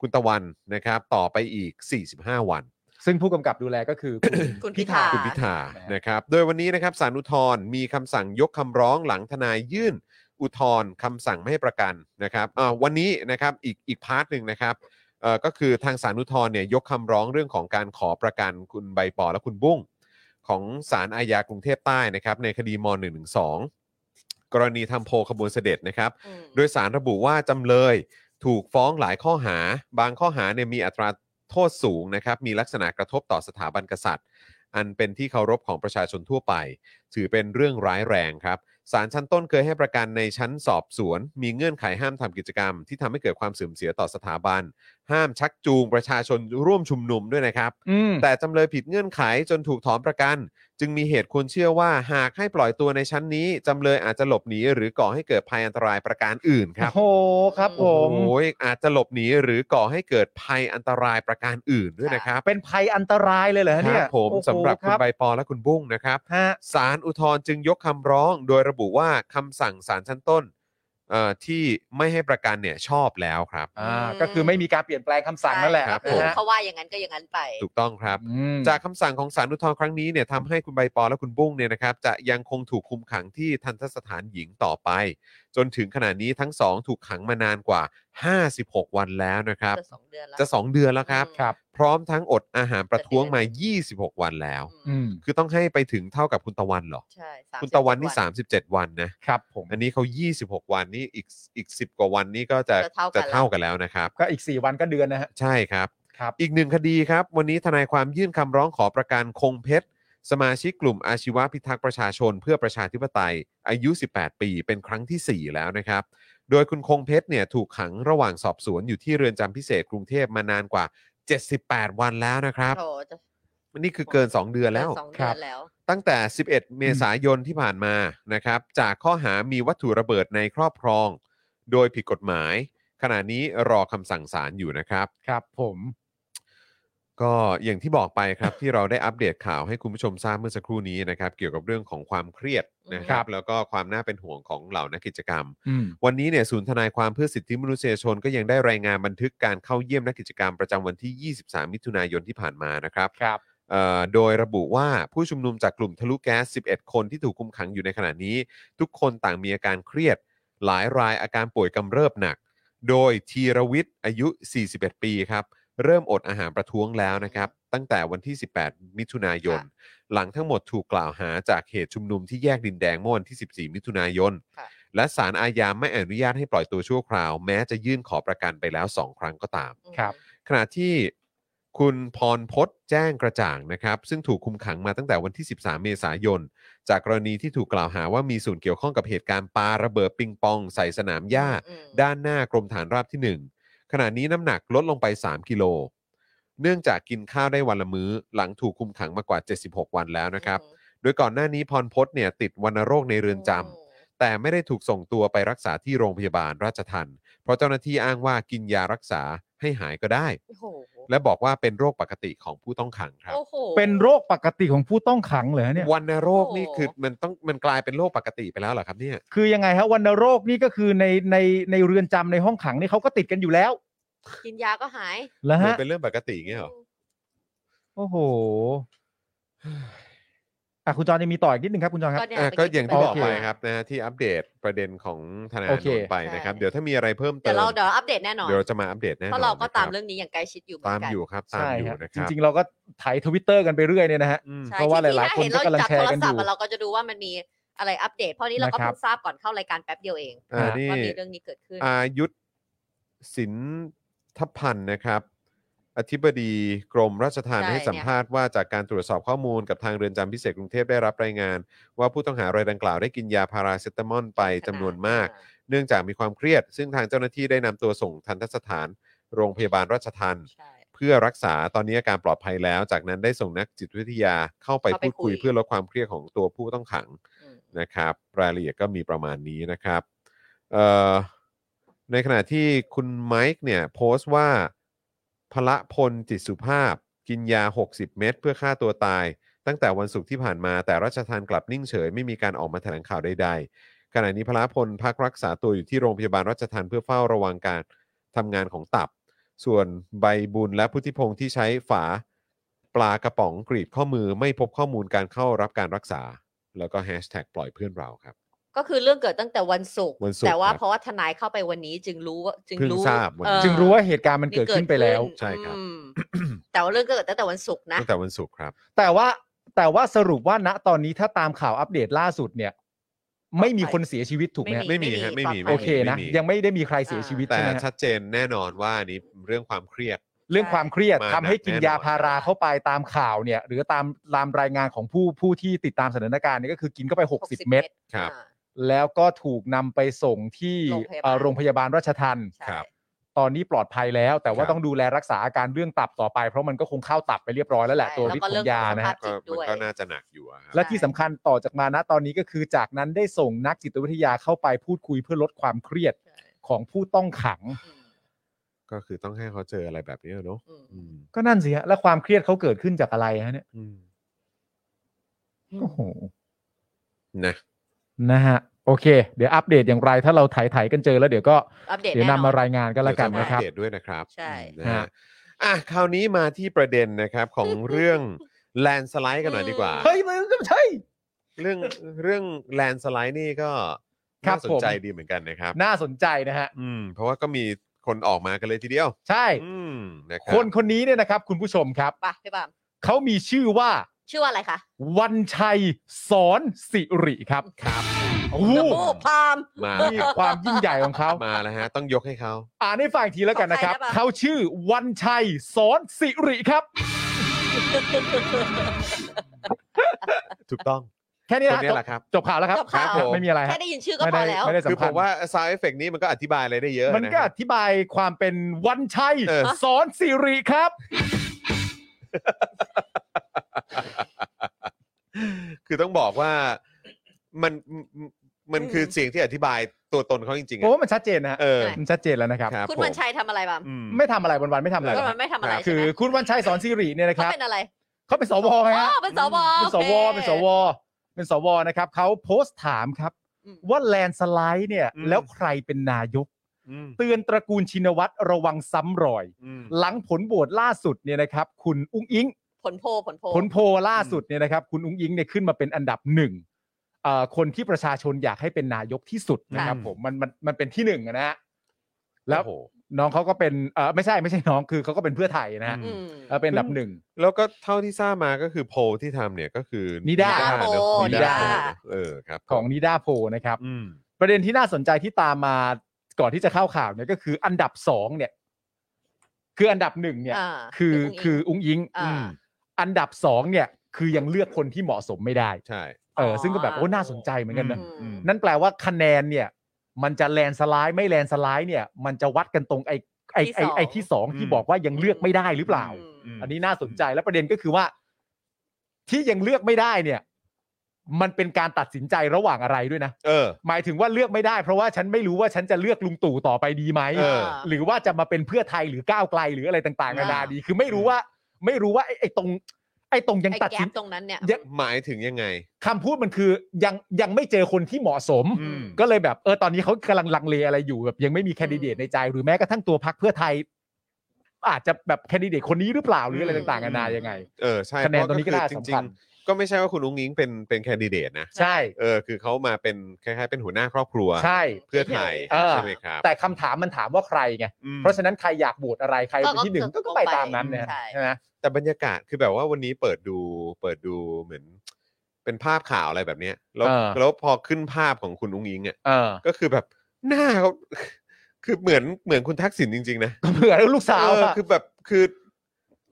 คุณตะวันนะครับ ต่อไปอีก 45 วัน
ซึ่งผู้กำกับดูแลก็คือคุณ
คุณพิธา
คุณพิธา
ค่ะ
นะครับ โดยวันนี้นะครับสารอุทธรณ์มีคำสั่งยกคำร้องหลังทนายยื่น อุทธรณ์คำสั่งไม่ให้ประกันนะครับอ่าวันนี้นะครับอีกอีกพาร์ทหนึ่งนะครับเอ่อก็คือทางสารอุทธรณ์เนี่ยยกคำร้องเรื่องของการขอประกันคุณใบปอและคุณบุ้งของศาลอาญากรุงเทพใต้นะครับในคดีม .112 กรณีทำโพลขบวนเสด็จนะครับ
อืม
โดยสารระบุว่าจำเลย ถูกฟ้องหลายข้อหา บางข้อหาเนี่ยมีอัตราโทษสูงนะครับ มีลักษณะกระทบต่อสถาบันกษัตริย์ อันเป็นที่เคารพของประชาชนทั่วไป ถือเป็นเรื่องร้ายแรงครับศาลชั้นต้นเคยให้ประกันในชั้นสอบสวน มีเงื่อนไขห้ามทำกิจกรรม ที่ทำให้เกิดความเสื่อมเสียต่อสถาบัน ห้ามชักจูงประชาชนร่วมชุมนุมด้วยนะครับ
อืม
แต่จำเลยผิดเงื่อนไขจนถูกถอนประกัน จึงมีเหตุควรเชื่อว่าหากให้ปล่อยตัวในชั้นนี้จำเลยอาจจะหลบหนีหรือก่อให้เกิดภัยอันตรายประการอื่นครับ
โอ้โหครับผม
โอ้ยอาจจะหลบหนีหรือก่อให้เกิดภัยอันตรายประการอื่นด้วยนะครับ
เป็นภัยอันตรายเลยเหรอ
ค
เนี่
รั
ย
บผม
โอ้โ
สำหรับคุณ
รับ
ใบปอและคุณบุ้งนะครับ
ฮะ
ศาลอุทธรณ์จึงยกคำร้อง โดยระบุว่าคำสั่งศาลชั้นต้นเอ่อที่ไม่ให้ประกันเนี่ยชอบแล้วครับ
อ่าก็คือไม่มีการเปลี่ยนแปลงคำสั่งนั่นแหละ
ใช่
ครับ
คือ
ผม
นะฮะ
เขาว่าอย่างนั้นก็อย่างนั้นไป
ถูกต้องครับ
อืม
จากคำสั่งของศาลอุทธรณ์ครั้งนี้เนี่ยทำให้คุณใบปอและคุณบุ้งเนี่ยนะครับจะยังคงถูกคุมขังที่ทันทสถานหญิงต่อไป จนถึงขณะนี้ทั้งสองถูกขังมานานกว่า 56 วันแล้วนะครับ
จะสองเดือนแล้ว
จะ 2 เดือนแล้วครับ
ครับ
พร้อมทั้งอดอาหารประท้วงมา 26 วันแล้ว
อืม
คือต้องให้ไปถึงเท่ากับคุณตะวันเหรอ
ใช่สาม
คุณตะวันนี่
สิบกา
37 วันนะ
ครับผม
อันนี้เขา 26 วันนี่อีกอีก 10 กว่าวันนี่ก็จะ
จะ
จะ
เท่ากัน
เท่ากันแล้วนะครับ
ก็อีก 4 วันก็เดือนนะฮะ
ใช่ครับ
ครับ
อีกหนึ่งคดีครับ วันนี้ทนายความยื่นคำร้องขอประกันคงเพชร สมาชิกกลุ่มอาชีวะพิทักษ์ประชาชนเพื่อประชาธิปไตย อายุ 18 ปี เป็นครั้งทีสี่ 4 แล้วนะครับ โดยคุณคงเพชรเนี่ยถูกขังระหว่างสอบสวนอยู่ที่เรือนจำพิเศษกรุงเทพมานานกว่า 78 วันแล้วนะครับ
โถจะ
นี่คือเกิน 2 เดือนแล้ว
จะสองเดือนแล้ว
ตั้งแต่ 11 เมษายนที่ผ่านมา นะครับ จากข้อหามีวัตถุระเบิดในครอบครอง โดยผิดกฎหมาย ขณะนี้รอคำสั่งศาลอยู่นะครับ
ครับผม
ก็อย่างที่บอกไปครับ ที่เราได้อัปเดตข่าวให้คุณผู้ชมทราบเมื่อสักครู่นี้นะครับ เกี่ยวกับเรื่องของความเครียดนะค
ครั
รับ
บ
แล้วก็ความน่าเป็นห่วงของเหล่านักกิจกรรม
อืม
วันนี้เนี่ยศูนย์ทนายความเพื่อสิทธิมนุษยชนก็ยังได้รายงานบันทึกการเข้าเยี่ยมนักกิจกรรมประจำวันที่ 23 มิถุนายนที่ผ่านมานะครับ
ครับ
เอ่อโดยระบุว่าผู้ชุมนุมจากกลุ่มทะลุแก๊ส 11 คนที่ถูกคุมขังอยู่ในขณะนี้ ทุกคนต่างมีอาการเครียด หลายรายอาการป่วยกำเริบหนัก โดยธีรวิทย์อายุ 41 ปีครับ เริ่มอดอาหารประท้วงแล้วนะครับ ตั้งแต่วันที่ 18 มิถุนายน
ค่ะ
หลังทั้งหมดถูกกล่าวหาจากเหตุชุมนุมที่แยกดินแดงเมื่อวันที่ 14 มิถุนายน
ค่ะ
และศาลอาญาไม่อนุญาตให้ปล่อยตัวชั่วคราว แม้จะยื่นขอประกันไปแล้วสองครั้งก็ตาม
อืม
ครับ
ขณะที่คุณพรพศแจ้งกระจ่างนะครับ ซึ่งถูกคุมขังมาตั้งแต่วันที่ 13 เมษายน จากกรณีที่ถูกกล่าวหาว่ามีส่วนเกี่ยวข้องกับเหตุการณ์ปาระเบิดปิงปองใส่สนามหญ้า
อืม
ด้านหน้ากรมฐานราบที่ 1 ขณะนี้น้ำหนักลดลงไป 3 กิโล เนื่องจากกินข้าวได้วันละมื้อ หลังถูกคุมขังมากว่า 76 วันแล้วนะครับ โดยก่อนหน้านี้พรพศเนี่ยติดวัณโรคในเรือนจำ แต่ไม่ได้ถูกส่งตัวไปรักษาที่โรงพยาบาลราชทัน เพราะเจ้าหน้าที่อ้างว่ากินยารักษา ให้หายก็ได้
โอ้โห
และบอกว่าเป็นโรคปกติของผู้ต้องขังครับ
โอ้โห
เป็นโรคปกติของผู้ต้องขังเหรอเนี่ย
วันโรคนี่
โอ้
คือมันต้องมันกลายเป็นโรคปกติไปแล้วเหรอครับเนี่ย
คือยังไงฮะวันโรคนี่ก็คือในในในเรือนจำในห้องขังนี่เขาก็ติดกันอยู่แล้ว
กินยาก็หาย
แล้ว
เหมือ
ฮะ
นเป็นเรื่องปกติอย่างเงี้ยเหรอ
โอ้โหอ่ะคุณจอนยังมีต่ออีกนิดนึงครับคุณจอนครับ
ก็เนี่ย
อ่ะ
ไป
ก็
กิน
อย่างที่
ป
บอก
โอเค
ไปครับนะฮะที่อัปเดตประเด็นของธนา
โอ
โน
เค
นไปนะครับ
ใช่
เดี๋ยวถ้ามีอะไรเพิ่มเติ
เดี๋ย
ม
วเราเดี๋ยวอัปเดตแน่นอน
เดี๋ยวเราจะมาอัปเดตแน่นอน
เพราะเราก็
นคบ
ตามเรื่องนี้อย่างใกล้ชิดอยู่เหมือ
ตาม
นกัน
อยู่ครับตาม
ใช่
อยู่
ครับ
นะค
จ
รับ
ริงๆ เราก็ไถ่ายทวิตเตอร์กันไปเรื่อยเนี่ยนะฮะ
อืม
ใช่
เพราะว่าหลายๆ
จงๆ
คนก็กำลัง
เห็
แชร์กันอยู่
เาจับโทศัพท์ะเราก็จะดูว่ามันมีอะไรอัปเดต เพราะนี้เราก็
นะครับ
เพิ่งทราบก่อนเข้ารายการแป๊บเดียวเอง
อ่านี่
ว่ามีเรื่องนี้เกิดขึ้น
อายุทธสินทพันธ์นะครับ อธิบดีกรมราชทาน
ใช่
ให้สัม
เนี่ย
ภาษณ์ว่าจากการตรวจสอบข้อมูลกับทางเรือนจำพิเศษกรุงเทพได้รับรายงาน ว่าผู้ต้องหารายดังกล่าวได้กินยาพาราเซตามอลไปจำนวนมาก เนื่องจากมีความเครียด ซึ่งทางเจ้าหน้าที่ได้นำตัวส่งทันตสถาน โรงพยาบาลราชทัน
าใช่
เพื่อรักษาตอนนี้อาการปลอดภัยแล้ว จากนั้นได้ส่งนักจิตวิทยาเข้าไป
เข้าไป
พูดคุย
คุย
เพื่อลดความเครียดของตัวผู้ต้องขัง
อืม
นะครับ รายละเอียดก็มีประมาณนี้นะครับเอ่อในขณะที่คุณไมค์เนี่ยโพสต์ว่าพละพลจิตสุภาพ กินยา 60 เม็ดเพื่อฆ่าตัวตาย ตั้งแต่วันศุกร์ที่ผ่านมาแต่รัชทานกลับนิ่งเฉย ไม่มีการออกมาแถลงข่าวใดๆขณะนี้พละพลพักรักษาตัวอยู่ที่โรงพยาบาลรัชทานเพื่อเฝ้าระวังการทำงานของตับ ส่วนใบบุญและพุทธิพงศ์ที่ใช้ฝาปลากระป๋องกรีดข้อมือไม่พบข้อมูลการเข้ารับการรักษา แล้วก็แฮชแท็กปล่อยเพื่อนเราครับ
ก็คือเรื่องเกิดตั้งแต่วันศุกร์
วันศุกร์
แต่ว่า
ครับ
เพราะว่าทนายเข้าไปวันนี้จึงรู้ว่าจึง
เพิ่ง
รู้
ทราบวันนี้
เอ่อ
จึงรู้ว่าเหตุการณ์มันเกิดขึ้นไปแล้ว
ใช่ครับ
อืมแต่ว่าเรื่องก็เกิดตั้งแต่วันศุกร์นะ
ตั้งแต่วันศุกร์ครับ
แต่ว่าแต่ว่าสรุปว่าณตอนนี้ถ้าตามข่าวอัปเดตล่าสุดเนี่ย ไม่มีคนเสียชีวิตถูกไหมฮะ
ไม่มีฮะไม่มี
ปลดภัย
โอเคนะ
ไม่มี
ยังไม่ได้มีใครเสียชีวิต
แต่
ใช่ไหมฮะ
ชัดเจนแน่นอนว่าอันนี้เรื่องความเครียด
เรื่องความเครียด
มา
ทำให้กินยา
แน่นอน
พาราเข้าไปตามข่าวเนี่ย หรือตามตามรายงานของผู้ผู้ที่ติดตามสถานการณ์เนี่ยก็คือกินเข้าไป 60 เม็ด
ครับ
อ่า
แล้วก็ถูกนำไปส่งที่
โรงพยา
เอ่อโรงพยา
บาล
บาลราชทัน
ใช่
ครับ
ตอนนี้ปลอดภัยแล้ว แต่
ค
ว่า
รับ
ต้องดูแลรักษาอาการเรื่องตับต่อไป เพราะมันก็คงเข้าตับไปเรียบร้อยแล้วแหละ
ใช่
ตัวพิษ
ก็
ขอ
เรื่อง
ยานะ
สุขภ
ฮะ
พ
ก็มัน
จิตด้วย
ก็น่าจะหนักอยู่อะครับ
และที่สำคัญต่อจากมานะตอนนี้ก็คือจากนั้นได้ส่งนักจิตวิทยาเข้าไปพูดคุยเพื่อลดความเครียด
ใช่
ของผู้ต้องขัง
อืม
ก็คือต้องให้เขาเจออะไรแบบนี้เนอะ
อืม
อืม
ก็นั่นสิฮะแล้วความเครียดเขาเกิดขึ้นจากอะไรฮะเนี่ย
อืม
โอ้โห
นะ
นะฮะโอเค เดี๋ยวอัปเดตอย่างไร ถ้าเราไถ่ายๆกันเจอแล้วเดี๋ยวก็
อัปเดต
เดี๋ย
แน่นอน
วำมารายงานกันแล้วกัน
เดี๋ยว
นะ
จะมาอั
ครั
ป
บ
เดตด้วยนะครับ
ใช่
อืมนะฮะ
ฮะ
อ่ะคราวนี้มาที่ประเด็นนะครับของเรื่อง แลนสไลด์กันหน่อยดีกว่า
เฮ้ยมันก็ใช่
เรื่องเรื่องแลนสไลด์นี่ก็
ครั
น่า
บ
ส
ผม
นใจดีเหมือนกันนะครับ
น่าสนใจนะฮะ
อืม เพราะว่าก็มีคนออกมากันเลยทีเดียว
ใช่
อืมนะครับ
คนคนนี้เนี่ยนะครับ คุณผู้ชมครับ
ไปะพี่บาม
เขามีชื่อว่า
ชื่อว่าอะไรคะ
วันชัยสอนสิริครับครับโอ้โห
โอ้พาม
มา
นี่
แล้วครับ
ความยิ่งใหญ่ของเขา
มาแล้วฮะ ต้องยกให้เขา
อ่านให้ฟังอีกทีแล้วกันนะครับ
ของใครนะปะ
เขาชื่อวันชัยสอนสิริครับ
ถูกต้อง
แค่นี้
คน
นะ
นี้
จบ
แหละครับ
จบข่าวแล้วครับ
จบข่าว
ผมไม่มีอะไรฮะ
แค่ได้ยินชื่อก็พ
ได้
อแล้ว
ไม่ได้
คือผ
สำคัญ
มว่าซาวเอฟเฟกนี้มันก็อธิบายอะไรได้เยอะ
มันก็อ
นะ
ธิบายความเป็นวันชัย
เออ
สอนสิริครับ
คือต้องบอกว่ามันมันคือเสียงที่อธิบายตัวตนเขาจริงๆ
โอ้
อะ
มันชัดเจนนะฮะ
เออ
มันชัดเจนแล้วนะครับ
รับ
คุณ
ผม
วันชัยทำอะไรบาม
อืม
ไม่ทำอะไรวันๆไม่ทำอะไร
เ
ก็มันไม่ทำอะไร
ครับ
ใช่
คือ
ไหม
คุณวันชัยสอนสิริเนี่ยนะค
เขา
รับ
เป็นอะไร
เขาเป็นสวไงฮะ
อ๋อเป็นสว
เป็นส
โอ
ว
เค
เป็นสวเป็นสวนะครับเขาโพสต์ถามครับ
อืม
ว่าแลนด์สไลด์เนี่ย
อืม
แล้วใครเป็นนายก
อืม
เตือนตระกูลชินวัตรระวังซ้ำรอย
อืม
หลังผลโหวตล่าสุดเนี่ยนะครับ คุณอุ้งอิง
ผลโพลผลโพล
ผลโพลล่าสุดเนี่ยนะครับ คุณอุ้งอิงเนี่ยขึ้นมาเป็นอันดับหนึ่งเอ่อคนที่ประชาชนอยากให้เป็นนายกที่สุดนะครับ
อืม
ผมมันมันมันเป็นที่หนึ่งอะนะฮะแล้ว
โอ้โห
น้องเขาก็เป็นเออไม่ใช่ไม่ใช่น้องคือเขาก็เป็นเพื่อไทยนะฮะ
อื
อืม
เออเป็นอันดับหนึ่ง
แล้วก็เท่าที่ทราบมาก็คือโพลที่ทำเนี่ยก็คือ
นิด้า
เนอะ
โพล
นิด้า
นิด้า
เออครับผม
ของนิดาโพลนะครับ
อืม
ประเด็นที่น่าสนใจที่ตามมาก่อนที่จะเข้าข่าวเนี่ยก็คืออันดับสองเนี่ย คืออันดับหนึ่งเนี่ย
อ่า
คือ
คื
คือ
อ
อุ้งยิง
อ่า
อืมอันดับสองเนี่ย คือยังเลือกคนที่เหมาะสมไม่ได้
ใช่
เอออซึ่งก็แบบโอ้น่าสนใจเหมือนกันนะ
อืม
อืม
นั่นแปลว่าคะแนนเนี่ย มันจะแลนสไลด์ไม่แลนสไลด์เนี่ย มันจะวัดกันตรงไอ้ไอ้ไอ้ไอ้ที่สองที่
อืม
บอกว่ายังเลือกไม่ได้หรือเปล่า
อืม
อันนี้น่าสนใจและประเด็นก็คือว่า ที่ยังเลือกไม่ได้เนี่ย มันเป็นการตัดสินใจระหว่างอะไรด้วยนะ
เออ
หมายถึงว่าเลือกไม่ได้เพราะว่าฉันไม่รู้ว่าฉันจะเลือกลุงตู่ต่อไปดีไหม
เออ
หรือว่าจะมาเป็นเพื่อไทยหรือก้าวไกลหรืออะไรต่างๆนานา
อ่า
ดี คือไม่รู้ว่าไม่รู้ว่าไอ้ไอ้ตรง ไอ้ตรงยัง
ไอ้
ตัด
แก๊
สิน
ปตรงนั้นเนี่ย
ยัง
หมายถึงยังไง
คำพูดมันคือยังยังไม่เจอคนที่เหมาะสม
อืม
ก็เลยแบบเออตอนนี้เขากำลังลังเลอะไรอยู่แบบยังไม่มีแคนดิเดตในใจ หรือแม้กระทั่งตัวพักเพื่อไทย อาจจะแบบแคนดิเดตคนนี้หรือเปล่าหรืออะไรต่างๆนานายังไง
เออใช่
คะแนน
เพรา
ตรงนี้ก็
คือ
น่า
จ
สำ
ริ
คั
ง
ญ
ๆ ก็ไม่ใช่ว่าคุณอุ้งอิงเป็นเป็นแคนดิเดตนะ
ใช่
เออคือเขามาเป็นคล้ายๆเป็นหัวหน้าครอบครัว
ใช่
เพื่อไทย
เออ
ใช่ไหมครับ
แต่คำถามมันถามว่าใครไง
อืม
เพราะฉะนั้นใครอยากโหวตอะไรใคร
ก็
เป็นที่หนึ่ง
ก็
ก็
ก็
ก็ไป
ไป
ตามนั้นนะ
ใช่
ใช่ไหม
แต่บรรยากาศคือแบบว่าวันนี้เปิดดูเปิดดูเหมือน เป็นภาพข่าวอะไรแบบเนี้ยแล้ว
เออ
แล้วพอขึ้นภาพของคุณอุ้งอิงอ่ะ
เออ
ก็คือแบบหน้า เขา คือเหมือนเหมือนคุณทักษิณจริงๆนะ
เผื่อลูกสาว
เออ
อะ
คือแบบคือ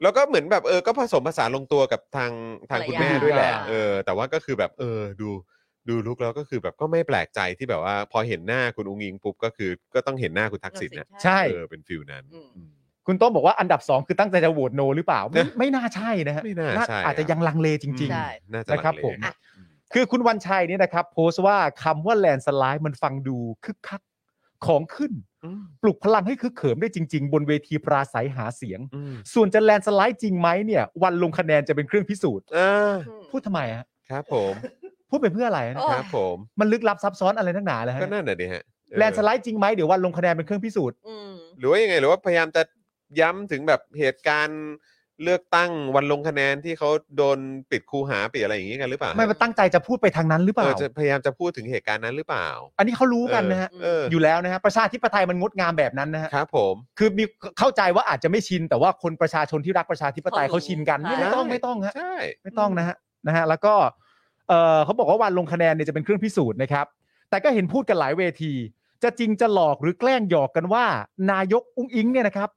แล้วก็เหมือนแบบเออก็ผสมผสานลงตัวกับทางทางคุณแม่
ภรรยา
ด้วยแหละ
อ่า
เออ แต่ว่าก็คือแบบเออดูดูลุกแล้วก็คือแบบก็ไม่แปลกใจที่แบบว่า พอเห็นหน้าคุณอุ้งอิงปุ๊บก็คือ ก็ต้องเห็นหน้าคุณทักษิณนะ
ใช่
เออเป็นฟิลนั้น
อืม
คุณโต้งบอกว่าอันดับสองคือตั้งใจจะโหวตโนหรือเปล่า ไม่ไม่น่าใช่นะฮะ
ไม่น่าใช่
อาจจะยังลังเลจริง
ใช่
น่าจะ
นะครับ
ลังเล
ผม คือคุณวันชัยเนี่ยนะครับ โพสต์ว่าคำว่าแลนสไลด์มันฟังดูคึกคักของขึ้น
อืม
ปลุกพลังให้คึกเขิมได้จริง ๆ บนเวทีปราศัยหาเสียง
อืม
ส่วนจะแลนสไลด์จริงไหมเนี่ย วันลงคะแนนจะเป็นเครื่องพิสูจน์
อ่า
อืม
พูดทำไมฮะ
ครับผม
พูดไปเพื่ออะไรฮะ
โอ้
ครับผม
มันลึกลับซับซ้อนอะไรนักหนาเลยฮะ
ก็นั่นน่ะดิฮะเออ
แลนสไลด์จริงไหมเดี๋ยววันลงคะแนนเป็นเครื่องพิสูจน์
อืม
หรือว่ายังไงหรือว่าพยายามจะย้ำถึงแบบเหตุการณ์เลือกตั้งวันลงคะแนนที่เขาโดนปิดคูหาปิดอะไรอย่างงี้กันหรือเปล่าฮะ
ไม่มาตั้งใจจะพูดไปทางนั้นหรือเป
เอ
ล่า
อจะพยายามจะพูดถึงเหตุการณ์นั้นหรือเปล่า
อันนี้เขารู้กันนะฮะ
เออ
อยู่แล้วนะฮะประชาธิปไตยมันงดงามแบบนั้นนะฮะ
ครับผม
คือมีเข้าใจว่าอาจจะไม่ชิน แต่ว่าคนประชาชนที่รักประชาธิปไตย
เขารู้
เขาชินกัน
ใช่
ไม่ไม่ต้องไม่ต้องฮะ
ใช่
ไม่ต้องนะฮะนะฮะแล้วก็เออเขาบอกว่าวันลงคะแนนเนี่ยจะเป็นเครื่องพิสูจน์นะครับ แต่ก็เห็นพูดกันหลายเวที จะจริงจะหลอกหรือแกล้งหยอกกันว่า นายกอุ้งอิงเนี่ยนะครับ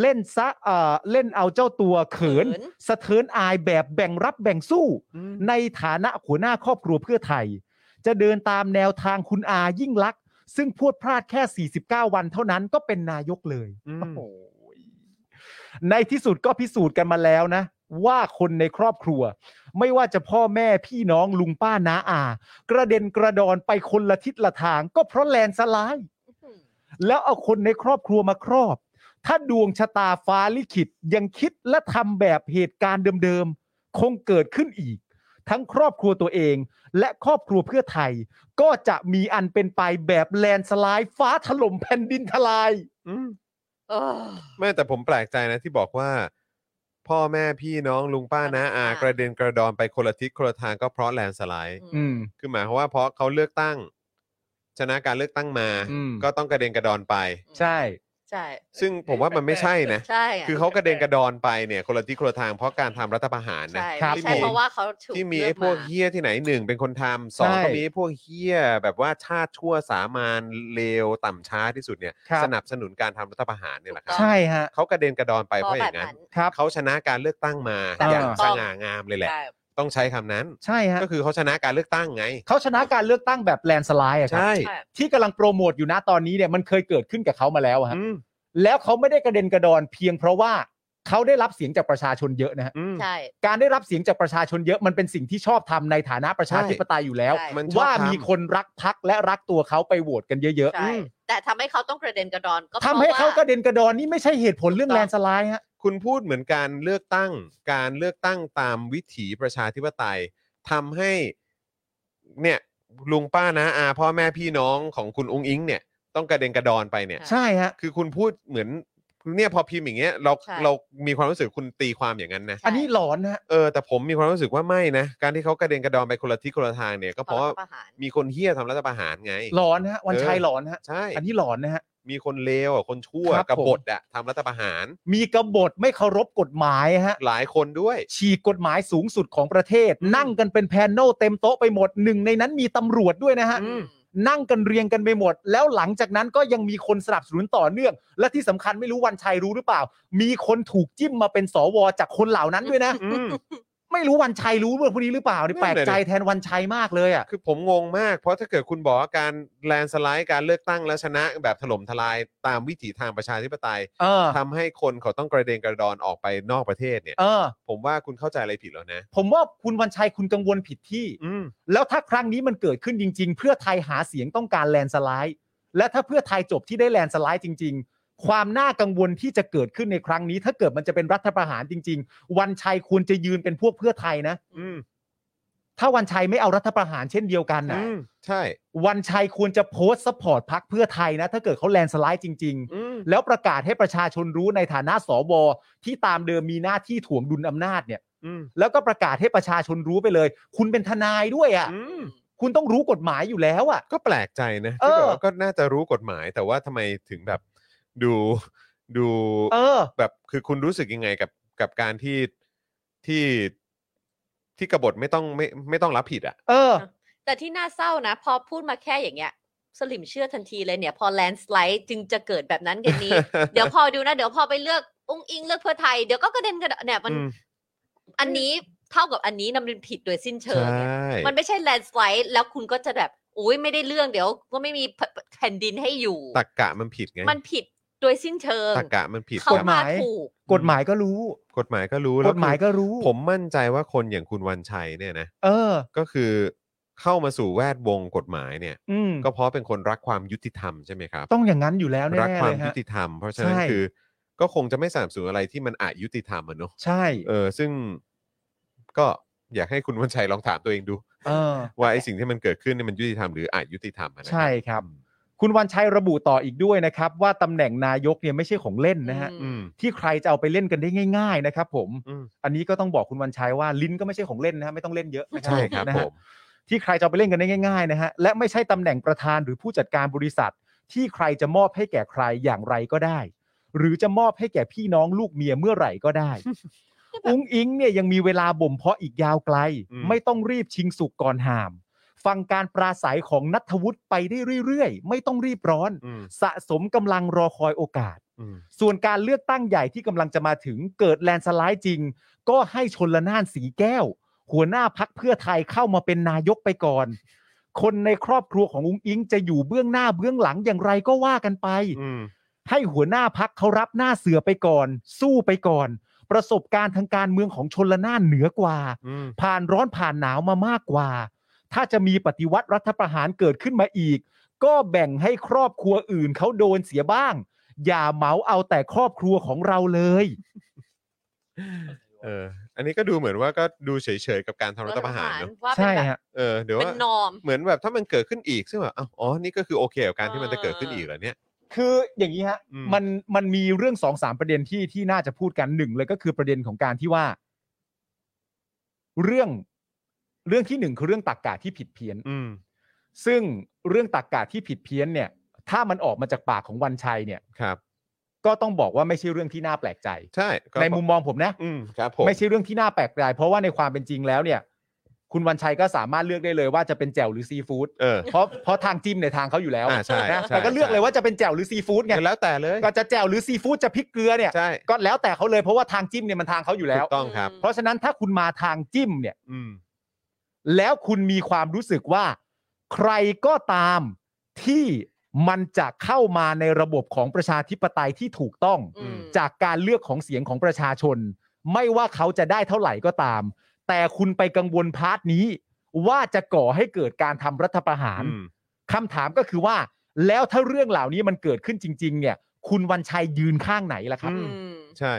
เล่นซะเอ่อเล่นเอาเจ้าตัวเขิน
เขิน
สะเทินอายแบบแบ่งรับแบ่งสู้ ในฐานะหัวหน้าครอบครัวเพื่อไทย จะเดินตามแนวทางคุณอายิ่งลักษณ์ซึ่งพูดพลาดแค่ 49 วันเท่านั้นก็เป็นนายกเลย
อืม
โอ้ยในที่สุดก็พิสูจน์กันมาแล้วนะ ว่าคนในครอบครัว ไม่ว่าจะพ่อแม่พี่น้องลุงป้าน้าอา กระเด็นกระดอนไปคนละทิศละทาง ก็เพราะแลนด์สไลด์แล้วเอาคนในครอบครัวมาครอบ ถ้าดวงชะตาฟ้าลิขิตยังคิดและทำแบบเหตุการณ์เดิมๆ คงเกิดขึ้นอีก ทั้งครอบครัวตัวเอง และครอบครัวเพื่อไทย ก็จะมีอันเป็นไปแบบแลนด์สไลด์ฟ้าถล่มแผ่นดินทลาย
อืม
เออ
ไม่แต่ผมแปลกใจนะที่บอกว่า พ่อแม่พี่น้องลุงป้านะอา
อ่า
กระเด็นกระดอนไปคนละทิศคนละทางก็เพราะแลนด์สไลด์
อื
อืม
ม
คือหมายความว่าเพราะเขาเลือกตั้ง ชนะการเลือกตั้งมา
อืม
ก็ต้องกระเด็นกระดอนไป
ใช่
ใช่
ซึ่งผมว่ามันไม่ใช่นะ
ใช่ะ
คือเขากระเด็นกระดอนไปเนี่ย คนละทิศคนละทางเพราะการทำรัฐประหารนะ
ใช่
ครับ
ไม่ใช่
ผม
เพราะว่าเขาถูก
ที่มี
เลื
ไอ้พวก
า
เฮี้ยที่ไหนหนึ่งเป็นคนทำสอง
ใช่
ก็มีไอ้พวกเฮี้ยแบบว่าชาติชั่วสามานเลวต่ำช้าที่สุดเนี่ย
ครับ
สนับสนุนการทำรัฐประหารเนี่ยแหละครั
ถูกต้
ใช่
อง
ฮะ
เขากระเด็นกระดอนไปเพราะอย่างนั้น
ครับ
เขาชนะการเลือกตั้งมา
อ่า
อย่างสง่างามเลยแหละ
ใช่
ต้องใช้คำนั้น
ใช่ฮะ
ก็คือเขาชนะการเลือกตั้งไง
เขาชนะการเลือกตั้งแบบแลนด์สไลด์อะครับ
ใช่
ใช่
ที่กำลังโปรโมทอยู่นะตอนนี้เนี่ยมันเคยเกิดขึ้นกับเขามาแล้วอะฮะ
อืม
แล้วเขาไม่ได้กระเด็นกระดอนเพียงเพราะว่าเขาได้รับเสียงจากประชาชนเยอะนะฮะ
อืม
ใช่
การได้รับเสียงจากประชาชนเยอะมันเป็นสิ่งที่ชอบทำในฐานะประชาธิปไตยอยู่แล้ว
ใช่
มันชอบ
ว่า
ทำ
มีคนรักพักและรักตัวเขาไปโหวตกันเยอะ
ใช่ แต่ทำให้เขาต้องกระเด็นกระดอนก็
ๆทำให้เขาก
ก็
ระเด็นกระดอนนี่ไม่ใช่เหตุผลเรื่อง
ถูก
แล
ต้อง
นด์สไลด์ฮะ
คุณพูดเหมือนการเลือกตั้ง การเลือกตั้งตามวิถีประชาธิปไตยทำให้เนี่ยลุงป้านะอาพ่อแม่พี่น้องของคุณองค์อิงเนี่ย ต้องกระเด็นกระดอนไปเนี่ย
ใช่ฮะ
คือคุณพูดเหมือนเนี่ยพอพิมพ์อย่างเงี้ยเรา
ใช่
เรามีความรู้สึกคุณตีความอย่างนั้นนะ
ใช่
อันนี้หลอนนะฮะ
เออแต่ผมมีความรู้สึกว่าไม่นะ การที่เขากระเด็นกระดอนไปคนละทิศคนละทางเนี่ยก็เพ
เพราะ
ราะ
ว่า
ว่า
ประหาร
มีคนเฮี้ยทำรัฐประหารไง
หลอนนะฮะวันชัย
เออ
หลอนนะฮะ
ใช่
อันนี้หลอนนะฮะ
มีคนเลวอ่ะคนชั่ว
ครับ
ก
ผม
บฏอ่ะทำรัฐประหาร
มีกบฏไม่เคารพกฎหมายฮะ
หลายคนด้วย
ฉีกกฎหมายสูงสุดของประเทศ นั่งกันเป็นแพนโนลเต็มโต๊ะไปหมดหนึ่งในนั้นมีตำรวจด้วยนะฮะ
อืม
นั่งกันเรียงกันไปหมด แล้วหลังจากนั้นก็ยังมีคนสนับสนุนต่อเนื่อง และที่สำคัญไม่รู้วันชัยรู้หรือเปล่า มีคนถูกจิ้มมาเป็นสวจากคนเหล่านั้นด้วยนะ
อืม
ไม่รู้วันชัยรู้เรื่องพวกนี้หรือเปล่านี่
นั่น
แปลก
น่ะดิ
ใจแทนวันชัยมากเลยอ่ะ
คือผมงงมาก เพราะถ้าเกิดคุณบอกว่าการแลนสไลด์การเลือกตั้งแล้วชนะแบบถล่มทลายตามวิถีทางประชาธิปไตย
เออ
ทำให้คนเขาต้องกระเดงกระดอนออกไปนอกประเทศเนี่ย
เออ
ผมว่าคุณเข้าใจอะไรผิดแล้วนะ
ผมว่าคุณวันชัยคุณกังวลผิดที่
อืม
แล้วถ้าครั้งนี้มันเกิดขึ้นจริง ๆ เพื่อไทยหาเสียงต้องการแลนด์สไลด์ และถ้าเพื่อไทยจบที่ได้แลนด์สไลด์จริง ๆ ความน่ากังวลที่จะเกิดขึ้นในครั้งนี้ ถ้าเกิดมันจะเป็นรัฐประหารจริง ๆ วันชัยควรจะยืนเป็นพวกเพื่อไทยนะ
อืม
ถ้าวันชัยไม่เอารัฐประหารเช่นเดียวกันนะ
อืมใช่
วันชัยควรจะโพสต์สปอร์ตพักเพื่อไทยนะ ถ้าเกิดเขาแลนด์สไลด์จริง ๆ
อืม
แล้วประกาศให้ประชาชนรู้ในฐานะสวที่ตามเดิมมีหน้าที่ถ่วงดุลอำนาจเนี่ย
อืม
แล้วก็ประกาศให้ประชาชนรู้ไปเลย คุณเป็นทนายด้วยอะ่ะ
อืม
คุณต้องรู้กฎหมายอยู่แล้วอ่ะ
ก็แปลกใจนะ
เอ
ที่
อ
แบบว่าก็น่าจะรู้กฎหมาย แต่ว่าทำไมถึงแบบดูดู
เออ
แบบคือคุณรู้สึกยังไงกับกับการที่ที่ที่กบฏไม่ต้องไม่ไม่ต้องรับผิดอ่ะ
เออ
แต่ที่น่าเศร้านะ พอพูดมาแค่อย่างเงี้ย สลิมเชื่อทันทีเลยเนี่ย พอแลนสไลด์จึงจะเกิดแบบนั้นกัน นี้ เดี๋ยวพอดูนะ เดี๋ยวพอไปเลือกอุ้งอิงเลือกเพื่อไทยเดี๋ยวก็กระเด็นกระดอนเนี่ยมัน
อืม
อันนี้เท่ากับอันนี้นำเป็นผิดโดยสิ้นเชิ
ใช
งเนี่ย่ มันไม่ใช่แลนสไลด์แล้วคุณก็จะแบบอุ้ยไม่ได้เรื่องเดี๋ยว ก็ไม่มีแผ่นดินให้อยู่
ตักกะมันผิดไง
มันผิดโดยสิ้นเชิง
ตักกะมันผิด
เขา
ก
ค
ฎห
รับ
มาม
าย ถูก
กฎหมายก็รู้
กฎหมายก็รู้
ก
แล้ว
ฎหมายก็รู้
คือผมมั่นใจว่าคนอย่างคุณวันชัยเนี่ยนะ
เออ
ก็คือเข้ามาสู่แวดวงกฎหมายเนี่ย
อืม
ก็เพราะเป็นคนรักความยุติธรรมใช่ไหมครับ
ต้องอย่างนั้นอยู่แล้ว
รัก
แน่
ค
ๆ
วา
เล
ม
ย
ยุ
ฮะ
ติธรรม เพราะฉะนั้น
ใช่
คือก็คงจะไม่สนับสนุนอะไรที่มันอายุติธรรมอะเนอะ
ใช่
เออซึ่งก็อยากให้คุณวันชัยลองถามตัวเองดู
เออ
ว่าไอ้สิ่งที่มันเกิดขึ้นเนี่ยมันยุติธรรมหรืออายุติธรรมอะนะ
ใช่ครับ คุณวันชัยระบุต่ออีกด้วยนะครับ ว่าตำแหน่งนายกเนี่ยไม่ใช่ของเล่นนะฮะ
อืม
ที่ใครจะเอาไปเล่นกันได้ง่าย ๆ นะครับผม
อืม
อันนี้ก็ต้องบอกคุณวันชัยว่าลิ้นก็ไม่ใช่ของเล่นนะฮะไม่ต้องเล่นเยอะนะ
ใช่ครับ
นะ
ผ
ฮะ
ม
ที่ใครจะเอาไปเล่นกันได้ง่ายๆนะฮะและไม่ใช่ตำแหน่งประธานหรือผู้จัดการบริษัท ที่ใครจะมอบให้แก่ใครอย่างไรก็ได้ หรือจะมอบให้แก่พี่น้องลูกเมียเมื่อไหร่ก็ได้ อุ้งอิงเนี่ยยังมีเวลาบ่มเพาะอีกยาวไกล
อืม
ไม่ต้องรีบชิงสุกก่อนหาม ฟังการปราศัยของนัทวุฒิไปได้เรื่อยๆ ไม่ต้องรีบร้อน
อืม
สะสมกำลังรอคอยโอกาส
อืม
ส่วนการเลือกตั้งใหญ่ที่กำลังจะมาถึงเกิดแลนด์สไลด์จริง ก็ให้ชนละนานสีแก้ว หัวหน้าพักเพื่อไทยเข้ามาเป็นนายกไปก่อน คนในครอบครัวของอุ้งอิงจะอยู่เบื้องหน้าเบื้องหลังอย่างไรก็ว่ากันไป
อืม
ให้หัวหน้าพักเขารับหน้าเสือไปก่อน สู้ไปก่อน ประสบการณ์ทางการเมืองของชนละนานเหนือกว่า
อืม
ผ่านร้อนผ่านหนาวมามากกว่า ถ้าจะมีปฏิวัติรัฐประหารเกิดขึ้นมาอีก ก็แบ่งให้ครอบครัวอื่นเขาโดนเสียบ้าง อย่าเหมาเอาแต่ครอบครัวของเราเลย
เออ อันนี้ก็ดูเหมือนว่าก็ดูเฉยๆกับการทำรัฐประหารเนอะ
ว่าเป็น
ใช่
แบบ
ฮะ
เออเดี๋ยว
เป็น
ว่าน
อม
เหมือนแบบถ้ามันเกิดขึ้นอีกซึ่งแบบอ้าวอ๋อนี่ก็คือโอเคกับการที่มันจะเกิดขึ้นอีกเหรอเนี่ย
คืออย่างนี้ฮะ
อืม
มันมันมีเรื่องสองสามประเด็นที่ที่น่าจะพูดกันหนึ่งเลยก็คือประเด็นของการที่ว่า เรื่องเรื่องที่หนึ่งคือเรื่องตรกกะที่ผิดเพี้ยน
อืม
ซึ่งเรื่องตรกกะที่ผิดเพี้ยนเนี่ย ถ้ามันออกมาจากปากของวันชัยเนี่ย
ครับ
ก็ต้องบอกว่าไม่ใช่เรื่องที่น่าแปลกใจ
ใช่ก็
ในมุมมองผมนะ
อืมครับผม
ไม่ใช่เรื่องที่น่าแปลกใจเพราะว่าในความเป็นจริงแล้วเนี่ย คุณวันชัยก็สามารถเลือกได้เลยว่าจะเป็นแจ่วหรือซีฟู้ด
เออ
เพราะเพราะทางจิ้มในยทางเขาอยู่แล้ว
อ่าใช่
นะ
ใช่
แต่ก็เลือกเลยว่าจะเป็นแจ่วหรือซีฟู้ดไง
ก็แล้วแต่เลย
ก็จะแจ่วหรือซีฟู้ดจะพริกเกลือเนี่ย
ใช่
ก็แล้วแต่เขาเลยเพราะว่าทางจิ้มเนี่ยมันทางเขาอยู่แล้ว
ถูกต้องครับ
เพราะฉะนั้นถ้าคุณมาทางจิ้มเนี่ย
อืม
แล้วคุณมีความรู้สึกว่า ใครก็ตามที่มันจะเข้ามาในระบบของประชาธิปไตยที่ถูกต้อง
อืม
จากการเลือกของเสียงของประชาชน ไม่ว่าเขาจะได้เท่าไหร่ก็ตาม แต่คุณไปกังวลพาร์ทนี้ ว่าจะก่อให้เกิดการทำรัฐประหาร
อืม
คำถามก็คือว่า แล้วถ้าเรื่องเหล่านี้มันเกิดขึ้นจริง ๆ เนี่ย คุณวันชัยยืนข้างไหนล่ะครับ
อื
อืม
ใช่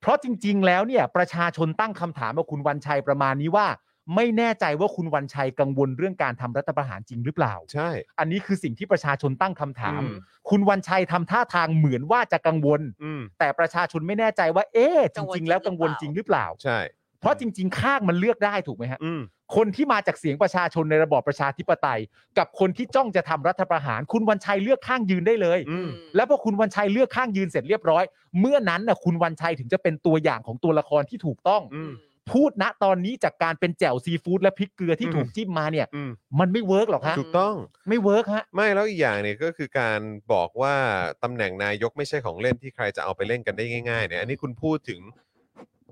เพราะจริง ๆ แล้วเนี่ยประชาชนตั้งคำถามกับคุณวันชัยประมาณนี้ว่า ไม่แน่ใจว่าคุณวันชัยกังวลเรื่องการทำรัฐประหารจริงหรือเปล่า
ใช่
อันนี้คือสิ่งที่ประชาชนตั้งคำถาม
อืม
คุณวันชัยทำท่าทางเหมือนว่าจะกังวล
อืม
แต่ประชาชนไม่แน่ใจว่า เอ๊ะจ
กังวลจริ
ริ
ง
ง
หรือเป
ๆ แล้
ล่า
วกังวลจริงหรือเปล่า
ใช่
เพราะจริง ๆ ข้างมันเลือกได้ถูกไหมฮะ
อืม
คนที่มาจากเสียงประชาชนในระบอบประชาธิปไตย กับคนที่จ้องจะทำรัฐประหาร คุณวันชัยเลือกข้างยืนได้เลย
อืม
แล้วพอคุณวันชัยเลือกข้างยืนเสร็จเรียบร้อย เมื่อนั้นนะคุณวันชัยถึงจะเป็นตัวอย่างของตัวละครที่ถูกต้อง
อืม
พูดณตอนนี้จากการเป็นแจ่วซีฟู้ดและพริกเกลือที่
อืม
ถูกจิ้มมาเนี่ย
อืม
มันไม่เวิร์กหรอกฮะ
ถูกต้อง
ไม่เวิร์กฮะ
ไม่แล้วอีกอย่างเนี่ยก็คือการบอกว่าตำแหน่งนายกไม่ใช่ของเล่นที่ใครจะเอาไปเล่นกันได้ง่ายๆเนี่ย อันนี้คุณพูดถึง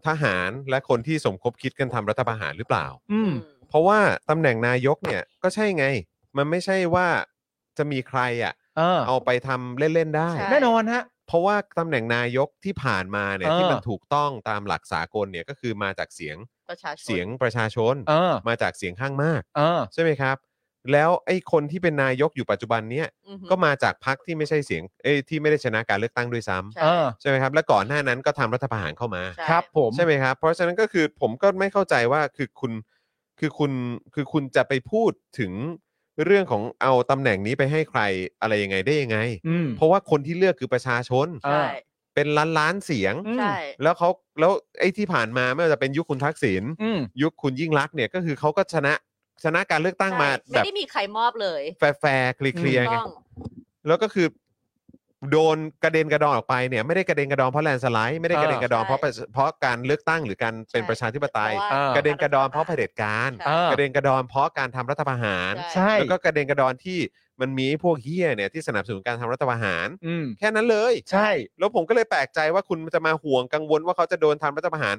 ทหารและคนที่สมคบคิดกันทำรัฐประหารหรือเปล่า
อืม
เพราะว่าตำแหน่งนายกเนี่ยก็ใช่ไง มันไม่ใช่ว่าจะมีใครอ่ะ
เออ
เอาไปทำเล่น ๆ ได้
ใช่
แน่นอนฮะ
เพราะว่าตำแหน่งนายกที่ผ่านมาเนี่ย
เออ
ที่มันถูกต้องตามหลักสากลเนี่ยก็คือมาจากเสียง
ประชาชน
เสียงประชาชน
เออ
มาจากเสียงข้างมาก
เออ
ใช่ไหมครับ แล้วไอ้คนที่เป็นนายกอยู่ปัจจุบันเนี้ย
อือหือ
ก็มาจากพรรคที่ไม่ใช่เสียงเอ้ยที่ไม่ได้ชนะการเลือกตั้งด้วยซ้ำ
ใช่
เออ
ใช่ไหมครับ และก่อนหน้านั้นก็ทำรัฐประหารเข้ามา
ใช่
ครับผม
ใช่ไหมครับ เพราะฉะนั้นก็คือผมก็ไม่เข้าใจว่าคือคุณคือคุณคือคุณจะไปพูดถึงเรื่องของเอาตำแหน่งนี้ไปให้ใครอะไรยังไงได้ยังไง
อืม
เพราะว่าคนที่เลือกคือประชาชน
เออ
ใช่
เป็นล้านล้านๆเสียง
อืม
ใช่
แล้วเขาแล้วไอ้ที่ผ่านมาไม่ว่าจะเป็นยุคคุณทักษิณ
อืม
ยุคคุณยิ่งรักษณ์เนี่ยก็คือเขาก็ชนะชนะการเลือกตั้งมา
ใช่
แบ
ไม่
บ
ได้มีใครมอบเลย
แฟร์แฟร์เคลียร์ๆไง
ต้อง
แล้วก็คือ โดนกระเด็นกระดอนออกไปเนี่ยไม่ได้กระเด็นกระดอนเพราะแลนด์สไลด์ไม่ได้กระเด็นกระดอน
ใช่
เพราะประชเพราะการเลือกตั้งหรือการเป็น
ใช่
ประชาธิปไตย
พาว่า
กระเด็นกระดอนเพราะเผด็จการ
เอ
ใช่
อ
กระเด็นกระดอนเพราะการทำรัฐประหาร
ใช่
แล้วก็กระเด็นกระดอนที่มันมีพวกเฮียเนี่ยที่สนับสนุนการทำรัฐประหาร
อืม
แค่นั้นเลย
ใช่
แล้วผมก็เลยแปลกใจว่าคุณจะมาห่วงกังวลว่าเขาจะโดนทำรัฐประหาร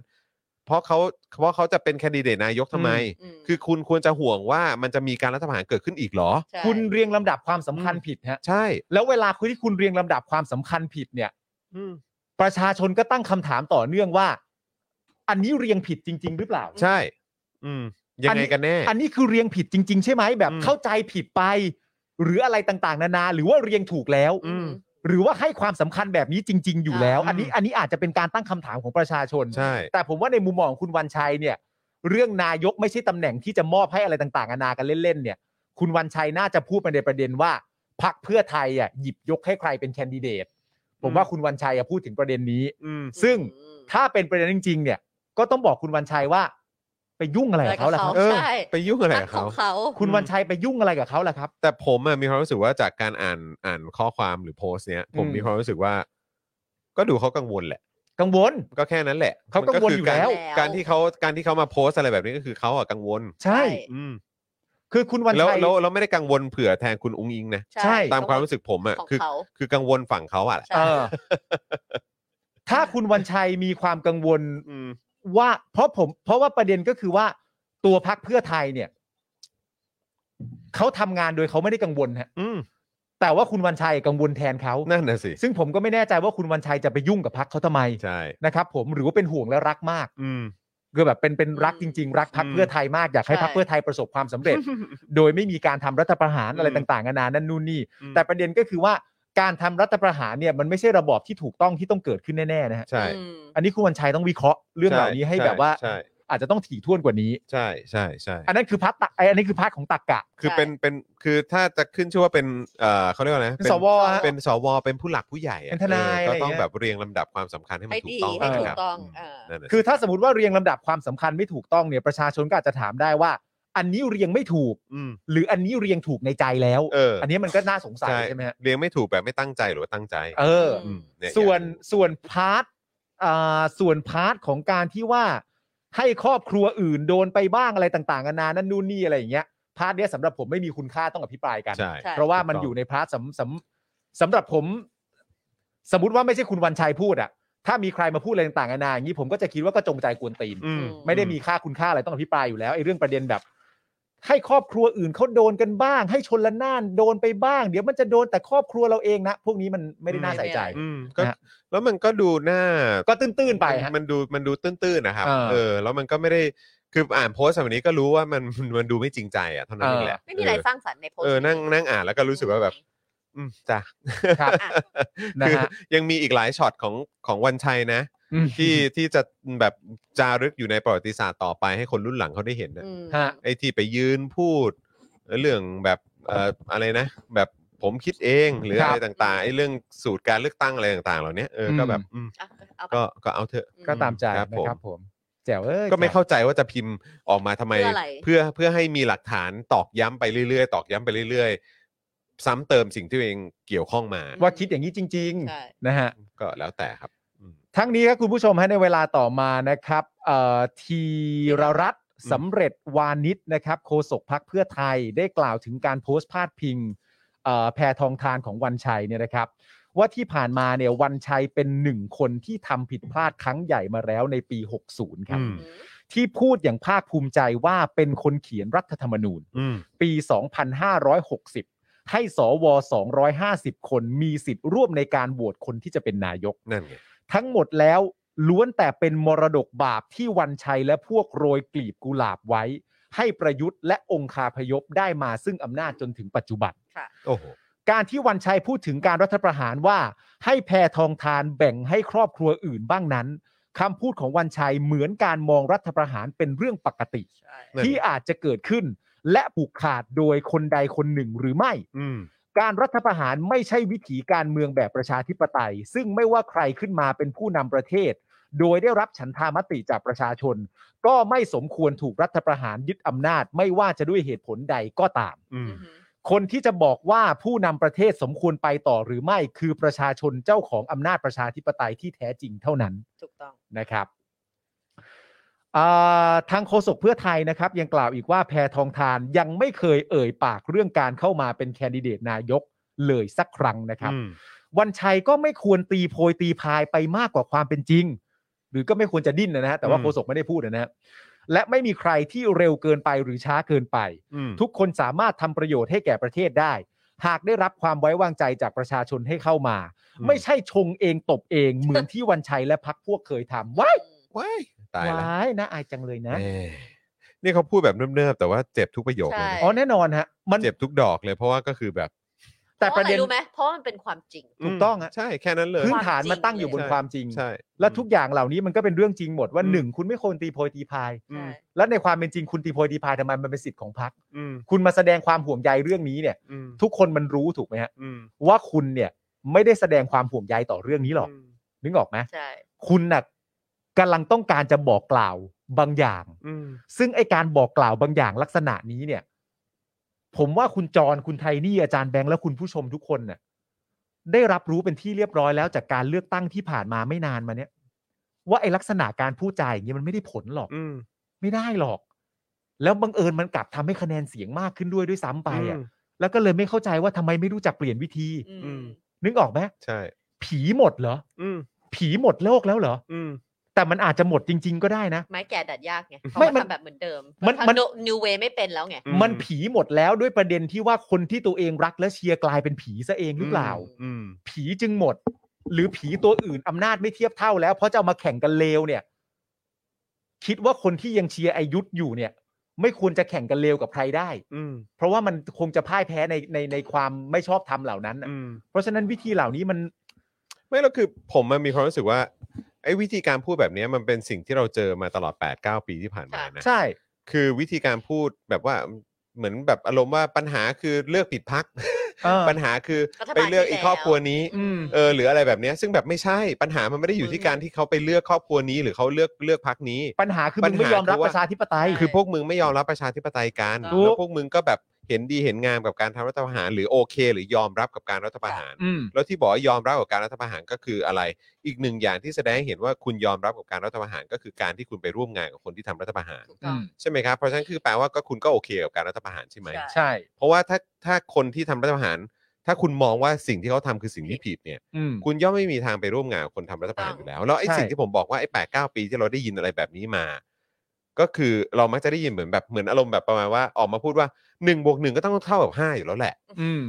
เพราะเขาเพราะเขาจะเป็นแคนดิเดตนายกทำไม
ม
คือคุณควรจะห่วงว่ามันจะมีการรัฐประหารเกิดขึ้นอีกเหรอ
ใช่
คุณเรียงลำดับความสำคัญผิดฮะ
ใช่
แล้วเวลาคุณที่คุณเรียงลำดับความสำคัญผิดเนี่ย
อืม
ประชาชนก็ตั้งคำถามต่อเนื่องว่า อันนี้เรียงผิดจริง ๆ หรือเปล่า
ใช่ อืม ยังไงกันแน่
อันนี้คือเรียงผิดจริง ๆ ใช่ไหมแบบ
อืม
เข้าใจผิดไป หรืออะไรต่างๆ นานา หรือว่าเรียงถูกแล้ว
อืม
หรือว่าให้ความสำคัญแบบนี้จริง ๆ อยู่แล้ว
อ่า
อันนี้อันนี้อาจจะเป็นการตั้งคำถามของประชาชน
ใช่
แต่ผมว่าในมุมมองของคุณวันชัยเนี่ย เรื่องนายกไม่ใช่ตำแหน่งที่จะมอบให้อะไรต่างๆนานากันเล่นๆเนี่ย คุณวันชัยน่าจะพูดไปในประเด็นว่าพักเพื่อไทยอ่ะหยิบยกให้ใครเป็นแคนดิเดต ผมว่าคุณวันชัยอ่ะพูดถึงประเด็นนี้
อืม
ซึ่ง
อืม
ถ้าเป็นประเด็นจริง ๆ เนี่ย ก็ต้องบอกคุณวันชัยว่า ไปยุ่งอะไรกับเขาล่ะครับ
เออ
ใช่
ไปยุ่งอะไร
รัก
กับ
ขอ
เขา
งเขา
คุณวันชัยไปยุ่งอะไรกับเขาล่ะครับ
แต่ผมอะมีความรู้สึกว่าจากการอ่านอ่านข้อความหรือโพสต์เนี้ย ผม
อืม
มีความรู้สึกว่า ก็ดูเขากังวลแหละ
กังวล
ก็แค่นั้นแหละ
เขากังวลอยู่แล้ว
มันก็คืการการที่เขาการที่เขามาโพสต์อะไรแบบนี้ก็คือเขาอะกังวล
ใช่
อืม
คือคุณวัน
แล้ว
ชัย
แล้วเราไม่ได้กังวลเผื่อแทนคุณอุ้งอิงนะ
ใช่
ตามความรู้สึกผมอะ
ของ
คือ
เขา
คือกังวลฝั่งเขาอะแหละ
ใช่
เออ ถ้าคุณวันชัยมีความกังวล
อืม
ว่าเพราะผมเพราะว่าประเด็นก็คือว่าตัวพักเพื่อไทยเนี่ยเขาทำงานโดยเขาไม่ได้กังวลฮะ
อืม
แต่ว่าคุณวันชัยกังวลแทนเขา
นั่นน่ะสิ
ซึ่งผมก็ไม่แน่ใจว่าคุณวันชัยจะไปยุ่งกับพักเขาทำไม
ใช่
นะครับ ผมหรือว่าเป็นห่วงและรักมาก
อืม
คือแบบเป็นเป็นรักจริง ๆ รักพักเพื่อไทยมากอยากให้พักเพื่อไทยประสบความสำเร็จ โดยไม่มีการทำรัฐประหารอะไร
อืม
ต่างๆนานานั่นนู่นนี่
อืม
แต่ประเด็นก็คือว่าการทำรัฐประหารเนี่ยมันไม่ใช่ระบอบที่ถูกต้องที่ต้องเกิดขึ้นแน่ๆนะฮะ
ใช่
อืม
อันนี้คุณวันชัยต้องวิเคราะห์เรื่องเหล่านี้ให้แบบว่า
ใช่
อาจจะต้องถี่ถ้วนกว่านี้
ใช่ใช่ใช่
อันนั้นคือพาร์ทตักไอ้อันนี้คือพาร์ทของตักกะ
คือ
ใช่
เป็นเป็นคือถ้าจะขึ้นชื่อว่าเป็นเอ่อเขาเรียกว่าอะไรนะ
เป็นสว
เป็น
ฮะ
เป็นสวเป็นผู้หลักผู้ใหญ่อะ
เป็นทนาย
เออก็
อะไรอย่าง
ต้อง
เงี้ย
แบบเรียงลำดับความสำคัญให้มัน
ให้
ถู
ดี
กต้อง
ให้ถูก
นะครับ
ต้องเออ
นั่นน่ะสิ
คือถ้าสมมติว่าเรียงลำดับความสำคัญไม่ถูกต้องเนี่ยประชาชนก็อาจจะถามได้ว่า อันนี้เรียงไม่ถูก
ม
หรืออันนี้เรียงถูกในใจแล้ว
เออ
อันนี้มันก็น่าสงสัยใช่ไหมฮะ
เรียงไม่ถูกแบบไม่ตั้งใจหรือว่าตั้งใจ
เออ
ม
มเนี่ย
ส่วน
อยากรู้
ส่วนพาร์ทอ่าส่วนพาร์ทของการที่ว่า ให้ครอบครัวอื่นโดนไปบ้างอะไรต่างๆนานานั่นนู่นนี่อะไรอย่างเงี้ยพาร์ทเนี้ยสำหรับผมไม่มีคุณค่าต้องอภิปรายกัน
ใช่
ใช่
เพราะว่ามัน
ถูกต้อง
อยู่ในพาร์ทสำสำสำหรับผม สมมติว่าไม่ใช่คุณวันชัยพูดอะถ้ามีใครมาพูดอะไรต่างๆนานาอย่างนี้ผมก็จะคิดว่าก็จงใจกวนตีน
อืม
ไม่ได้มีค่าคุณค่าอะไรต้องอภิปรายอยู่แล้วไอ้เรื่องประเด็นแบบ ให้ครอบครัวอื่นเขาโดนกันบ้าง ให้ชนละนานโดนไปบ้าง เดี๋ยวมันจะโดนแต่ครอบครัวเราเองนะพวกนี้มันไม่ได้น่าใส่ใจ
อืมก็
นะฮะ
แล้วมันก็ดูหน้า
ก็ตื้นๆไปฮะ
มันดูมันดูตื้นๆนะครับ
เออ
เออ แล้วมันก็ไม่ได้คืออ่านโพสต์แบบนี้ก็รู้ว่ามันมันดูไม่จริงใจอ่ะเท่านั้นเองแหละ
ไม่มีอะไรสร้างสรรค์ในโพส
เอ
ต์
อนั่งนั่งอ่านแล้วก็รู้สึกว่าแบบ อืมจ้ะ
ครับ
อ่ะ
นะ
คือ
ฮะ
ยังมีอีกหลายช็อตของของวันชัยนะ
อืม
ที่ที่จะแบบจารึกอยู่ในประวัติศาสตร์ต่อไปให้คนรุ่นหลังเขาได้เห็นนะ
อืม
ฮะ
ไอ้ที่ไปยืนพูด เรื่องแบบเอ่ออะไรนะ แบบผมคิดเองหรือ
ครับ
อะไรต่างๆไอ้เรื่องสูตรการเลือกตั้งอะไรต่างๆ เหล่านี้เอออ
ม
ก็แบบอืม
อ่ะเอาไป
ก็ก็เอาเถอะ
อื
ก็ตามใจ
ครับผม
นะครับ ผม แจ๋วเอ้ย
ก็ไม่เข้าใจว่าจะพิมพ์ออกมาทำไม
เพื่ออะไร
เพื่อเพื่อให้มีหลักฐานตอกย้ำไปเรื่อยๆ ตอกย้ำไปเรื่อยๆ ซ้ำเติมสิ่งที่ตัวเองเกี่ยวข้องมา
ว่าคิดอย่างนี้จริง
ใช่
ๆ นะฮะ
ก็แล้วแต่ครับอืม
ทั้งนี้ครับคุณผู้ชมฮะในเวลาต่อมานะครับเอ่อธีรรัตน์
อืม
สำเร็จวานิชนะครับโฆษกพักเพื่อไทยได้กล่าวถึงการโพสต์พาดพิงเอ่อแพรทองทานของวันชัยเนี่ยนะครับ ว่าที่ผ่านมาเนี่ยวันชัยเป็นหนึ่งคนที่ทำผิดพลาดครั้งใหญ่มาแล้วในปี 60 ครับ
อืม
ที่พูดอย่างภาคภูมิใจว่าเป็นคนเขียนรัฐธรรมนูญ
อืม
ปี 2560 ให้สว 250 คนมีสิทธิ์ร่วมในการโหวตคนที่จะเป็นนายก
นั่นไง
ทั้งหมดแล้วล้วนแต่เป็นมรดกบาปที่วันชัยและพวกโรยกลีบกุหลาบไว้ ให้ประยุทธ์และองคาพยพได้มาซึ่งอำนาจจนถึงปัจจุบัน
โอ้โห
การที่วันชัยพูดถึงการรัฐประหารว่า ให้แพรทองทานแบ่งให้ครอบครัวอื่นบ้างนั้นคำพูดของวันชัยเหมือนการมองรัฐประหารเป็นเรื่องปกติ
ใช่
นั่น
ที่อาจจะเกิดขึ้น และผูกขาดโดยคนใดคนหนึ่งหรือไม่
อืม
การรัฐประหารไม่ใช่วิถีการเมืองแบบประชาธิปไตย ซึ่งไม่ว่าใครขึ้นมาเป็นผู้นำประเทศ โดยได้รับฉันทามติจากประชาชน ก็ไม่สมควรถูกรัฐประหารยึดอำนาจ ไม่ว่าจะด้วยเหตุผลใดก็ตาม
อืม
อือหือ
คนที่จะบอกว่าผู้นำประเทศสมควรไปต่อหรือไม่คือประชาชนเจ้าของอำนาจประชาธิปไตยที่แท้จริงเท่านั้น
ถูกต้อง
นะครับอ่าทางโฆษกเพื่อไทยนะครับ ยังกล่าวอีกว่าแพทองทานยังไม่เคยเอ่ยปากเรื่องการเข้ามาเป็นแคนดิเดตนายกเลยสักครั้งนะครับ
อืม
วันชัยก็ไม่ควรตีโพยตีพายไปมากกว่าความเป็นจริง หรือก็ไม่ควรจะดิ้นนะฮะแต่ว่า
อืม
โฆษกไม่ได้พูดนะฮะและไม่มีใครที่เร็วเกินไปหรือช้าเกินไป
อืม
ทุกคนสามารถทำประโยชน์ให้แก่ประเทศได้ หากได้รับความไว้วางใจจากประชาชนให้เข้ามา
อืม
ไม่ใช่ชงเองตบเองเหมือนที่วันชัยและพักพวกเคยทำว้าย
ว้ายตายแล้ว
ว้ายน่าอายจังเลยนะ
แม่นี่เขาพูดแบบเนิบๆ แต่ว่าเจ็บทุกประโยคเลย
ใช่
อ๋อแน่นอนฮะ มัน
นะเจ็บทุกดอกเลย เพราะว่าก็คือแบบ
แต่ประเด็น
พาอไรู้ไหมเพราะว่ามันเป็นความจริง
ถูกต้องอะ
ใช่แค่นั้นเลย
พื้นฐานมันตั้งอยู่บน
ใช่
ความจริง
ใช่
และทุกอย่างเหล่านี้มันก็เป็นเรื่องจริงหมดว่า
อืม
หนึ่งคุณไม่ควรตีโพยตีพาย
อืม
และในความเป็นจริงคุณตีโพยตีพายทำไมมันเป็นสิทธิ์ของพรรค
อืม
คุณมาแสดงความห่วงใยเรื่องนี้เนี่ย
อืม
ทุกคนมันรู้ถูกไหมฮะ
อืม
ว่าคุณเนี่ยไม่ได้แสดงความห่วงใยต่อเรื่องนี้หรอกนึกออกไหม
ใช่
คุณน่ะกำลังต้องการจะบอกกล่าวบางอย่าง
อืม
ซึ่งไอการบอกกล่าวบางอย่างลักษณะนี้เนี่ย ผมว่าคุณจรคุณไทนี่อาจารย์แบงค์และคุณผู้ชมทุกคนน่ะ ได้รับรู้เป็นที่เรียบร้อยแล้วจากการเลือกตั้งที่ผ่านมาไม่นานมาเนี่ย ว่าไอลักษณะการพูดจาอย่างนี้ยมันไม่ได้ผลหรอก
อืม
ไม่ได้หรอก แล้วบังเอิญมันกลับทำให้คะแนนเสียงมากขึ้นด้วยด้วยซ้ำไปอ่ะแล้วก็เลยไม่เข้าใจว่าทำไมไม่รู้จักเปลี่ยนวิธี
อืม
นึกออกไหม
ใช่
ผีหมดเหรอ
อืม
ผีหมดโลกแล้วเหรอ
อืม
แต่มันอาจจะหมดจริง ๆ ก็ได้นะ
ไม้แก่ดัดยากไงเพราะ
ไม่
ว่า
มัน
ทำแบบเหมือนเดิม
มันมัน
นิวเวไม่เป็นแล้วไง
อืม
มันผีหมดแล้วด้วยประเด็นที่ว่าคนที่ตัวเองรักและเชียร์กลายเป็นผีซะเองหรือเปล่า
อืม
ผีจึงหมด หรือผีตัวอื่นอำนาจไม่เทียบเท่าแล้ว เพราะจะเอามาแข่งกันเลวเนี่ย คิดว่าคนที่ยังเชียร์ไอายุทธอยู่เนี่ย ไม่ควรจะแข่งกันเลวกับใครได้
อืม
เพราะว่ามันคงจะพ่ายแพ้ในในในความไม่ชอบธรรมเหล่านั้นน่ะ
อืม
เพราะฉะนั้นวิธีเหล่านี้มัน
ไม่แล้วคือผมมันมีความรู้สึกว่าไอ้วิธีการพูดแบบเนี้ยมันเป็นสิ่งที่เราเจอมาตลอด 8 9 ปีที่ผ่านมานะ
ใช่
คือวิธีการพูดแบบว่าเหมือนแบบอารมณ์ว่าปัญหาคือเลือกผิดพัก
เออ
ปัญหาคือ
รัฐบาล
ไปเลือก
ที่
อีก
แล้ว
ครอบครัวนี้
อืม
เออหรืออะไรแบบเนี้ยซึ่งแบบไม่ใช่ปัญหามันไม่ได้อยู่ที่การที่เขาไปเลือกครอบครัวนี้ หรือเขาเลือกเลือกพักนี้
ปัญหาคือมึงไม่ยอมรับประชาธิปไตย
คือพวกมึงไม่ยอมรับประชาธิปไตยกัน
ถูก
แล้วพวกมึงก็แบบเห็นดีเห็นงามกับการทำรัฐประหาร หรือโอเค หรือยอมรับกับการรัฐประหาร
อืม
แล้วที่บอกว่ายอมรับกับการรัฐประหารก็คืออะไร อีกหนึ่งอย่างที่แสดงให้เห็นว่าคุณยอมรับกับการรัฐประหารก็คือการที่คุณไปร่วมงานกับคนที่ทำรัฐประหาร
ถูกต้อง
อืม
ใช่ไหมครับเพราะฉะนั้นคือแปลว่าก็คุณก็โอเคกับการรัฐประหารใช่ไหม
ใช่
ใช่
เพราะว่าถ้าถ้าคนที่ทำรัฐประหาร ถ้าคุณมองว่าสิ่งที่เขาทำคือสิ่งที่ผิดเนี่ย
อืม
คุณย่อมไม่มีทางไปร่วมงานกับคนทำรัฐประหารอยู่แล้ว แล้วไอ้
ใช่
สิ่งที่ผมบอกว่าไอ้แปดเก้าปีที่เราได้ยินอะไรแบบนี้มา ก็คือเรามักจะได้ยินเหมือนแบบเหมือนอารมณ์แบบประมาณว่าออกมาพูดว่าหนึ่งบวกหนึ่งก็ต้องเท่ากับห้าอยู่แล้วแหละ
อืม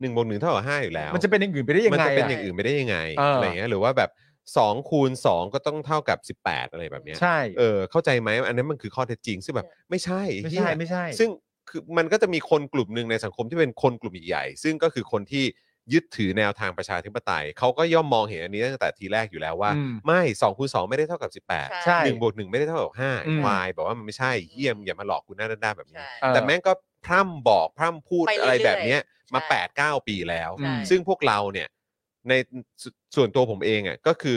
หนึ่งบวกหนึ่งเท่ากับห้าอยู่แล้ว
มันจะเป็นอย่างอื่นไปได้ยัง
มั
ไง
จะเป็น
อะ
อย่างอื่นไม่ได้ยังไง
เอออ
อะไรเงี้ยหรือว่าแบบสองคูณสองก็ต้องเท่ากับสิบแปดอะไรแบบเนี้ย
ใช่
เออเข้าใจไหมอันนั้นมันคือข้อเท็จจริงซึ่งแบบไม่ใช่
ไม่
เหี้
ใช่
ย
ไม่ใช่
ซึ่งคือมันก็จะมีคนกลุ่มหนึ่งในสังคมที่เป็นคนกลุ่มใหญ่ๆซึ่งก็คือคนที่ยึดถือแนวทางประชาธิปไตย เขาก็ย่อมมองเห็นอันนี้ตั้งแต่ทีแรกอยู่แล้วว่า
อืม
ไม่2อคูณสไม่ได้เท่ากับ 18
ใช่
1บวกหนึ่งไม่ได้เท่ากับ
อืม
5วายบอกว่ามันไม่ใช่เยี่ยมอย่ามาหลอกกูหน้าด้านๆแบบนี้
ใช่
เออ
แต่แม่งก็พร่ำบอกพร่ำพูด
ไปเรื่อย
อะไร
ๆ
แบบเนี้ยมา
ใช่
8 9 ปีแล้ว
อืม
ซึ่งพวกเราเนี่ยในสส่วนตัวผมเองอ่ะก็คือ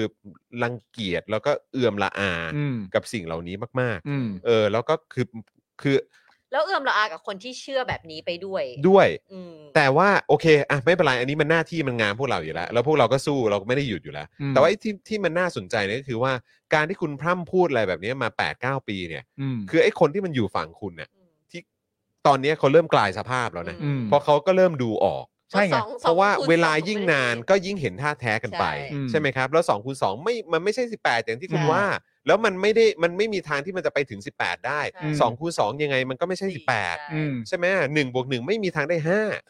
รังเกียจแล้วก็เอื่อมละอา
อืม
กับสิ่งเหล่านี้มาก
อืม
ๆ เออแล้วก็คือคือ
แล้วเอื้อมละอากับคนที่เชื่อแบบนี้ไปด้วย
ด้วย
อืม
แต่ว่าโอเคอ่ะไม่เป็นไรอันนี้มันหน้าที่มันงานพวกเราอยู่แล้ว แล้วพวกเราก็สู้เราก็ไม่ได้หยุดอยู่แล้ว
อืม
แต่ว่าไอ้ที่ที่มันน่าสนใจเนี่ยก็คือว่าการที่คุณพร่ำพูดอะไรแบบนี้มา8ปดเปีเนี่ย
อืม
คือไอ้คนที่มันอยู่ฝั่งคุณเนี่ย
อืม
ที่ตอนเนี้ยเขาเริ่มกลายสภาพแล้วนะ
อืม
เพราะเขาก็เริ่มดูออก
ใช่ไง
สองส
เพ
อง
ราะว่า
คูณ
เวลา
สอ
ยิ่ง
ไม่ได้
นานก็ยิ่งเห็นท่าแท้กันไป
ใช่
ใช่ไหมครับ แล้ว2คูณ2ไม่มันไม่ใช่ 18 อย่างที่คุณ
ใช่
ว่า แล้วมันไม่ได้มันไม่มีทางที่มันจะไปถึง 18 ได้
ใช่
อืม
2คูณ2ยังไงมันก็ไม่ใช่
ใช่
อืม
18 ใช่ไหมหนึ่งบวกหนึ่งไม่มีทางได้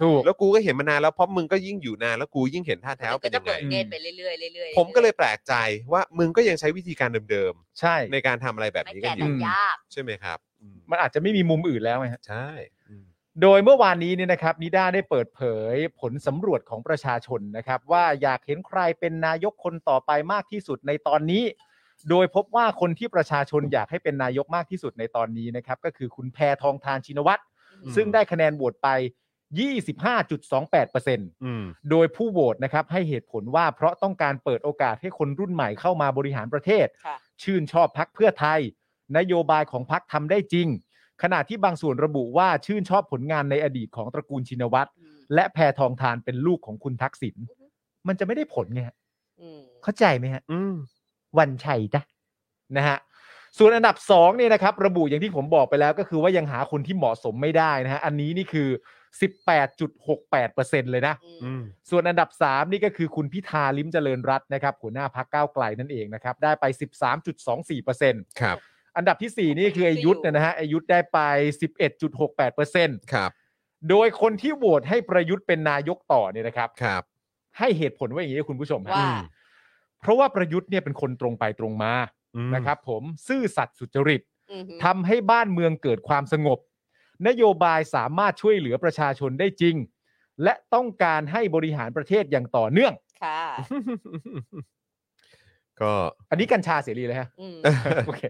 ถูก
5 แล้วกูก็เห็นมานานแล้วเพราะมึงก็ยิ่งอยู่นานแล้วกูยิ่งเห็นท่าแท้ว่า
มั
เป็น น
ก็
ยัง
จะ
ไง
เปิดเกณฑ์ไปเรื่อยๆเรื่อยๆ
ผมก็เลยแปลกใจว่ามึงก็ยังใช้วิธีการเดิม
ใช่
ๆ ในการทำอะไรแบบ
ไม่
นี้กั
แก่
นอ
ดั
ยู่
งยาก
ใช่ไหมครับอืม
มันอาจจะไม่มีมุมอื่นแล้วไงฮะ
ใช่อืม
โดยเมื่อวานนี้เนี่ยนะครับนิด้าได้เปิดเผยผลสำรวจของประชาชนนะครับ ว่าอยากเห็นใครเป็นนายกคนต่อไปมากที่สุดในตอนนี้ โดยพบว่าคนที่ประชาชนอยากให้เป็นนายกมากที่สุดในตอนนี้นะครับก็คือคุณแพทองทานชินวัตร
อืม
ซึ่งได้คะแนนโหวตไป 25.28%
อืม
โดยผู้โหวตนะครับให้เหตุผลว่าเพราะต้องการเปิดโอกาสให้คนรุ่นใหม่เข้ามาบริหารประเทศ
ค่ะ
ชื่นชอบพักเพื่อไทย นโยบายของพักทำได้จริง ขณะที่บางส่วนระบุว่าชื่นชอบผลงานในอดีตของตระกูลชินวัตร
อืม
และแพทองทานเป็นลูกของคุณทักษิณ
อือฮึ
มันจะไม่ได้ผลไงฮะ
อืม
เข้าใจไหมฮะ
อืม
วันชัยจ้ะนะฮะส่วนอันดับ2เนี่ยนะครับ ระบุอย่างที่ผมบอกไปแล้วก็คือว่ายังหาคนที่เหมาะสมไม่ได้นะฮะอันนี้นี่คือ 18.68%เลยนะ
อื
อืม
ม
ส่วนอันดับ 3 นี่ก็คือคุณพิธาลิ้มเจริญรัตน์นะครับหัวหน้าพักก้าวไกลนั่นเองนะครับ ได้ไป 13.24%
ครับ
อันดับทีสี่4 นี่คืออายุทธ์เนี่ยนะฮะอายุทธ์ได้ไป 11.68%
ครับ
โดยคนที่โหวตให้ประยุทธ์เป็นนายกต่อเนี่ยนะครับ
ครับ
ให้เหตุผลว่าอย่างนี้คุณผู้ชมฮะ
ว่า
เพราะว่าประยุทธ์เนี่ยเป็นคนตรงไปตรงมา
อืม
นะครับ ผมซื่อสัตย์สุจริต
อือฮึ
ทำให้บ้านเมืองเกิดความสงบ นโยบายสามารถช่วยเหลือประชาชนได้จริง และต้องการให้บริหารประเทศอย่างต่อเนื่อง
ค่ะ
ก็
อันนี้กัญชาเสรีเลยฮะ
อืม
โอเค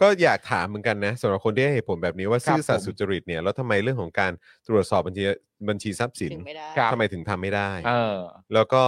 ก็อยากถามเหมือนกันนะสำหรับคนที่ให้เหตุผลแบบนี้ว่า
ครับ
ซื่อสัตย์
ผม
สุจริตเนี่ยแล้วทำไมเรื่องของการตรวจสอบบัญชีบัญชีทรัพย์สิน
ถึงไม่ได้
ครับ
ทำไมถึงทำไม่ได้
เออ
แล้วก็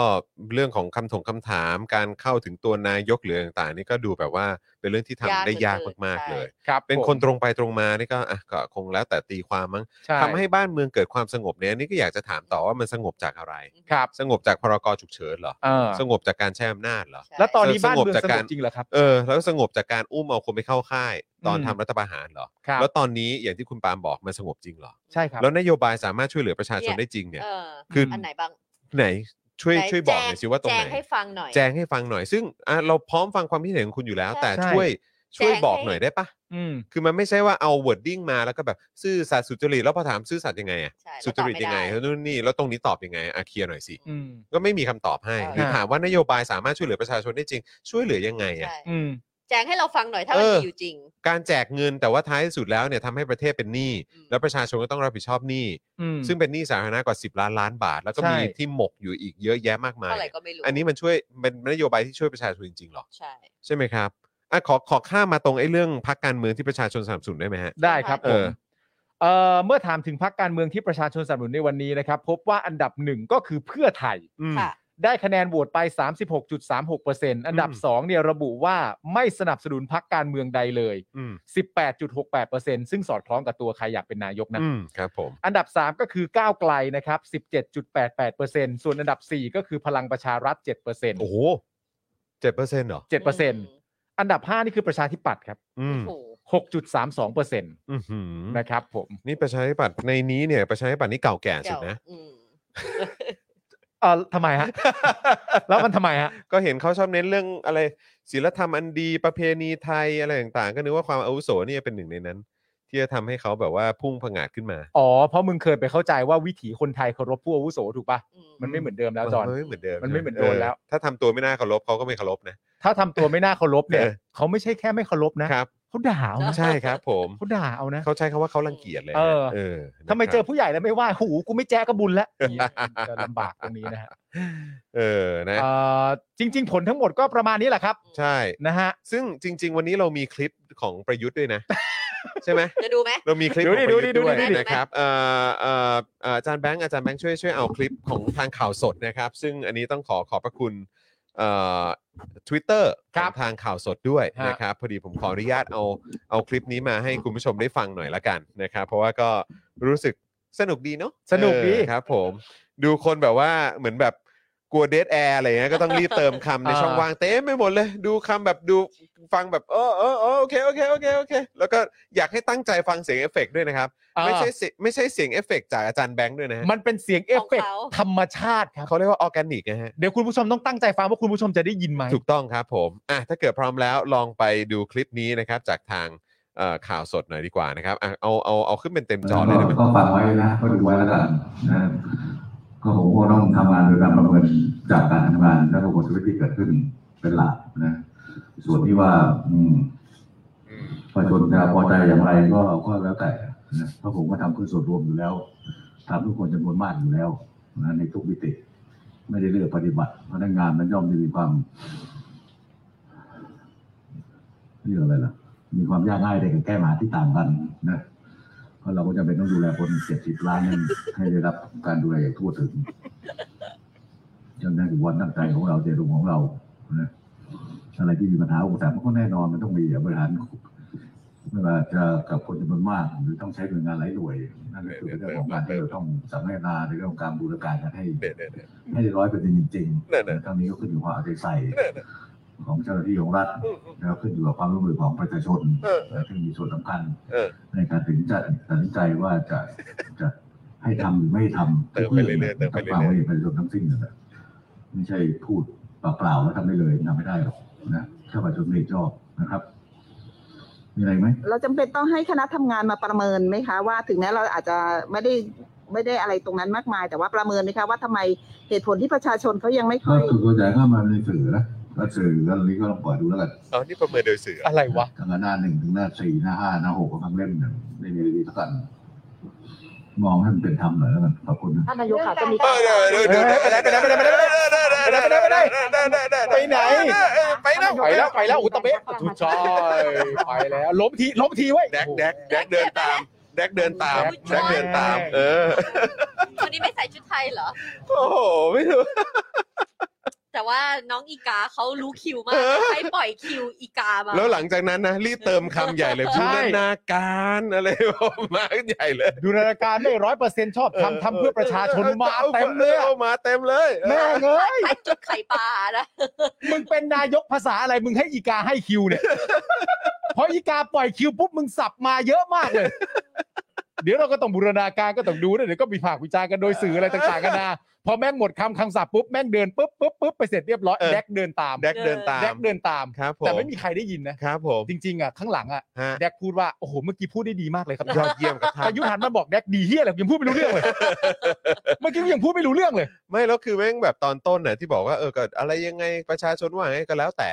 เรื่องของคำถงคำถาม การเข้าถึงตัวนายกหรืออะไรต่างๆ นี่ก็ดูแบบว่าเป็นเรื่องที่ทำ
ยาก
ได้ยาก
สุดๆ
มาก
ใช่
ๆเลย
ครับ
เป็น
ผม
คนตรงไปตรงมานี่ก็อ่ะก็คงแล้วแต่ตีความมั้ง
ใช่
ทำให้บ้านเมืองเกิดความสงบเนี่ยอันนี่ก็อยากจะถามต่อว่ามันสงบจากอะไร
ครับ
สงบจากพรกฉุกเฉินเหรอ
เออ
สงบจากการใช้อำนาจเหรอ
แล้วตอนนี้
สงบ
บ้านเมือง
จาก
สง
การ
บจริงเหรอครับ
เออแล้วสงบจากการอุ้มเอาคนไปเข้าค่าย ตอน
อืม
ทำรัฐประหารเหรอ
ครับ
แล้วตอนนี้อย่างที่คุณปาล์มบอกมันสงบจริงเหรอ
ใช่ครับ
แล้วนโยบายสามารถช่วยเหลือประชาชน
เนี่ย
ได้จริงเนี่ย
เออ
คือ
อันไหนบ้าง
ไหนช่วย
ไหน
ช่วยบอก
แจ
ห
ง
น่อยสิว่าตรง
แจ
ไหน
งให้ฟังหน่อย
แจงให้ฟังหน่อยซึ่งอ่ะเราพร้อมฟังความคิดเห็นของคุณอยู่แล้ว
ใช่
แต่
ใช่
ช่วยช่วย
แจงให้
บอกหน่อยได้ปะ
อืม
คือมันไม่ใช่ว่าเอาวอร์ดดิ้งมาแล้วก็แบบซื่อสัตย์สุจริตแล้วพอถามซื่อสัตย์ยังไงอะ
ใช่
สุจริตยังไง
แล้
แล้ว
ตอบ
ว
ม่ด้
นู่นนี่แล้วตรงนี้ตอบยังไงอะเคลียร์หน่อยสิ
อืม
ก็ไม่มีคำตอบให้
ใช่
หรือถามว่านโยบายสามารถช่วยเหลือประชาชนได้จริง ช่วยเหลือยังไงอะ
ใช่
อืม
แจงให้เราฟังหน่อยถ้ามั
เอ
น
อ
มีอยู่จริง
การแจกเงินแต่ว่าท้ายที่สุดแล้วเนี่ยทำให้ประเทศเป็นหนี้
อืม
แล้วประชาชนก็ต้องรับผิดชอบหนี้
อืม
ซึ่งเป็นหนี้สาธารณะกว่า 10 ล้านล้านบาท แล้วก็มี
ใช่
ที่หมกอยู่อีกเยอะแยะมากมาย
เท่าไหร่ก็ไม่รู้
อันนี้มันช่วยเป็นนโยบายที่ช่วยประชาชนจริงๆหรอ
ใช่
ใช่ไหมครับอ่ะขอขอข้ามมาตรงไอ้เรื่องพักการเมืองที่ประชาชนสนับสนุนได้ไหมฮะ
ได้ครับ
เอ
ผ
อ
มเอ่อเมื่อถามถึงพรรคการเมืองที่ประชาชนสนับสนุนในวันนี้นะครับ พบว่าอันดับหนึ่งก็คือเพื่อไทย
อืม
ค่ะ
ได้คะแนนโหวตไป 36.36%อันดับ
อืม
สองเนี่ยระบุว่าไม่สนับสนุนพรรคการเมืองใดเลย
อืม
18.68%ซึ่งสอดคล้องกับตัวใครอยากเป็นนายกนะ
อืมครับผม
อันดับ 3 ก็คือก้าวไกลนะครับ 17.88%ส่วนอันดับ 4 ก็คือพลังประชารัฐ 7%
โอ้โหเจ็ดเปอร์เซ็นต์เหรอ
7%อันดับ 5 นี่คือประชาธิปัตย์ครับ
อืม
โอ้โห
6.32%น
อื้อหือะ
ครับผม
นี่ประชาธิปัตย์ในนี้เนี่ยประชาธิปัตย์นี่เก่าแก่
เดี๋
สุ
ย
ด
ว
นะ
อืม
เออทำไมฮะ แล้วมันทำไมฮะ
ก็เห็นเขาชอบเน้นเรื่องอะไรศิลธรรมอันดีประเพณีไทยอะไรต่างๆ ก็นึกว่าความอาวุโสเนี่ยเป็นหนึ่งในนั้น ที่จะทำให้เขาแบบว่าพุ่งผงาดขึ้นมา
อ๋อ เพราะมึงเคยไปเข้าใจว่าวิถีคนไทยเคารพผู้อาวุโสถูกปะ
อืม
มันไม่เหมือนเดิมแล้วจอน
มันไม่เหมือนเดิม
มันไม่เหมือนเดิมแล้ว
ถ้าทำตัวไม่น่าเคารพเขาก็ไม่เคารพนะ
ถ้าทำตัวไม่น่าเคารพเนี่ย
เออ
เขาไม่ใช่แค่ไม่เคารพนะครับ เขาด่าเอานะ
ใช่ครับ ผม
เขาด่าเอานะ
เขาใช้คำว่าเขารังเกียจเลยนะ
เออ
เออ
ทำไมเจอผู้ใหญ่แล้วไม่ไหว่าหูกูไม่แจ้ก็บุญแล้ว
นะครับ
จะลำบากตรงนี้นะฮะ
เออนะ
เอ่อจริง ๆ ผลทั้งหมดก็ประมาณนี้แหละครับ
ใช่
นะฮะ
ซึ่งจริง ๆ วันนี้เรามีคลิปของประยุทธ์ด้วยนะ ใช่ไหม
จะดูไหม
เรามีคลิปข
ดู
อง
ดิ
ประยุทธ์
ดู
ด้ว
ดิ
ย
ดูดิ
นะครับเอ่อเอ่อเอ่ออาจารย์แบงค์อาจารย์แบงค์ช่วยช่วยเอาคลิปของทางข่าวสดนะครับ ซึ่งอันนี้ต้องขอขอบพระคุณเอ่อทวิตเตอร์
ครับ
ทางข่าวสดด้วย
ฮะ
นะครับพอดีผมขออนุญาตเอาเอาคลิปนี้มาให้คุณผู้ชมได้ฟังหน่อยละกันนะครับ เพราะว่าก็รู้สึกสนุกดีเนาะ
สนุกดี
เออครับผมดูคนแบบว่าเหมือนแบบ กลัวเดทแอร์อะไรเงี้ยก็ต้องรีบเติมคำใน
อ่า
ช่องว่างเต็มไม่หมดเลย ดูคำแบบดูฟังแบบเออเออเออโอเคโอเคโอเคโอเค แล้วก็อยากให้ตั้งใจฟังเสียงเอฟเฟกต์ด้วยนะครับ ไม่ใช่เสียไม่ใช่เสียงเอฟเฟกต์จากอาจารย์แบงค์ด้วยนะฮะ
มันเป็นเสียงเอฟเฟก
ขอ
ต์
งเขา
ธรรมชาติครับ
เขาเรียกว่าออร์แกนิกนะฮะ
เดี๋ยวคุณผู้ชมต้องตั้งใจฟังว่าคุณผู้ชมจะได้ยินไหม
ถูกต้องครับผมอ่ะถ้าเกิดพร้อมแล้วลองไปดูคลิปนี้นะครับ จากทางเอ่อข่าวสดหน่อยดีกว่านะครับอ่ะเอาเอาเอาขึ้นเป็นเต็มจอเลยได้ไหม
ก็ฟังไว้นะก็ดูไว้แล้วกันนะก็ผมก็ต้องทำงานโดยการประเมินจากการทำงานและระบบชีวิตที่เกิดขึ้นเป็นหลักนะ ส่วนที่ว่า อืมประชาชนจะพอใจอย่างไรก็ก็แล้วแต่นะเพราะผมก็ทำเพื่อส่วนรวมอยู่แล้วทำทุกคนจำนวนมากอยู่แล้วนะในทุกมิติ ไม่ได้เลือกปฏิบัติพนักงานมันย่อมจะมีความเรียกอะไรล่ะ มีความยากง่ายในการแก้ปัญหาที่ต่างกันนะ เพราะเราก็จะเป็นต้องดูแลคนเจ็ดสิบล้านนั้น ให้ได้รับการดูแลอย่างทั่วถึงจนนั่นคือวันตั้งใจของเราเจตจำนงของเรานะอะไรที่มีปัญหาอุปสรรคมันก็แน่นอนมันต้องมีอะบริหารไม่ว่าจะกับคนจำนวนมาก หรือต้องใช้หน่วยงานหลายหน่วยนั่นก็คือเรื่องของการที่เราต้องสังเกตนาในเรื่องของการบูรณาการกันให้
เด็ดเด็ดเด็ด
ไม่ได้ร้อยเปอร์เซ็นต์จริง
นั่นน่ะ
ๆตอนนี้ก็ขึ้นอยู่กับความเอาใจใส่ของเจ้าหน้าที่ของรัฐแล้วขึ้นอยู่กับความร่วมมือของประชาชนซึ่งมีส่วนสำคัญ
เออ
ในการถึงจะตัดสินใจว่าจะจะให้ทำหรือไม่ทำ
เติมไปเรื่อยๆเติมไปเรื่อยๆ
ต้องฟังให้ประชาชนทั้งสิ้นนะไม่ใช่พูดเปล่าๆแล้วทำได้เลยทำไม่ได้หรอกนะถ้าประชาชนไม่เห็นชอบนะครับ มีอะไรไหม
เราจำเป็นต้องให้คณะทำงานมาประเมินไหมคะ ว่าถึงแม้เราอาจจะไม่ได้ไม่ได้อะไรตรงนั้นมากมาย แต่ว่าประเมินไหมคะว่าทำไมเหตุผลที่ประชาชนเขายังไม่
ก็
ค่อย
คือตัวอย่างก็มาในสื่อนะแล้วสื่อก็นี้ก็ลองเปิดดูแล้วกัน
อ๋อนี่ประเมินโดยสื่อ
อะไรวะ
ตั้งแต่หน้าหนึ่งถึงหน้าสี่หน้าห้าหน้าหกก็ทั้งเล่มเนี่ยไม่มีอะไรดีสักอันมองให้มันเป็นธรรมหน่อยแล้วกันขอบคุณนะ
ท่านนายกค่ะจะมี
เออเดี๋ยวเดี๋ยวเดี๋ยวเดี๋ยว
ไปไหนไปไหนไปไหนไปไหนไปไหนไปไหน
ไปแล้ว
ไปแล้วไปแล้วอุตเบะทุจอยไปแล้ว ล้มทีล้มทีไว้ย
แดกแดกแดกเดินตามแดกเดินตามแดกเดินตาม เออ
คนนี้ไม่ใส่ชุดไทยเหรอ
โอ้โหไม่รู้
แต่ว่าน้องอีกาเขารู้คิวมา
เอกอ
ใช้ปล่อยคิวอีกามา
แล้วหลังจากนั้นนะรีบเติมคำใหญ่เลย
ใช่
พูดนาการอะไรมาใหญ่เลย
ดูนาฬิการได้ร้อยเปอร์เซ็นต์ชอบทำทำเพื่อประชาชนมาเต็มเลยอะ
ออมาเต็มเลยเออ
แม่งเอ้ย
ไข่จุดไข่ปลานะ
มึงเป็นนายกภาษาอะไรมึงให้อีกาให้คิว เนี่ยพออีกาปล่อยคิวปุ๊บมึงสับมาเยอะมากเลย เดี๋ยวเราก็ต้องบูรณาการก็ต้องดูนะเดี๋ยวก็มีภาควิจารณ์กันโดยสื่ออะไรต่างๆกันนะพอแม่งหมดคำคำสับปุ๊บแม่งเดินปุ๊บปุ๊บปุ๊บไปเสร็จเรียบร้อยแดกเดินตาม
แดกเดินตาม
แดกเดินตาม
ครับผม
แต่ไม่มีใครได้ยินนะครับ
ผม
จริงๆอ่ะข้างหลังอ่ะ
ฮะ
แดกพูดว่าโอ้โหเมื่อกี้พูดได้ดีมากเลยครับ
ยอดเยี่ยมครับท่า
อายุ
น
ทธหันมาบอกแดกดีเฮียอะไรผมยังพูดไม่รู้เรื่องเลย เมื่อกี้ผมยังพูดไม่รู้เรื่องเลย
ไม่แล้วคือแม่งแบบตอนต้นน่ะที่บอกว่าเออก็อะไรยังไงประชาชนว่าไงก็แล้วแต่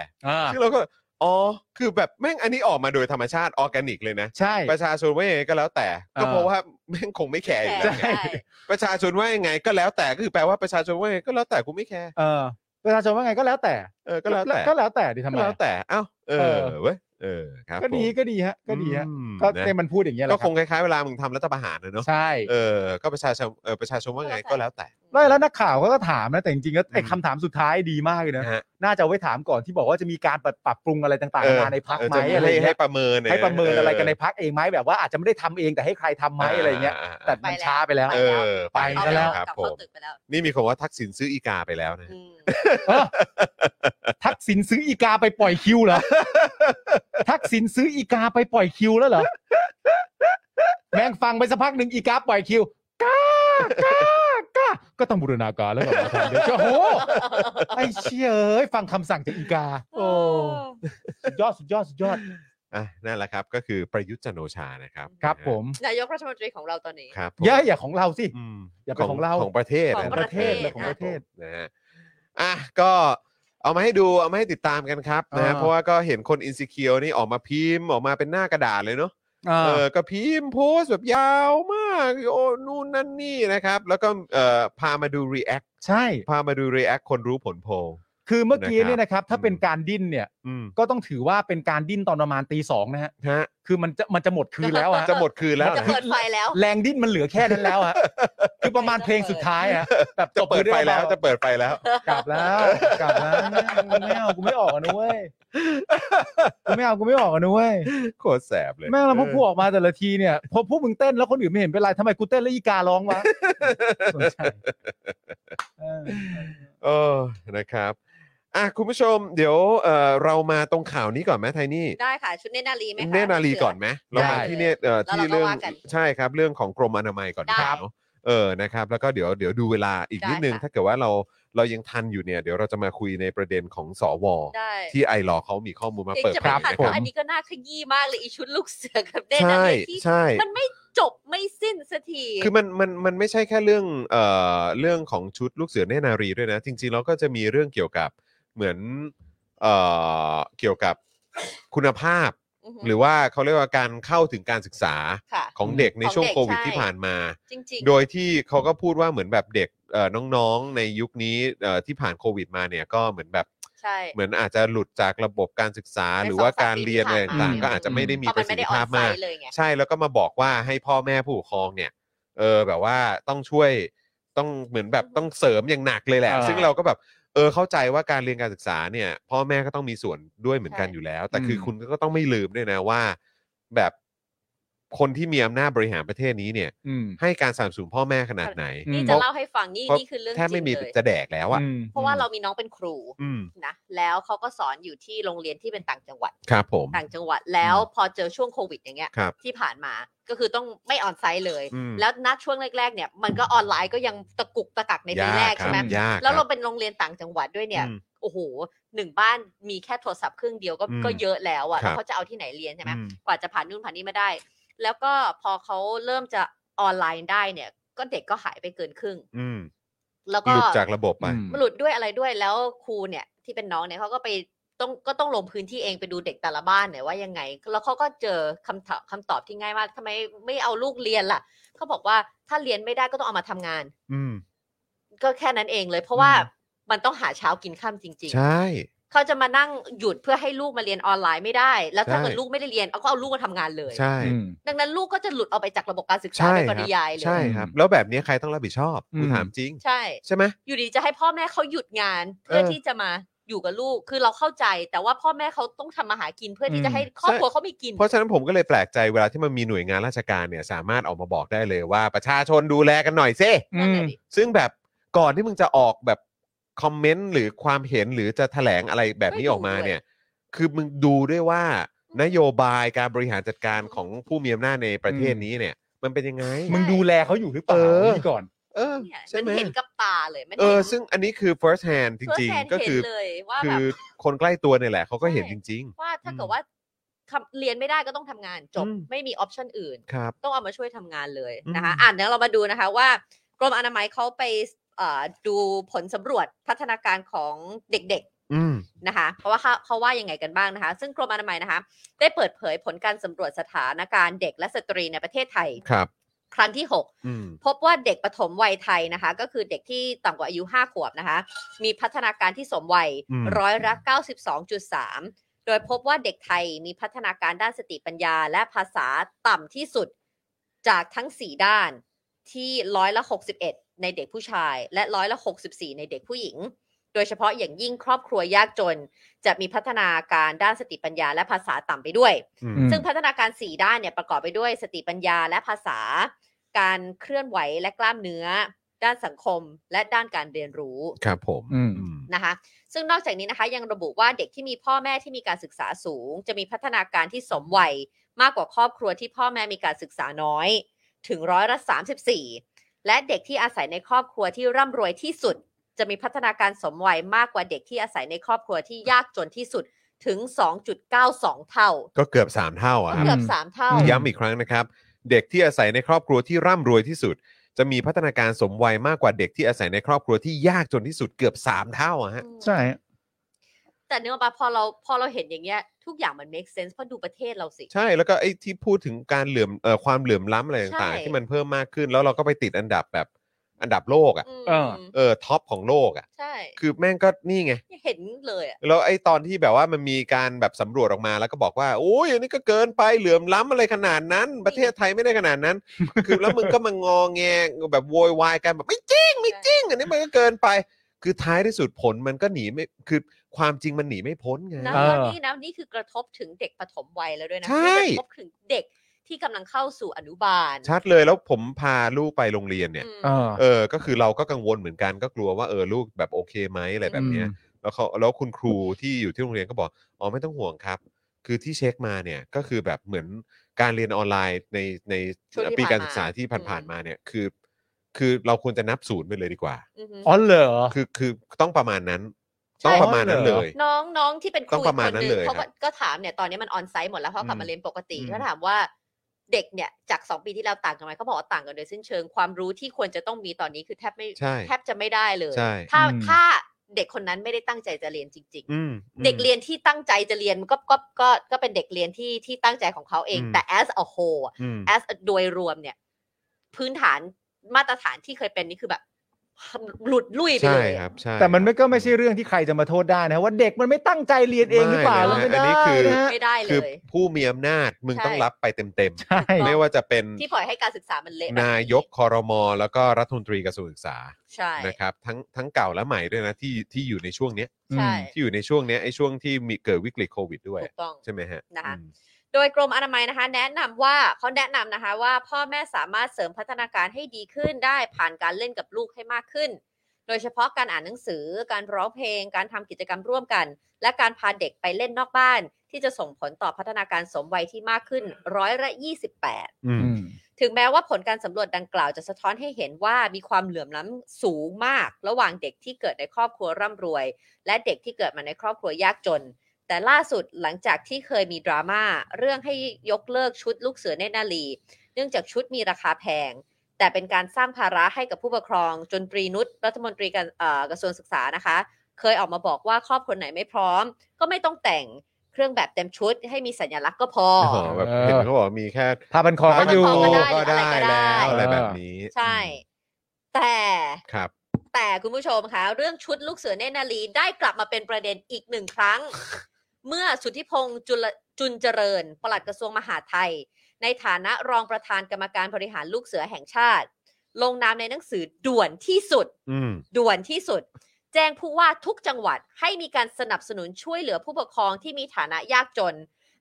ซึ่งเราก็อ๋อคือแบบแม่งอันนี้ออกมาโดยธรรมชาติออร์แกนิกเลยนะ
ใช่
ประชาชนว่ายังไงก็แล้วแต่ ก็
อ่า
เพราะว่าแม่งคงไม่แคร์อยู่แล้วไง
ใช่
ประชาชนว่ายังไงก็แล้วแต่ก็คือแปลว่าประชาชนว่ายังไงก็แล้วแต่กูไม่แคร์
เออประชาชนว่าไงก็แล้วแต่
เออก็แล้วแต่
ก็แล้วแต่ดิทำไม
ก็แล้วแต่เอ้าเอ
เอ
อ
อ
เว้ยเออครับ
ก็ดี
ผม
ก็ดีฮะ ก็ดีฮะ
อืม
ก็
นะ
เต้มันพูดอย่างเงี้ยแห
ก็
ละค
ครับ งคล้ายๆเวลามึงทำรัฐประหารนะเนาะ
ใช่
เออ ก็ประชาชน เออประชาชนว่าไงก็แล้วแต่
แล้วแล้วนักข่าวเขาก็ถามนะแต่จริงๆก็ไอ้
อืม
คำถามสุดท้ายดีมากเลยนะ
นะฮะ
น่าจะเอาไว้ถามก่อนที่บอกว่าจะมีการปรับปรับปรุงอะไรต่าง
เออ
ๆนาในพัก
เออ
ไหม
จะ
อะไร
ให้
อย่าง
ให้
เงี้ย
ประเมิน
ให้ประเมินอะไรกันใน
ย
พักเองไหมแบบว่าอาจจะไม่ได้ทำเองแต่ให้ใครทำไหมอะไรอย่างเงี้ย
า
แต่มันช้าไปแล้ว
เออ
ไป
เอา
ซะแล้ว
ก
ค
ลั
รั
บบ
ผ
เข้าม ตึกไปแล้ว
นี่มีคนว่าทักษิณซื้ออีกาไปแล้วนะ
อืม
ทักษิณซื้ออีกาไปปล่อยคิวเหรอ ทักษิณซื้ออีกาไปปล่อยคิวแล้วเหรอ แม่งฟังไปสักพักหนึ่งอีกาปล่อยคิวกากากาก็ต้องบูรณาการแล้วกลับมาทำเดี๋ยวจะโอ้โหไอ้เชี่ยเอ้ยฟังคำสั่งจากอีกา โอ้สุดยอดสุดยอดสุดยอด
อ่ะนั่นแหละครับ ก็คือประยุทธ์จันทร์โอชานะครับ
ครับผม
นายกรัฐมนตรีของเราตอนนี้
ครับผม
อย่าอย่าของเราสิ
อืม
อย่าไปของเรา
ของประเทศ
ของประเทศ
น
ของประเทศ
นะฮะอ่ะก็เอามาให้ดูเอามาให้ติดตามกันครับนะฮะ
อ่า
เพราะว่าก็เห็นคนอินซิเคียวนี่ออกมาพิมพ์ออกมาเป็นหน้ากระดาษเลยเนาะ
เอ
เอ
อ
อก็พิมพ์โพสต์แบบยาวมาก โอ้นู่นนั่นนี่นะครับ แล้วก็เอ่อพามาดู React
ใช่
พามาดู React คนรู้ผลโพล
คือเมื่อกี้เนี่ยนะครับ
นะครับ
ถ้าเป็นการดิ้นเนี่ย
อืม
ก็ต้องถือว่าเป็นการดิ้นตอนประมาณตีสองนะฮะ
ฮะ
คือมันจะมันจะหมดคืนแล้วอะ
จะหมดคืนแล้ว
จะ
นะ
เปิดไฟแล้ว
แรงดิ้นมันเหลือแค่นั้นแล้วอะ คือประมาณเพลงสุดท้ายอะแบบ
จะเปิดไฟแล้ว
จ
จะเปิดไฟแล้ว
บกลับแล้วกลับแล้วไม่เอากูไม่ออกอะนุ้ยกูไม่เอากูไม่ออกอะนุ้ย
โคตรแสบเลย
แม่งแล้วพวกกูออกมาแต่ละทีเนี่ยพอพวกมึงเต้นแล้วคนอื่นไม่เห็นเป็นไรทำไมกูเต้นแล้วอีการ้องวะสนใจเออ
เออนะครับอ่ะคุณผู้ชมเดี๋ยวเอ่อเรามาตรงข่าวนี้ก่อนไหมไทนี่
ได้ค่ะ ชุดเนตรนารีไหมคะ
เนตรนารีก่อนไหมเรามา
ได้
ที่เนตรเอ่อ
แล้ว
ที่
เราก็
เรื่อง
ว่ากัน
ใช่ครับเรื่องของกรมอนามัยก่อน
ได้
ครับเนอะเออนะครับแล้วก็เดี๋ยวเดี๋ยวดูเวลาอีกนิดนึง
ได้ค่ะ
ถ้าเกิดว่าเราเรายังทันอยู่เนี่ยเดี๋ยวเราจะมาคุยในประเด็นของสว
ได้
ที่ไอรอว์เขามีข้อมูลมา
เอง
เปิด
จะ
เผ
ไม่
ย
ทัน
นะค
เพ
รับ
ราะอันนี้ก็น่าขยี้มากเลยอีชุดลูกเสือกับเนตรนา
ใช่
รีที่
ใช่
มันไม่จบไม่สิ้นสักที
คือมันมันมันไม่ใช่แค่เรื่องเอ่อเรื่องของชุดลูกเสือเนตรนารีด้วยนะ จริงๆแล้วก็จะมีเรื่องเกี่ยวกับเหมือนเอ่อเกี่ยวกับคุณภาพ
อือฮึ
หรือว่าเขาเรียกว่าการเข้าถึงการศึกษา
ค่ะ
ของเด็กใน
ของ
ช่วง
เด็ก
โควิด
ใช่
ที่ผ่านมา
จริง
โดยที่เขาก็พูดว่าเหมือนแบบเด็กเอ่อน้องๆในยุคนี้เอ่อที่ผ่านโควิดมาเนี่ยก็เหมือนแบบ
ๆ ใช่
เหมือนอาจจะหลุดจากระบบการศึกษา
ใน
หรือว่า
สองสาม
การ
ปี
เรียน
ที่
อะไร
ผ่านมา
ต่างๆก็อาจจะไม่ได้มี
เพราะ
ป
มั
ระสิ
นไม่
ทธิ
ได้ออ
ภาพ
นไซ
มาก
ต์เลยไง
ใช่แล้วก็มาบอกว่าให้พ่อแม่ผู้ปกครองเนี่ยเออแบบว่าต้องช่วยต้องเหมือนแบบต้องเสริมอย่างหนักเลยแหละ
เออ
ซึ่งเราก็แบบเออเข้าใจว่าการเรียนการศึกษาเนี่ยพ่อแม่ก็ต้องมีส่วนด้วยเหมือนกัน
ใช่
อยู่แล้ว แต่คืออ
ม
คุณก็ต้องไม่ลืมด้วยนะว่า แบบคนที่มีอำนาจบริหารประเทศนี้เนี่ย
อืม
ให้การสนับสนุนพ่อแม่ขนาดไหน
อืม
นี่จะเล่าให้ฟังนี่
เพราะ
นี่คือเรื่อง
แท
จ
บ
ริ
ไม่
ง
มี
เลย
จะแดกแล้วอ่ะ
อืม
เพราะว่าเรามีน้องเป็นครู
อืม
นะแล้วเขาก็สอนอยู่ที่โรงเรียนที่เป็นต่างจังหวัด
ครับผม
ต่างจังหวัดแล้วพอเจอช่วงโควิดอย่างเงี้ย
ครับ
ที่ผ่านมาก็คือต้องไม่ออนไซต์เลย
อืม
แล้วณช่วงแรกๆเนี่ยมันก็ออนไลน์ก็ยังตะกุกตะกักในปี
ยา
แรก
ค
ใช่ไหม
ยาก
แล้ว
ค
เรา
บ
เป็นโรงเรียนต่างจังหวัดด้วยเนี่ย
อืม
โอ้โหหนึ่งบ้านมีแค่โทรศัพท์เครื่องเดียวก็
อืม
ก็เยอะแล้วอะ
ครั
แล้
บ
วเขาจะเอาที่ไหนเรียนใช่ไหม
อืม
กว่าจะผ่านนู่นผ่านนี่มาได้ แล้วก็พอเขาเริ่มจะออนไลน์ได้เนี่ย ก็เด็กก็หายไปเกินครึ่ง
อืม
แล้วก็
หลุดจากระบบไป
อืม
หลุดด้วยอะไรด้วยแล้วครูเนี่ยที่เป็นน้องเนี่ยเขาก็ไปต้องก็ต้องลงพื้นที่เองไปดูเด็กแต่ละบ้านเนี่ยว่ายังไง แล้วเขาก็เจอคำตอบคำตอบที่ง่ายมากทำไมไม่เอาลูกเรียนล่ะเขาบอกว่าถ้าเรียนไม่ได้ก็ต้องเอามาทำงาน
อืม
ก็แค่นั้นเองเลย เพราะว่า
อืม
มันต้องหาเช้ากินข้ามจริง ๆ
ใช่
เขาจะมานั่งหยุดเพื่อให้ลูกมาเรียนออนไลน์ไม่ได้ แล้วถ้า
ใช่
เกิดลูกไม่ได้เรียนเอาก็เอาลูกมาทำงานเลย
ใช่
อืม
ดังนั้นลูกก็จะหลุดออกไปจากระบบการศึกษา
ใช่
โดย
ค
ป
รับ
ริยายเลย
ใช่ครับ แล้วแบบนี้ใครต้องรับผิดชอบกู
อืม
ถามจริง
ใช่
ใช่ไหม
อยู่ดีจะให้พ่อแม่เขาหยุดงาน เพื่อ
เออ
ที่จะมาอยู่กับลูก คือเราเข้าใจ แต่ว่าพ่อแม่เขาต้องทำมาหากินเพื่อที่
อืม
จะให้ครอบ
ใช่
ครัวเขามีกิน
เพราะฉะนั้นผมก็เลยแปลกใจเวลาที่มันมีหน่วยงานราชการเนี่ย สามารถออกมาบอกได้เลยว่าประชาชนดูแลกันหน่อยซิ
อื
นั่น
ม
แหละดิ
ซึ่งแบบก่อนที่มึงจะออกแบบคอมเมนต์หรือความเห็นหรือจะแถลงอะไรแบบนี้ออกมาเนี่ย คือมึงดูด้วยว่านโยบายการบริหารจัดการของผู้มีอำนาจในประเทศนี้เนี่ย มันเป็นยังไง
มึงดูแลเขาอยู่หรือเปล่า
เออ
นี่ก่อน
เออ
เนี่ย
ใช่ไห
มัน
ม
เห็นกับตาเลย มัน
เอ
เห็
อน ซึ่งอันนี้คือ first hand จ
เพื่อ
ริง
แทน
ๆ ก็
เห็
คื
น
อ
เลยว่า
คื
แบบ
อคนใกล้ตัวเนี่ยแหละเขาก็เห็น
ใช่
จริง
ว่าถ้าเกิ
อื
ด
ม
ว่าทำเรียนไม่ได้ก็ต้องทำงานจบ
อืม
ไม่มีออปชันอื่น
ๆ ครับ
ต้องเอามาช่วยทำงานเลย
อืม
นะคะ อ่านเดี๋ยวเรามาดูนะคะว่ากรมอนามัยเขาไปเอ่อดูผลสำรวจพัฒนาการของเด็ก
อืม
ๆนะคะ เพราะว่าเขาเขาว่ายังไงกันบ้างนะคะ ซึ่งกรมอนามัยนะคะ ได้เปิดเผยผลการสำรวจสถานการณ์เด็กและสตรีในประเทศไทย
ครับ
ครั้งที่
อืม
6 พบว่าเด็กปฐมวัยไทยนะคะ ก็คือเด็กที่ต่ำกว่าอายุ 5 ขวบนะคะ มีพัฒนาการที่สมวัย
อืม
ร้อยละ92.3 โดยพบว่าเด็กไทยมีพัฒนาการด้านสติปัญญา และภาษาต่ำที่สุดจากทั้ง 4 ด้านที่ร้อยละ 61 ในเด็กผู้ชาย และร้อยละ 64 ในเด็กผู้หญิง โดยเฉพาะอย่างยิ่งครอบครัวยากจน จะมีพัฒนาการด้านสติปัญญา และภาษาต่ำไปด้วย
อืม
ม
ซึ่งพัฒนาการ 4 ด้านเนี่ยประกอบไปด้วยสติปัญญาและภาษา การเคลื่อนไหวและกล้ามเนื้อ ด้านสังคม และด้านการเรียนรู้
ครับผม
อืม
อืม
นะคะ ซึ่งนอกจากนี้นะคะยังระบุว่าเด็กที่มีพ่อแม่ที่มีการศึกษาสูง จะมีพัฒนาการที่สมวัยมากกว่าครอบครัวที่พ่อแม่มีการศึกษาน้อย ถึงร้อยละ34 และเด็กที่อาศัยในครอบครัวที่ร่ำรวยที่สุด จะมีพัฒนาการสมวัยมากกว่าเด็กที่อาศัยในครอบครัวที่ยากจนที่สุดถึง 2.92 เท่า
ก็เกือบ 3 เท่าอะค
เกื
รั
อ
บบ
สามเท่า
ย้ำอีกครั้งนะครับ เด็กที่อาศัยในครอบครัวที่ร่ำรวยที่สุด จะมีพัฒนาการสมวัยมากกว่าเด็กที่อาศัยในครอบครัวที่ยากจนที่สุดเกือบ 3 เท่าอะฮะ
ใช่
แต่เนื้อปะพอเราพอเราเห็นอย่างเงี้ย ทุกอย่างมัน make sense เพราะดูประเทศเราสิ
ใช่แล้วก็ไอ้ที่พูดถึงการเหลื่อมเอ่อความเหลื่อมล้ำอะไร
ใช่
ต่างๆ ที่มันเพิ่มมากขึ้น แล้วเราก็ไปติดอันดับแบบอันดับโลกอะ
อืม
เออ
เออท็อปของโลกอะ
ใช่
คือแม่งก็นี่ไง
เห็นเลยอะ
แล้วไอ้ตอนที่แบบว่ามันมีการแบบสำรวจออกมาแล้วก็บอกว่าโอ้ยอันนี้ก็เกินไปเหลื่อมล้ำอะไรขนาดนั้น ประเทศไทยไม่ได้ขนาดนั้น คือแล้วมึงก็มางอแงแบบโวยวายกันแบบไม่จริงไม่จริงอันนี้มันก็เกินไป คือท้ายที่สุดผลมันก็หนีไม่คือความจริงมันหนีไม่พ้นไง
นะ
เออ
แล้วนี่นะนี่คือกระทบถึงเด็กปฐมวัยแล้วด้วยนะ
ใช่
นี่กระทบถึงเด็ก ที่กำลังเข้าสู่อนุบาล
ชัดเลยแล้วผมพาลูกไปโรงเรียนเนี่ย
อืม
เออ
เออ ก็คือเราก็กังวลเหมือนกันก็กลัวว่าเออลูกแบบโอเคไหมอะไรแบบเนี้ย แล้วเขาแล้วคุณครูที่อยู่ที่โรงเรียนก็บอก อ๋อไม่ต้องห่วงครับ คือที่เช็คมาเนี่ยก็คือแบบเหมือนการเรียนออนไลน์ในใน
ช่วงที่
ปีการ
ผ่านมา
ศึกษาที่ผ่าน
อืม
ๆมาเนี่ยคือ คือเราควรจะนับศูนย์ไปเลยดีกว่า
อือหือ
อ๋อเหรอ
คือคือต้องประมาณนั้น
ใช่
ต้องประมาณนั้นเลย
น้องน้องที่เป็นค
ต้
รู
องป
อีก
ระมาณ
คน
นั้
ห
นเล
นึ่ง
ย
เขา
ครั
ก็
บ
ก็ถามเนี่ยตอนนี้มันออนไซต์หมดแล้วเขากลับ
อืม
มาเรียนปกติ
อืม
ก็ถามว่าเด็กเนี่ยจากสองปีที่แล้วต่างกันไหมเขาบอกว่าต่างกันโดยสิ้นเชิงความรู้ที่ควรจะต้องมีตอนนี้คือแทบไม่
ใช่
แทบจะไม่ได้เลย
ใช่
ถ้า
อืม
ถ้าเด็กคนนั้นไม่ได้ตั้งใจจะเรียนจริง
อืม
ๆ เด็กเรียนที่ตั้งใจจะเรียนมันก็ก็ก็ก็เป็นเด็กเรียนที่ที่ตั้งใจของเขาเอง
อืม
แต่ as a whole อะ
อืม
as a โดยรวมเนี่ย พื้นฐานมาตรฐานที่เคยเป็นนี่คือแบบ หลุดลุยไป
ใช่
เลย
ค
อะ
รับใช่
แต่มันไม่ก็ไม่ใช่เรื่องที่ใครจะมาโทษได้นะว่าเด็กมันไม่ตั้งใจเรียนเองหรือเปล่า
ไม่
เรา
นะ
ไม่
อัน
ได้
นี้คือ
นะ
ไม่ได้เลย
คือผู้มีอำนาจมึง
ใช่
ต้องรับไปเต็ม
ใช่
ๆ ไม่ว่าจะเป็น
ที่ปล่อยให้การศึกษามันเละแบบ
นายกคอรมอแล้วก็รัฐมนตรีกระทรวงศึกษา
ใช่
นะครับทั้งทั้งเก่าและใหม่ด้วยนะที่ที่อยู่ในช่วงเนี้ย
ใช่
ที่อยู่ในช่วงเนี้ยไอ้ช่วงที่มีเกิดวิกฤตโควิดด้วย
ถูกต้อง
ใช่ไหมฮะ
นะคะ
อืม
โดยกรมอนามัยนะคะ แนะนำว่าเขาแนะนำนะคะว่าพ่อแม่สามารถเสริมพัฒนาการให้ดีขึ้นได้ผ่านการเล่นกับลูกให้มากขึ้น โดยเฉพาะการอ่านหนังสือ การร้องเพลง การทำกิจกรรมร่วมกัน และการพาเด็กไปเล่นนอกบ้าน ที่จะส่งผลต่อพัฒนาการสมวัยที่มากขึ้นร้อยละยี่สิบแปด
อืม
ถึงแม้ว่าผลการสำรวจดังกล่าวจะสะท้อนให้เห็นว่ามีความเหลื่อมล้ำสูงมาก ระหว่างเด็กที่เกิดในครอบครัวร่ำรวย และเด็กที่เกิดมาในครอบครัวยากจน แต่ล่าสุดหลังจากที่เคยมีดราม่าเรื่องให้ยกเลิกชุดลูกเสือเนตรนาลี เนื่องจากชุดมีราคาแพง แต่เป็นการสร้างภาระให้กับผู้ปกครอง จนตรีนุชรัฐมนตรีการเอ่อกระทรวงศึกษานะคะ เคยออกมาบอกว่าครอบครัวไหนไม่พร้อม ก็ไม่ต้องแต่งเครื่องแบบเต็มชุด ให้มีสัญลักษณ์ก็พอ
อ๋อแบบเห็นเขาบอกมีแค่
พาพันคอก็
ผ้าพัน
อยู่
คอ ได้
ก็ได้
หรืออะไร
แล้วอะ
ก็ได้
ไรแบบนี้
ใช่ แต่
ครับ
แต่คุณผู้ชมคะเรื่องชุดลูกเสือเนตรนารีได้กลับมาเป็นประเด็นอีกหนึ่งครั้ง เมื่อสุทธิพงษ์จุลจุนเจริญ ปลัดกระทรวงมหาดไทย ในฐานะรองประธานกรรมการบริหารลูกเสือแห่งชาติ ลงนามในหนังสือด่วนที่สุด
อืม
ด่วนที่สุด แจ้งผู้ว่าทุกจังหวัดให้มีการสนับสนุนช่วยเหลือผู้ปกครองที่มีฐานะยากจน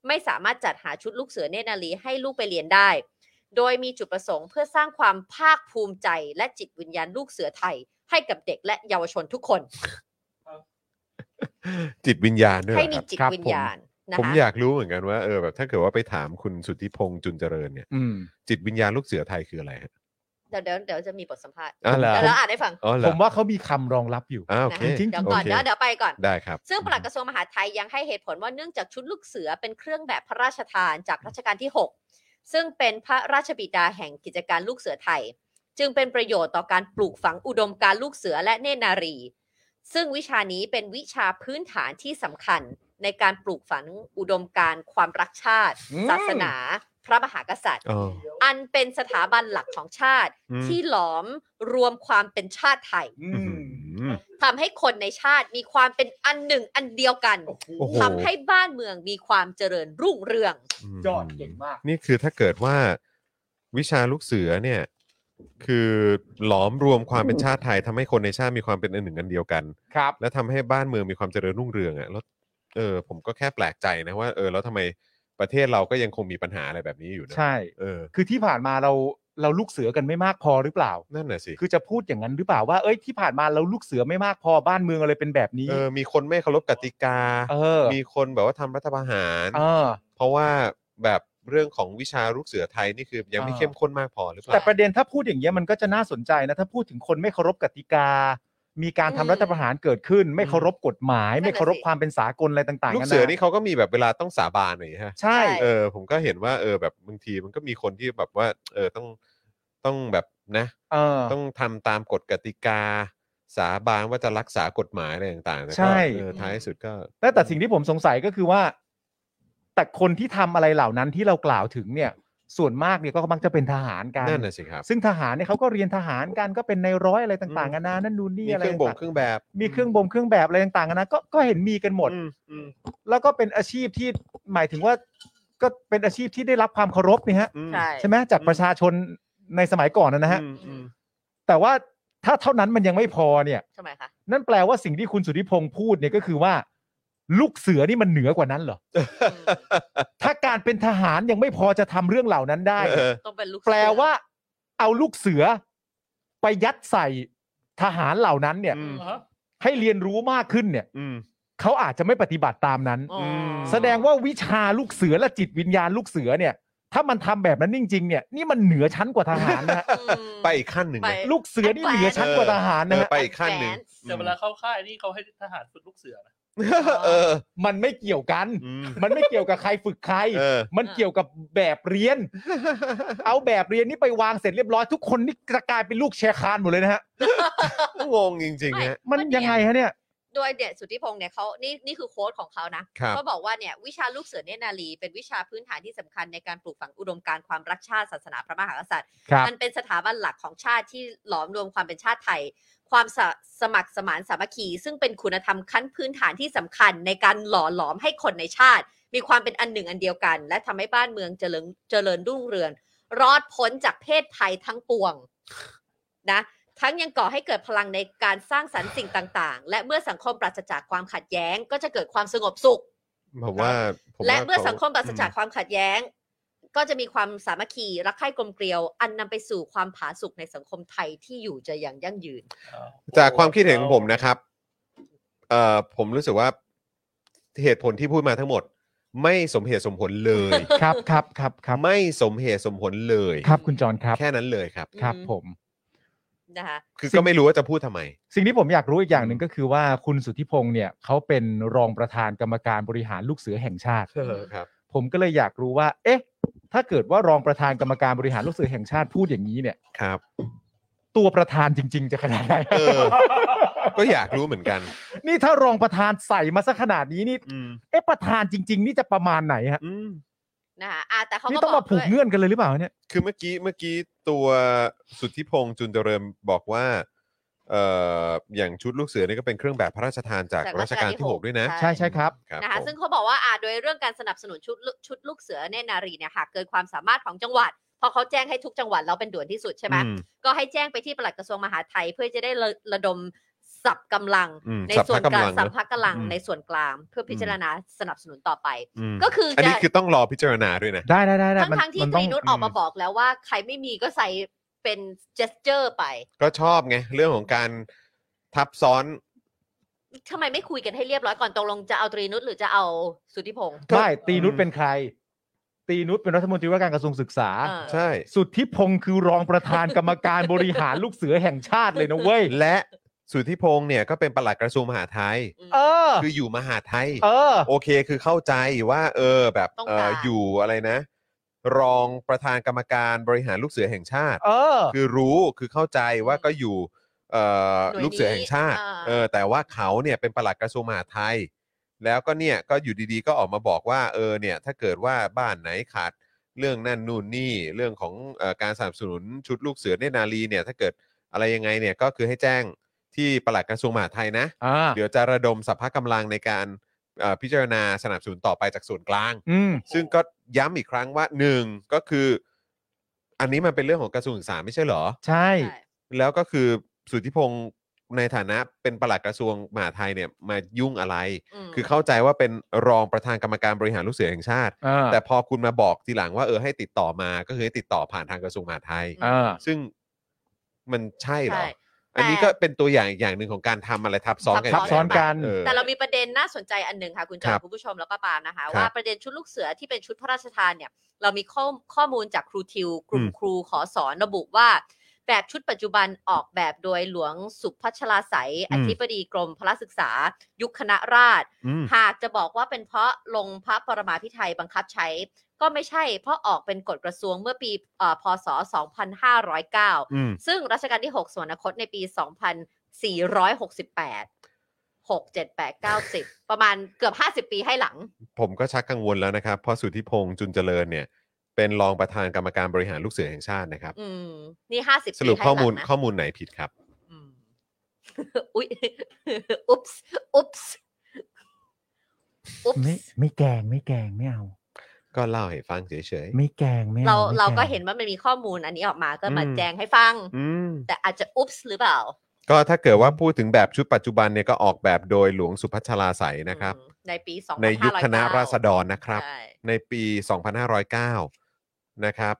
ไม่สามารถจัดหาชุดลูกเสือเนตรนารีให้ลูกไปเรียนได้ โดยมีจุดประสงค์เพื่อสร้างความภาคภูมิใจและจิตวิญญาณลูกเสือไทย ให้กับเด็กและเยาวชนทุกคน
จิตวิญญาณด้วยเหร
ให้
อ
มี
ครับ
จิต
ครับ
วิญญาณนะ
ผม
คะ
อยากรู้เหมือนกันว่าเออแบบถ้าเกิดว่าไปถามคุณสุทธิพงษ์จุนเจริญเนี่ย
อืม
จิตวิญญาณลูกเสือไทยคืออะไรฮะ
เดี๋ยวเดี๋ยวเดี๋ยวจะมีบทสัมภาษณ์
อ๋อเหรอ
เดี๋ยวเราอ่านให้ฟัง
อ๋อเหร
ผ
อ
มว่าเขามีคำรองรับอยู่
อ่าโอ
นะ
เค
คะเดี๋ยวก่อน
โค
เดี๋ยวเดี๋ยวไปก่อน
ได้ครับ
ซึ่งปลัดกระทรวงมหาดไทยยังให้เหตุผลว่าเนื่องจากชุดลูกเสือเป็นเครื่องแบบพระราชทานจากรัชกาลที่ 6 ซึ่งเป็นพระราชบิดาแห่งกิจการลูกเสือไทย จึงเป็นประโยชน์ต่อการปลูกฝังอุดมการณ์ลูกเสือและเนตรนารี ซึ่งวิชานี้เป็นวิชาพื้นฐานที่สำคัญในการปลูกฝังอุดมการณ์ความรักชาติ
อืม
ศาสนา พระมหากษัตริย์
อ๋อ
อันเป็นสถาบันหลักของชาติ
อืม
ที่หลอมรวมความเป็นชาติไทย
อื
อื
ม
ม
ทำให้คนในชาติมีความเป็นอันหนึ่งอันเดียวกัน
โอ้โห
ทำให้บ้านเมืองมีความเจริญรุ่งเรือง
ม
ยอดเก่งมาก
นี่คือถ้าเกิดว่าวิชาลูกเสือเนี่ย คือหลอมรวมความเป็นชาติไทยทำให้คนในชาติมีความเป็นอันหนึ่งอันเดียวกัน
ครับ
และทำให้บ้านเมืองมีความเจริญรุ่งเรืองอะ่ะแล้วเออ ผมก็แค่แปลกใจนะว่าเออแล้วทำไมประเทศเราก็ยังคงมีปัญหาอะไรแบบนี้อยู่นะ
ใช่
เออ
คือที่ผ่านมาเราเราลูกเสือกันไม่มากพอหรือเปล่า
นั่นน่ะสิ
คือจะพูดอย่างนั้นหรือเปล่าว่า เอ้ยที่ผ่านมาเราลูกเสือไม่มากพอบ้านเมืองอะไรเป็นแบบนี้
เออมีคนไม่เคารพกติกา
เออ
มีคนแบบว่าทำรัฐประหาร
เออ
เพราะว่าแบบเรื่องของวิชาลูกเสือไทยนี่คือยังไม่
เออ
เข้มข้นมากพอหรือเปล่า
แต่ประเด็นถ้าพูดอย่างเงี้ยมันก็จะน่าสนใจนะ ถ้าพูดถึงคนไม่เคารพกติกา มีการทำ
อืม
รัฐประหารเกิดขึ้น ไม่เคารพกฎหมาย
นั่นน่ะ
ไม่เคารพ
สิ
ความเป็นสากลอะไรต่างๆ
ลูกเสือนี่
ะ
เขาก็มีแบบเวลาต้องสาบานหน่อยางงี้ฮะ
ใช่
เออผมก็เห็นว่าเออแบบบางทีมันก็มีคนที่แบบว่า เออต้องต้องแบบนะ
เออ
ต้องทำตามกฎกติกา สาบานว่าจะรักษากฎหมายอะไรต่างๆนะ
ใช่
เออท้ายสุดก็
แต่แต่สิ่งที่ผมสงสัยก็คือว่า แต่คนที่ทำอะไรเหล่านั้นที่เรากล่าวถึงเนี่ย ส่วนมากเนี่ยก็มักจะเป็นทหารกัน
นั่นน่ะสิครับ
ซึ่งทหารเนี่ยเขาก็เรียนทหารกันก็เป็นในร้อยอะไรต่างๆ
อืม
กันานานั่นนู่นนี่
มี
อะไร
เครื่องบ่ง
ต่าง
เครื่องแบบ
ๆมีเครื่องบ่มเครื่องแบบอะไรต่างๆกันานะก็ก็เห็นมีกันหมด
อืมอืม
แล้วก็เป็นอาชีพที่หมายถึงว่า ก็เป็นอาชีพที่ได้รับความเคารพนี่ฮะ
อืม
ใช่
ใช่ไหมจากประชาชนในสมัยก่อนนะฮะ
อืมอืม
แต่ว่าถ้าเท่านั้นมันยังไม่พอเนี่ย
ทำไมคะ
นั่นแปลว่าสิ่งที่คุณสุทธิพงศ์พูดเนี่ยก็คือว่า ลูกเสือนี่มันเหนือกว่านั้นเหรอ ถ้าการเป็นทหารยังไม่พอจะทำเรื่องเหล่านั้นได้
เออ
ต้องเป็นลูก
แปลว่า เอาลูกเสือ ไปยัดใส่ทหารเหล่านั้นเนี่ย
อืม
ฮะ
ให้เรียนรู้มากขึ้นเนี่ย
อืม
เขาอาจจะไม่ปฏิบัติตามนั้น
อ๋อ
แสดงว่า วิชาลูกเสือและจิตวิญญาณลูกเสือเนี่ย ถ้ามันทำแบบนั้นจริงๆเนี่ยนี่มันเหนือชั้นกว่าทหารนะฮะ
อืม
ไปอีกขั้นหนึ่งนะ
ไป
ลูกเสือนี่เหนือชั้นกว่าทหาร
เอ
นะ
อ
ฮะ
ไปอีกขั้นหนึ่ง
Advance
แต่เวลาเข้าค่ายนี่เขาให้ทหารฝึกลูกเสือนะ
เออ
มันไม่เกี่ยวกัน
อืม
มันไม่เกี่ยวกับใครฝึกใคร
เออ
มันเกี่ยวกับแบบเรียน เอาแบบเรียนนี่ไปวางเสร็จเรียบร้อยทุกคนนี่จะกลายเป็นลูกแชร์คานหมดเลยนะฮะ
งงจริงๆฮะ
มันยังไงฮะเนี่ย
โดยเด่นสุทธิพงศ์เนี่ยเขานี่นี่คือโค้ดของเขานะครับ เขาบอกว่าเนี่ยวิชาลูกเสือเนตรนารีเป็นวิชาพื้นฐานที่สำคัญในการปลูกฝังอุดมการณ์ความรักชาติศาสนาพระมหากษัตริย์
ครับ
มันเป็นสถาบันหลักของชาติที่หลอมรวมความเป็นชาติไทย ความสะสมัครสมานสามัคคี ซึ่งเป็นคุณธรรมขั้นพื้นฐานที่สำคัญในการหล่อหลอมให้คนในชาติ มีความเป็นอันหนึ่งอันเดียวกัน และทำให้บ้านเมืองเจริญเจริญรุ่งเรืองรอดพ้นจากเพศภัยทั้งปวงนะ ทั้งยังก่อให้เกิดพลังในการสร้างสรรค์สิ่งต่างๆ และเมื่อสังคมปราศจากความขัดแย้ง ก็จะเกิดความสงบสุข
ผมว่าผว่า
และเมื่อ
ขา
สังคมปราศจากความขัดแย้ง ก็จะมีความสามัคคีรักใคร่กลมเกลียว อันนำไปสู่ความผาสุกในสังคมไทยที่อยู่จะอย่างยั่งยืน
จากความคิดเห็นของผมนะครับ เอ่อผมรู้สึกว่าเหตุผลที่พูดมาทั้งหมด ไม่สมเหตุสมผลเลย
ครับครับครับครับ
ไม่สมเหตุสมผลเลย
ครับคุณจรครับ
แค่นั้นเลยครับ
ครับ
อืม
ผม
นะคะ
คือ
สิ่ง
ก็ไม่รู้ว่าจะพูดทำไม
สิ่งที่ผมอยากรู้อีกอย่างหนึ่งก็คือว่าคุณสุทธิพงศ์เนี่ยเขาเป็นรองประธานกรรมการบริหารลูกเสือแห่งชาติ
เออครับ
ผมก็เลยอยากรู้ว่า เอ๊ะ ถ้าเกิดว่ารองประธานกรรมการบริหารลูกเสือแห่งชาติพูดอย่างนี้เนี่ย
ครับ
ตัวประธานจริง ๆ จะขนาดไหน
เออ ก็อยากรู้เหมือนกัน
นี่ถ้ารองประธานใส่มาซะขนาดนี้นี่
อืม
เอ๊ะประธานจริง ๆ นี่จะประมาณไหนฮะ
อืม
นะคะอ่ะแต่เขา
นี่
ก็
ต้อง
บอ
มาก ผู
ด้
ก
วย
เงื่อนกันเลยหรือเปล่าเนี่ย
คือเมื่อกี้เมื่อกี้ตัวสุทธิพงษ์จุนเจริญบอกว่า เอ่ออย่างชุดลูกเสือนี่ก็เป็นเครื่องแบบพระราชทานจากรัชกาลที่หกด้วยนะ
ใช่ใช่ครับ
ครับ
นะคะ
ผม
ซึ่งเขาบอกว่าอ่ะโดยเรื่องการสนับสนุนชุดลูกชุดลูกเสือเนตรนารีเนี่ยหากเกินความสามารถของจังหวัดเพราะเขาแจ้งให้ทุกจังหวัดแล้วเป็นด่วนที่สุดใช่ไหม
อืม
ก็ให้แจ้งไปที่ปลัดกระทรวงมหาดไทยเพื่อจะได้ระระดมสับกำลัง
อืม
ใน
สรรพ
ส่วนกลาง
กำลังนะ
สัมภาระลัง
อืม
ในส่วนกลางเพื่อพิจารณาสนับสนุนต่อไป
อืม
ก็คือ
อันนี้
จะ
คือต้องรอพิจารณาด้วยนะ
ได้ได้ได้ได้
ทั้ง
มัน
ทางๆที่
มัน
ต
ต้อ
รี
ง
นุชออกมาบอกแล้วว่าใครไม่มีก็ใส่เป็น gesture ไป
ก็ชอบไง เรื่องของการทับซ้อน
ทำไมไม่คุยกันให้เรียบร้อยก่อนตกลงจะเอาตรีนุชหรือจะเอาสุทธิพงศ์
ได้ตีนุชเป็นใคร ตีนุชเป็นรัฐมนตรีว่าการกระทรวงศึกษา
เออ
ใช่
สุทธิพงศ์คือรองประธานกรรมการบริหารลูกเสือแห่งชาติเลยนะเว้ย
และสุทธิพงษ์เนี่ยก็เป็นปลัดกระทรวงมหาดไทย
ม
เออ
คืออยู่มหาดไทย
เออ
โอเคคือเข้าใจว่า เออแบบ
ต้อง
เอ
การ
ออยู่อะไรนะ รองประธานกรรมการบริหารลูกเสือแห่งชาติ
เออ
คือรู้คือเข้าใจว่าก็อยู่เอ่อ
หน่วยนี้
ลูกเสือแห่งชาติ
อ่า
เออแต่ว่าเขาเนี่ยเป็นปลัดกระทรวงมหาดไทย แล้วก็เนี่ยก็อยู่ดีๆก็ออกมาบอกว่าเออเนี่ยถ้าเกิดว่าบ้านไหนขาดเรื่องนั่นนู่นนี่เรื่องของเออการสนับสนุนชุดลูกเสือเนตรนารีเนี่ยถ้าเกิดอะไรยังไงเนี่ยก็คือให้แจ้งที่ปลัดกระทรวงมหาดไทยนะ
อ่า
เดี๋ยวจะระดมสรรพกำลังในการเอ่อพิจารณาสนับสนุนต่อไปจากส่วนกลาง
อืม
ซึ่งก็ย้ำอีกครั้งว่าหนึ่งก็คือ อันนี้มันเป็นเรื่องของกระทรวงศึกษาไม่ใช่เหรอ
ใช่
ใช่
แล้วก็คือสุทธิพงศ์ในฐานะเป็นปลัดกระทรวงมหาดไทยเนี่ยมายุ่งอะไร
ม
คือเข้าใจว่าเป็นรองประธานกรรมการบริหารลูกเสือแห่งชาติ
เออ
แต่พอคุณมาบอกทีหลังว่าเออให้ติดต่อมาก็คือให้ติดต่อผ่านทางกระทรวงมหาดไทย
เออ
ซึ่งมันใช่เหรอ
ใช่
อันนี้ก็เป็นตัวอย่างอีกอย่างหนึ่งของการทำอะไรทับซ้อนกัน
ทับซ้อนกัน
เออ
แต่เรามีประเด็นน่าสนใจอันหนึ่งค่ะคุณจอ
ครั
ย
บ
คุณผู้ชมแล้วก็ปาล์มนะคะ
ครับ
ว่าประเด็นชุดลูกเสือที่เป็นชุดพระราชทานเนี่ย เรามีข้อข้อมูลจากครูทิว กลุ่ม
อืม
ครูขอสอนระบุว่า แบบชุดปัจจุบันออกแบบโดยหลวงสุพัชราสัยอธิบดีกรมพระศึกษา ยุคคณะราษฎร
อืม
หากจะบอกว่าเป็นเพราะลงพระปรมาภิไธยบังคับใช้ ก็ไม่ใช่เพราะออกเป็นกฎกระทรวงเมื่อปีเอ่อพศ 2509
อืม
ซึ่งรัชกาลที่ 6 ส่วนอนาคตในปี 2468 6 7 8 9 10 ประมาณเกือบ 50 ปีให้หลัง
ผมก็ชักกังวลแล้วนะครับ เพราะสุทธิพงษ์จุนเจริญเนี่ย เป็นรองประธานกรรมการบริหารลูกเสือแห่งชาตินะครับ
อืม นี่ 50
ส
ปี
รุป
ให้ห
ข้อ
ลั
มูล
งนะ
ข้อมูลไหนผิดครับ
อืม อุ๊ย อุ๊บส์อุ๊บส์อุ๊บ
ไม่
ส์
ไม่แกงไม่แกงไม่เอา
ก็เล่าให้ฟังเฉย
ไม่แกงไม่อ
เรา
ไม่
เราก็
แง
เห็นว่ามันมีข้อมูลอันนี้ออกมาก็มา
อืม
แจงให้ฟัง
ๆอืม
แต่อาจจะอุ๊บส์หรือเปล่า
ก็ถ้าเกิดว่าพูดถึงแบบชุดปัจจุบันเนี่ยก็ออกแบบโดยหลวงสุพัชราไสยนะครับ
อืม ในปี2 5 0 9
ในยุคคณะราษฎรนะครับ
ใช่
ในปี 2509 นะครับ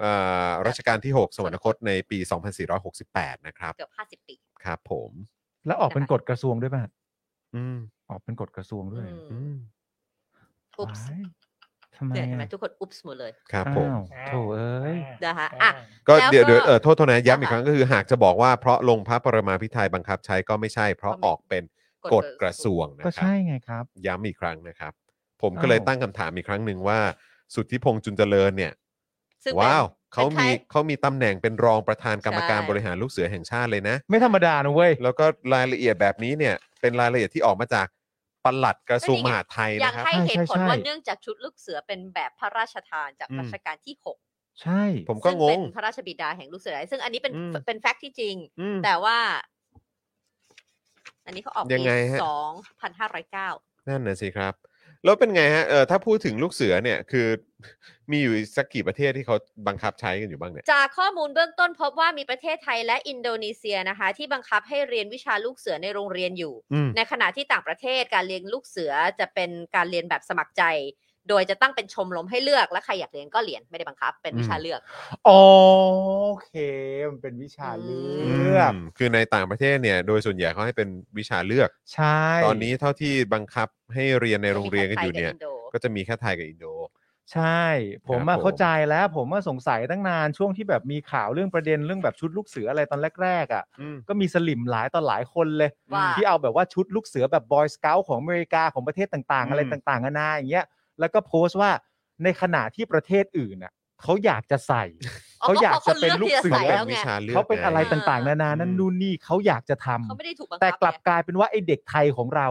เอ่อรัชกาลที่ 6 สวรรคตในปี 2468 นะครับ
เกือบ 50 ปี
ครับผม
แล้วออกเป็นกฎกระทรวงด้วยป่ะ
อืม
ออกเป็นกฎกระทรวงด้วย
อื
อืม
มอุ๊บส์
ว้ายทำไม
เนี่ยเห็นไหม
อะ
ทุกคนอุ๊บส์หมดเลย
ครับผม
อ้าวโถเอ้ย
นะคะอ่ะ
ก็
แล้ว
เดี๋ยว
ก็
เดี๋ยวเออโทษโทษนะย้ำอีกค
ค่ะ
รั้งก็คือหากจะบอกว่าเพราะลงพระปรมาพิไทยบังคับใช้ก็ไม่ใช่ เพราะ
ก็ไม่
ออกเป็นกฎกระทรวงนะ
ก็
ครั
ใช่
บ
ไงครับ
ย้ำอีกครั้งนะครับ ผมก็เลยตั้งคำถามอีกครั้งหนึ่งว่า สุทธิพงษ์จุนเจริญเนี่ย
ซึ่งเป็น
ว้าวเขา
เป็นใคร
มีเขามีตำแหน่งเป็นรองประธานกรรมการ
ใช่
บริหารลูกเสือแห่งชาติเลยนะ
ไม่ธรรมดานะเว้ย
แล้วก็รายละเอียดแบบนี้เนี่ย เป็นรายละเอียดที่ออกมาจากปลัดกระทรวงมหาดไทย
ยัง
นะครับ
ให้เหตุผ
ใช่
ล
ใช่
ว่าเนื่องจากชุดลูกเสือเป็นแบบพระราชทานจาก
อืม
รัชกาลที่ 6
ใช่
ผมก็
ซึ่
ง
เป็
ง
นพระราชบิดาแห่งลูกเสือซึ่งอันนี้เป็น
อืม
เป็นแฟกต์ที่จริง
อืม
แต่ว่า อันนี้เขาออก
ยั
ปี
งไงฮะ
สองพันห้าร้อยเก้า
นั่นนะสิครับ แล้วเป็นไงฮะเออถ้าพูดถึงลูกเสือเนี่ยคือ มีอยู่สักกี่ประเทศที่เขาบังคับใช้กันอยู่บ้างเนี่ย
จากข้อมูลเบื้องต้นพบว่ามีประเทศไทยและอินโดนีเซียนะคะ ที่บังคับให้เรียนวิชาลูกเสือในโรงเรียนอยู่
อืม
ในขณะที่ต่างประเทศการเรียนลูกเสือจะเป็นการเรียนแบบสมัครใจ โดยจะตั้งเป็นชมรมให้เลือกและใครอยากเรียนก็เรียนไม่ได้บังคับ เป็นวิชาเลือก
อ๋อโอเคมันเป็นวิชาเลื
อื
อก
มคือในต่างประเทศเนี่ย โดยส่วนใหญ่เขาให้เป็นวิชาเลือก
ใช่
ตอนนี้เท่าที่บังคับให้เรียนในโรงเรียนกันอยู่เนี่ย
มีแต่ไทกับอิโด
ก็จะมีแค่ไทยกับอินโด
ใช่ ผม
ครั
อะ
บผม
เข้าใจแล้ว ผมอะสงสัยตั้งนานช่วงที่แบบมีข่าวเรื่องประเด็นเรื่องแบบชุดลูกเสืออะไรตอนแรกๆอ่ะ
อืม
ก็มีสลิมหลายต่อหลายคนเลย
ว่า
ที่เอาแบบว่าชุดลูกเสือแบบบอยสเกลของอเมริกาของประเทศต่าง
อืม
ๆอะไรต่างๆนานาอย่างเงี้ยแล้วก็โพสต์ว่าในขณะที่ประเทศอื่นน่ะเขาอยากจะใส่
อ๋อ
เขาอยากจะเป็นลูกเสือ
เขาเลือกที่จะใส่แล้ว
วิชาเลือก
เขาเป็นอะไร
ง
ต่างๆ นานานั่น
อืม
นู่นนี่เขาอยากจะทำ
เขาไม่ได้ถูกบังคับ
แต่กลับ
ไง
กลายเป็นว่าไอเด็กไทยของเรา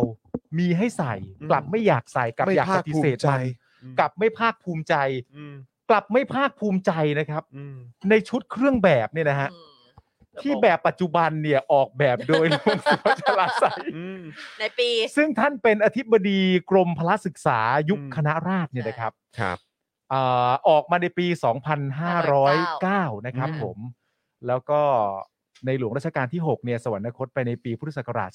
มีให้ใส่
อืม
กลับไม่อยากใส่กลับ
ไม่
อยาก
ภ
ป
ค
ฏิ
ภู
เส
มิ
ธ
ใจ
มัน
อืม
กลับไม่ภาคภูมิใจ
อืม
กลับไม่ภาคภูมิใจนะครับ
อืม
ในชุดเครื่องแบบเนี่ยนะฮะ
อืม
ที่แบบปัจจุบันเนี่ยออกแบบโดยหลวงสุวัชลาใส
ในปี
ซึ่งท่านเป็นอธิบดีกรมพละศึกษายุค
อืม
คณะราษฎรเนี่ยนะครับ
ครับ
เอ่อออกมาในปี 2509 นะครับ
อืม
ผม แล้วก็ในหลวงรัชกาลที่ 6 เนี่ยสวรรคตไปในปีพุทธศักราช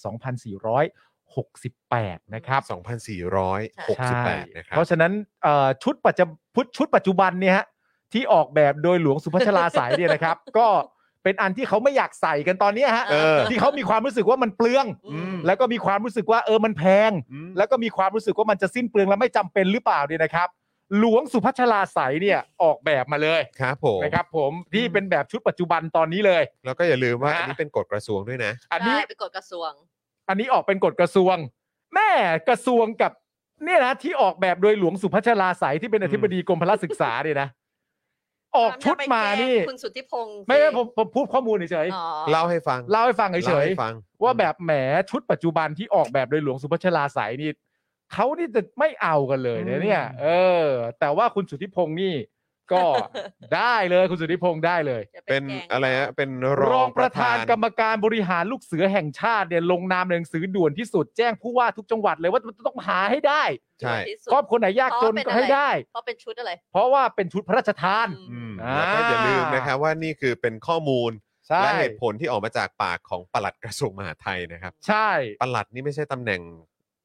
2468 นะครับ
2,468 นะครับ
เพราะฉะนั้นเอ่อชุดปัจจุพุทธชุดปัจจุบันเนี่ยฮะที่ออกแบบโดยหลวงสุพัชลาสายเนี่ยนะครับ ก็เป็นอันที่เขาไม่อยากใส่กันตอนเนี้ยฮะ
เออ
ที่เขามีความรู้สึกว่ามันเปลือง
อืม
แล้วก็มีความรู้สึกว่าเออมันแพง
อืม
แล้วก็มีความรู้สึกว่ามันจะสิ้นเปลืองและไม่จำเป็นหรือเปล่าเนี่ยนะครับ หลวงสุพัชลาใสยเนี่ยออกแบบมาเลย
ครับผม
นะครับ ผมที่เป็นแบบชุดปัจจุบันตอนนี้เลย
แล้วก็อย่าลืมว่า
ฮะ
อันนี้เป็นกฎกระทรวงด้วยนะ
อันนี้
ใช่ไปกดกระทรวง
อันนี้ออกเป็นกฎกระทรวง แม่กระทรวงกับเนี่ยนะที่ออกแบบโดยหลวงสุพัชลาใสยที่เป็นอธิบดีกรมพละศึกษาเนี่ยนะ ออกชุดมานี่
คุณสุทธิพงศ์สิ
ไม่ไม่ผมผมพูดข้อมูลเฉย
อ๋อ
เล่าให้ฟัง
ๆเล่าให้ฟังเฉ
ล่าย ให้
ๆ
ฟัง
ว่าแบบแหมชุดปัจจุบันที่ออกแบบโดยหลวงสุพัชลาสายนี่เขานี่จะไม่เอากันเลยนะเนี่ย เออ แต่ว่าคุณสุทธิพงษ์นี่ ก็ ได้เลยคุณสุทธิพงษ์ได้เลย
จะ
เป็น
แกง
อะไรฮะเป็น
รองประธานกรรมการบริหารลูกเสือแห่งชาติเนี่ยลงนามในหนังสือด่วนที่สุดแจ้งผู้ว่าทุกจังหวัดเลยว่าต้องหาให้ได้
ใช่
ที่สุด
ครอบคนไหนยากจนก็ให้ได้
เพราะเป็นชุดอะไร
เพราะว่าเป็นชุดพระราชทาน
อืม
อ่า
แล้วก็อย่าลืมนะครับว่านี่คือเป็นข้อมูล
ใช่
และเหตุผลที่ออกมาจากปากของปลัดกระทรวงมหาดไทยนะครับ
ใช่
ปลัดนี่ไม่ใช่ตำแหน่ง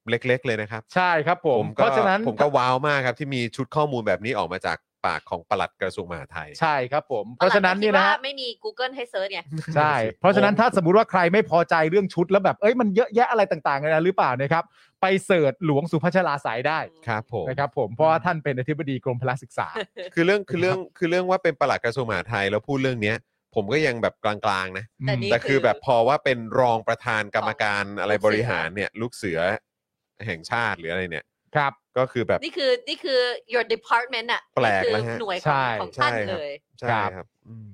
เล็ก ๆ เลยนะครับ
ใช่ครับผม
ก็
เพราะฉะนั้น
ผมก็ว้าวมากครับที่มีชุดข้อมูลแบบนี้ออกมาจากปากของปลัดกระทรวงมหาดไทย
ใช่ครับผม เพราะฉะนั้นเนี่ยนะ
ว่าไม่มี Google ให้เซิร์ชไง
ใช่ เพราะฉะนั้นถ้าสมมติว่าใครไม่พอใจเรื่องชุดแล้วแบบเอ้ยมันเยอะแยะอะไรต่างๆกันะหรือเปล่านะครับ ไปเสิร์ชหลวงสุพัชลาสายได้
ครับผม
นะครับผมเพราะว่าท่านเป็นอธิบดีกรมพละศึกษา
คือเรื่องคือเรื่องคือเรื่องว่าเป็นปลัดกระทรวงมหาดไทยแล้วพูดเรื่องเนี้ย ผมก็ยังแบบกลางๆนะ
แต่นี่
แต่คือ
คือ
แบบพอว่าเป็นรองประธานกรรมการอะไร
ลูกเสือ
บริหารเนี่ย ลูกเสือแห่งชาติหรืออะไรเนี่ย
ครับ
ก็คือแบบ
นี่คือนี่คือ your department อะ
แปลก
นี่
แล้ว
คือ
ฮะ
หน่วยข
ใช่
องของท่าน
ใช่ครับ
เลย
ใช่ครับอืม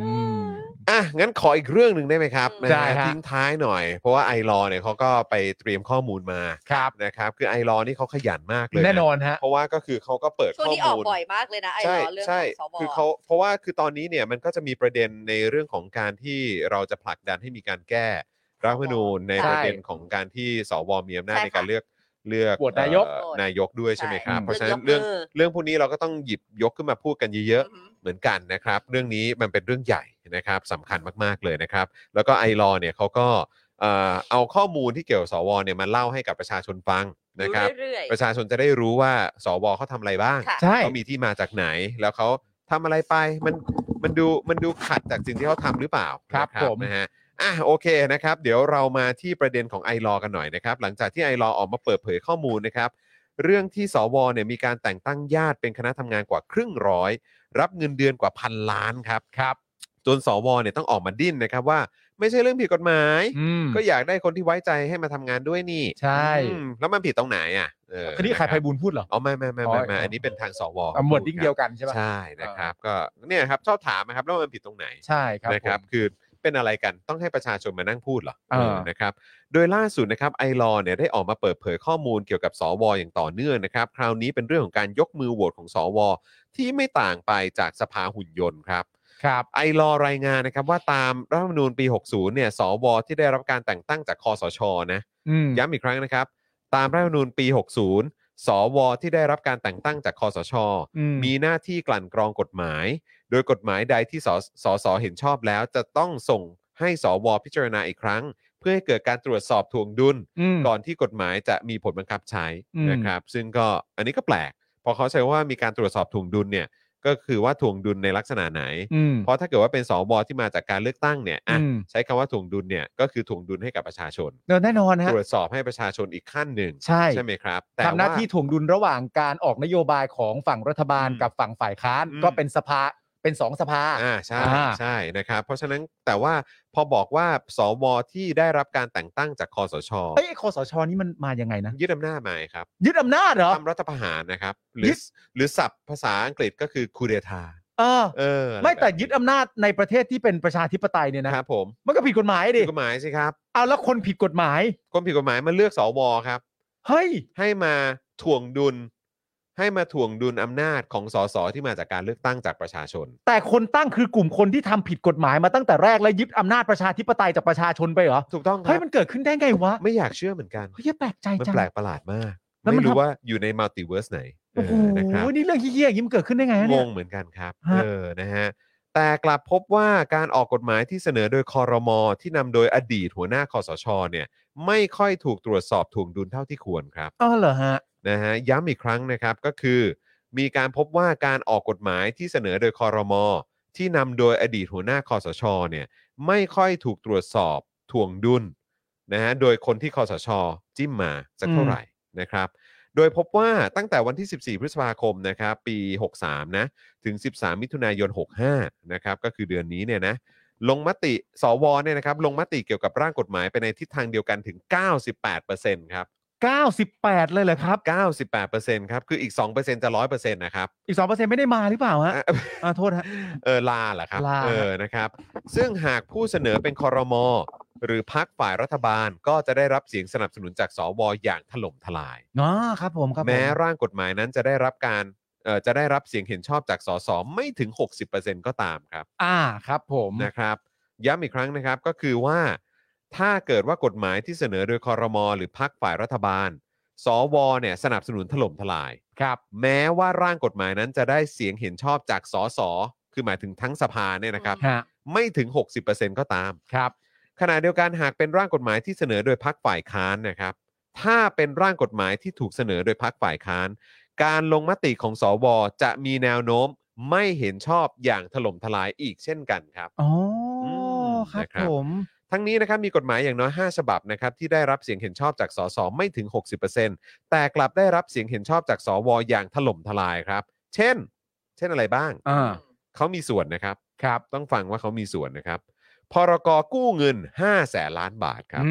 อืม
อ่ะงั้นขออีกเรื่องหนึ่งได้ไหมครับนะ
ได้
ฮะ
ฮะ
ทิ้งท้ายหน่อย เพราะว่าไอรอว์เนี่ยเขาก็ไปเตรียมข้อมูลมา
ครับ
นะครับคือไอรอว์นี่เขาขยันมากเลยะ
แน่นอนฮะ
เพราะว่าก็คือเขาก็เปิด
ช่
ข้
วง
อ
นี้ออก
มูล
บ่อยมากเลยนะไอ้
ใช่
ล้อเรื่องข
ใช่
องสว
คือเขาเพราะว่าคือตอนนี้เนี่ยมันก็จะมีประเด็นในเรื่องของการที่เราจะผลักดันให้มีการแก้รัฐธรรมนูญใน
ใช่
ประเด็นของการที่สวมีอำนาจในการเลือกเลือก
โหวตนายก
เอ่อนายกด้วยใช่ไหมครับ
ใช่
เพราะฉะนั้นเรื่อง
ยกมื
เรื่องพวกนี้เราก็ต้องหยิบยกขึ้นมาพูดกันเยอะ
อหือ
ๆ เหมือนกันนะครับ เรื่องนี้มันเป็นเรื่องใหญ่นะครับสำคัญมากๆเลยนะครับ แล้วก็ไอรอเนี่ยเขาก็เอ่อเอาข้อมูลที่เกี่ยวกับสวเนี่ยมาเล่าให้กับประชาชนฟัง นะครับ
เรื่อย
ประชาชนจะได้รู้ว่าสวเขาทำอะไรบ้าง
ๆค่ะ
ใช่
เขามีที่มาจากไหน แล้วเขาทำอะไรไป มัน มันดู มันดูขัดจากสิ่งที่เขาทำหรือเปล่า
ครับ
นะ
ผม
นะฮะ อ่ะ โอเคนะครับ เดี๋ยวเรามาที่ประเด็นของไอรอกันหน่อยนะครับ หลังจากที่ไอรอออกมาเปิดเผยข้อมูลนะครับ เรื่องที่สวเนี่ยมีการแต่งตั้งญาติเป็นคณะทำงานกว่าครึ่งร้อย รับเงินเดือนกว่าพันล้านครับ ครับ จนสวเนี่ยต้องออกมาดิ้นนะครับว่าไม่ใช่เรื่องผิดกฎหมาย
อืม
ก็อยากได้คนที่ไว้ใจให้มาทำงานด้วยนี่
ใช่
อืมแล้วมันผิดตรงไหนอ่ะเออ
คดีใครไพบูลย์พูดเหรอ
อ๋อไม่ไม่ไม่ไม่ไม่
อ๋ออั
อันนี้เป็นทางสว
อ่ะหมวดดิ้งเดียวกันใช่ปะ
ใช่นะครับ ก็เนี่ยครับชอบถามนะครับแล้วมันผิดตรงไหน
ใช่ครับ
นะครับ
ผม
คือเป็นอะไรกันต้องให้ประชาชนมานั่งพูดเหรอ
เออ
เออนะครับ โดยล่าสุดนะครับไอรอเนี่ยได้ออกมาเปิดเผยข้อมูลเกี่ยวกับสวอย่างต่อเนื่องนะครับ คราวนี้เป็นเรื่องของการยกมือโหวตของสวที่ไม่ต่างไปจากสภาหุ่นยนต์ครับ
ครับ
ไอรอรายงานนะครับว่าตามรัฐธรรมนูญปี 60 เนี่ย สว ที่ได้รับการแต่งตั้งจากคอสช นะ
อืม
ย้ำอีกครั้งนะครับ ตามรัฐธรรมนูญปี 60 สว ที่ได้รับการแต่งตั้งจากคอสช
อืม
มีหน้าที่กลั่นกรองกฎหมาย โดยกฎหมายใดที่สสสเห็นชอบแล้ว จะต้องส่งให้สว พิจารณาอีกครั้ง เพื่อให้เกิดการตรวจสอบทวงดุล
อืม
ก่อนที่กฎหมายจะมีผลบังคับใช้
อืม
นะครับ ซึ่งก็อันนี้ก็แปลก พอเขาใช้ว่ามีการตรวจสอบทวงดุลเนี่ย ก็คือว่าทวงดุลในลักษณะไหน
อืม
เพราะถ้าเกิดว่าเป็นสวที่มาจากการเลือกตั้งเนี่ยอ่ะ
อืม
ใช้คำว่าถ่วงดุลเนี่ยก็คือถ่วงดุลให้กับประชาชน
แน่นอนฮะ
ตรวจสอบให้ประชาชนอีกขั้นหนึ่ง
ใช่
ไหมครับ แต่
ทำหน้า
ว่
ที่ถ่วงดุลระหว่างการออกนโยบายของฝั่งรัฐบาล
อืม
กับฝั่งฝ่ายค้าน
อืม
ก็เป็นสภาเป็นสองสภา
อ่าใช่
อ่า
ใช่นะครับ เพราะฉะนั้นแต่ว่าพอบอกว่าสวที่ได้รับการแต่งตั้งจากคอสช
เอ้ยไอ้คอสชนี่มันมายังไงนะ
ยึดอำนาจมาครับ
ยึดอำนาจเหรอ
ทำรัฐประหารนะครับ หรื
ยึ
อ
ด
หรือศัพท์ภาษาอังกฤษก็คือคูเดทา
เออ
เอออะร
ไม่แต่
บบนี้
ยึดอำนาจในประเทศที่เป็นประชาธิปไตยเนี่ยนะครับ
ผม
มันก็ผิดกฎหมาย
ผิ
ดิ
ดกฎหมายสิครับ
เอาแล้วคนผิดกฎหมาย
คนผิดกฎหมายมาเลือกสวครับ
เฮ้ย
ให้มาถ่วงดุล ให้มาถ่วงดุลอำนาจของสสที่มาจากการเลือกตั้งจากประชาชน
แต่คนตั้งคือกลุ่มคนที่ทำผิดกฎหมายมาตั้งแต่แรกและยึดอำนาจประชาธิปไตยจากประชาชนไปเหรอ
ถูกต้องค
เฮ้
รั
ย
บ
มันเกิดขึ้นได้ไงวะ
ไม่อยากเชื่อเหมือนกัน
เฮ้ยแปลกใจ
มัน
จัง
แปลกประหลาดมาก
แล้วมัน
ไม่รู้
ทำ
ว่าอยู่ในมัลติเวิร์สไหนเอ
โอ้โห
อนะครับ
นี่เรื่องเหี้ยๆอย่างนี้มันเกิดขึ้นได้ไงฮะ
ง
เนี่ย
งเหมือนกันครับ
ฮะ
เออนะฮะแต่กลับพบว่าการออกกฎหมายที่เสนอโดยคอรมอที่นำโดยอดีตหัวหน้าคอสชเนี่ย ไม่ค่อยถูกตรวจสอบถ่วงดุลเท่าที่ควรครับ
อ๋อเหรอฮะ
นะฮะย้ำอีกครั้งนะครับก็คือ มีการพบว่าการออกกฎหมายที่เสนอโดยคอรมอที่นำโดยอดีตหัวหน้าคอสชเนี่ยไม่ค่อยถูกตรวจสอบถ่วงดุลนะฮะโดยคนที่คอสชจิ้มมาสักเท่าไหร่นะครับโดยพบว่าตั้งแต่วันที่ 14 พฤษภาคมนะครับปี 63 นะ ถึง 13 มิถุนายน 65 นะครับก็คือเดือนนี้เนี่ยนะลงมติสวเนี่ยนะครับลงมติเกี่ยวกับร่างกฎหมายไปในทิศทางเดียวกันถึง 98%ครับ
98 เลยเหรอครับ
98%ครับ คืออีก 2%จะ 100%นะครับ
อีก 2%ไม่ได้มาหรือเปล่าฮะ
อ่ะ
อ่าโท ษฮะ
เออลาเหรอครับ
ลา
เออนะครับ ซึ่งหากผู้เสนอเป็นคอรมอหรือพักฝ่ายรัฐบาลก็จะได้รับเสียงสนับสนุนจากสวอย่างถล่มทลาย
อ๋อครับผมครับผ
แม้ร่างกฎหมายนั้นจะได้รับการเอ่อจะได้รับเสียงเห็นชอบจากสสไม่ถึง 60%ก็ตามครับ
อ่าครับผม
นะครับย้ำอีกครั้งนะครับก็คือว่าถ้าเกิดว่ากฎหมายที่เสนอโดยคอรมอหรือพักฝ่ายรัฐบาล สวเนี่ยสนับสนุนถล่มทลาย
ครับ
แม้ว่าร่างกฎหมายนั้นจะได้เสียงเห็นชอบจากสสคือหมายถึงทั้งสภาเนี่ยนะครับ
ฮะ
ไม่ถึง 60%ก็ตาม
ครับ
ขณะเดียวกันหากเป็นร่างกฎหมายที่เสนอโดยพักฝ่ายค้านนะครับ ถ้าเป็นร่างกฎหมายที่ถูกเสนอโดยพักฝ่ายค้าน การลงมติของสวจะมีแนวโน้มไม่เห็นชอบอย่างถล่มทลายอีกเช่นกันครับ
อ๋ออ
ม
ครับ
นะครับ
ผม
ทั้งนี้นะครับมีกฎหมายอย่างน้อย 5 ฉบับนะครับที่ได้รับเสียงเห็นชอบจากสสไม่ถึง 60%แต่กลับได้รับเสียงเห็นชอบจากสวอย่างถล่มทลายครับ เช่น เช่นอะไรบ้าง
อ่า
เขามีส่วนนะครับ
ครับ
ต้องฟังว่าเขามีส่วนนะครับ พรกกู้เงิน 5 แสนล้านบาทครับ
อื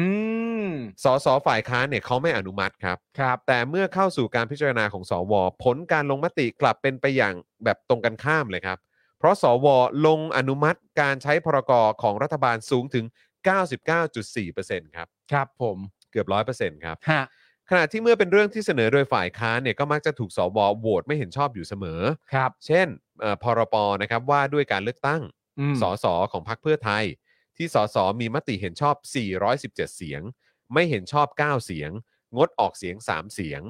ม
สสฝ่ายค้านเนี่ยเขาไม่อนุมัติครับ
ครับ
แต่เมื่อเข้าสู่การพิจารณาของสว ผลการลงมติกลับเป็นไปอย่างแบบตรงกันข้ามเลยครับ เพราะสว ลงอนุมัติการใช้พรกของรัฐบาลสูงถึง 99.4%ครับ
ครับผม
เกือบ 100%ครับ
ฮะ
ขณะที่เมื่อเป็นเรื่องที่เสนอโดยฝ่ายค้านเนี่ยก็มักจะถูกสวโหวตไม่เห็นชอบอยู่เสมอ
ครับ
เช่นเอ่อพรปนะครับว่าด้วยการเลือกตั้ง
อืม
สสของพรรคเพื่อไทย ที่สสมีมติเห็นชอบ 417 เสียง ไม่เห็นชอบ 9 เสียง งดออกเสียง 3 เสียง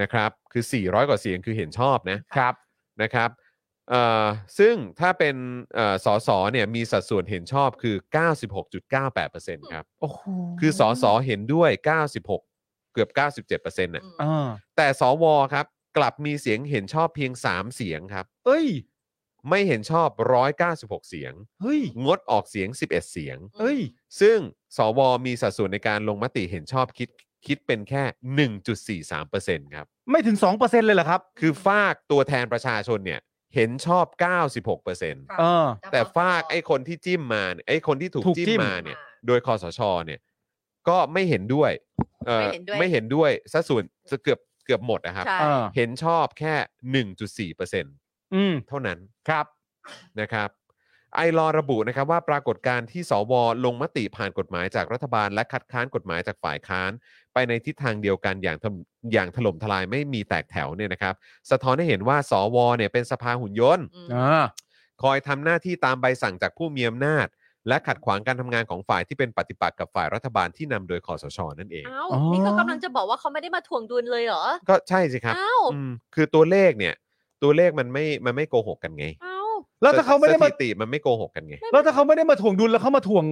นะครับ คือ 400 กว่าเสียงคือเห็นชอบนะครับ นะครับเอ่อซึ่งถ้าเป็นเอ่อสสเนี่ยมีสัดส่วนเห็นชอบคือ 96.98%ครับ
โอ้โห
คือสสเห็นด้วย 96 เกือบ 97%น่ะ
อืม
อ่า
แต่สวครับ กลับมีเสียงเห็นชอบเพียง 3 เสียงครับ
เอ้ย
ไม่เห็นชอบ 196 เสียง
เฮ้ย
งดออกเสียง 11 เสียง
เอ้ย
ซึ่งสวมีสัดส่วนในการลงมติเห็นชอบคิดคิดเป็นแค่ 1.43%ครับ
ไม่ถึงสองเปอร์เซ็นเลยเหรอครับ
คือฝากตัวแทนประชาชนเนี่ยเห็นชอบ 96%
ครับ
เออ
แต่ฝากไอ้คนที่จิ้มมาเนี่ยไอ้คนที่ถูก
ถูกจิ้ม
จิ้มมาเนี่ย โดยคอสชเนี่ย ก็ไม่เห็นด้วยเอ่อ
ไม่เห็นด้วย
ไม่เห็นด้วยสัดส่วนเกือบเกือบหมดนะครับ
ใช่
เออ
เห็นชอบแค่ 1.4%
อืม
เท่านั้น
ครับ
นะครับไอรอระบุนะครับว่าปรากฏการณ์ที่สวลงมติผ่านกฎหมายจากรัฐบาล และคัดค้านกฎหมายจากฝ่ายค้าน ไปในทิศทางเดียวกันอย่างทำอย่างถล่มทลายไม่มีแตกแถวเนี่ยนะครับสะท้อนให้เห็นว่าสวเนี่ยเป็นสภาหุ่นยนต์
อืม
อ่า
คอยทำหน้าที่ตามใบสั่งจากผู้มีอำนาจ และขัดขวางการทำงานของฝ่ายที่เป็นปฏิปักษ์กับฝ่ายรัฐบาลที่นำโดยคอสชนั่นเอง
เอ้า
อ๋อ
นี่ก็กำลังจะบอกว่าเขาไม่ได้มาทวงดุลเลยเหรอ
ก็ใช่สิครับ
เอ้า
อืมคือตัวเลขเนี่ยตัวเลขมันไม่มันไม่โกหกกันไง
เอ้า
แล้วถ้าเขาไม่ได้มา
สถิติมันไม่โกหกกันไง
แล้วถ้าเขาไม่ได้มาถ่วงดุลแล้วเขามาถ่วง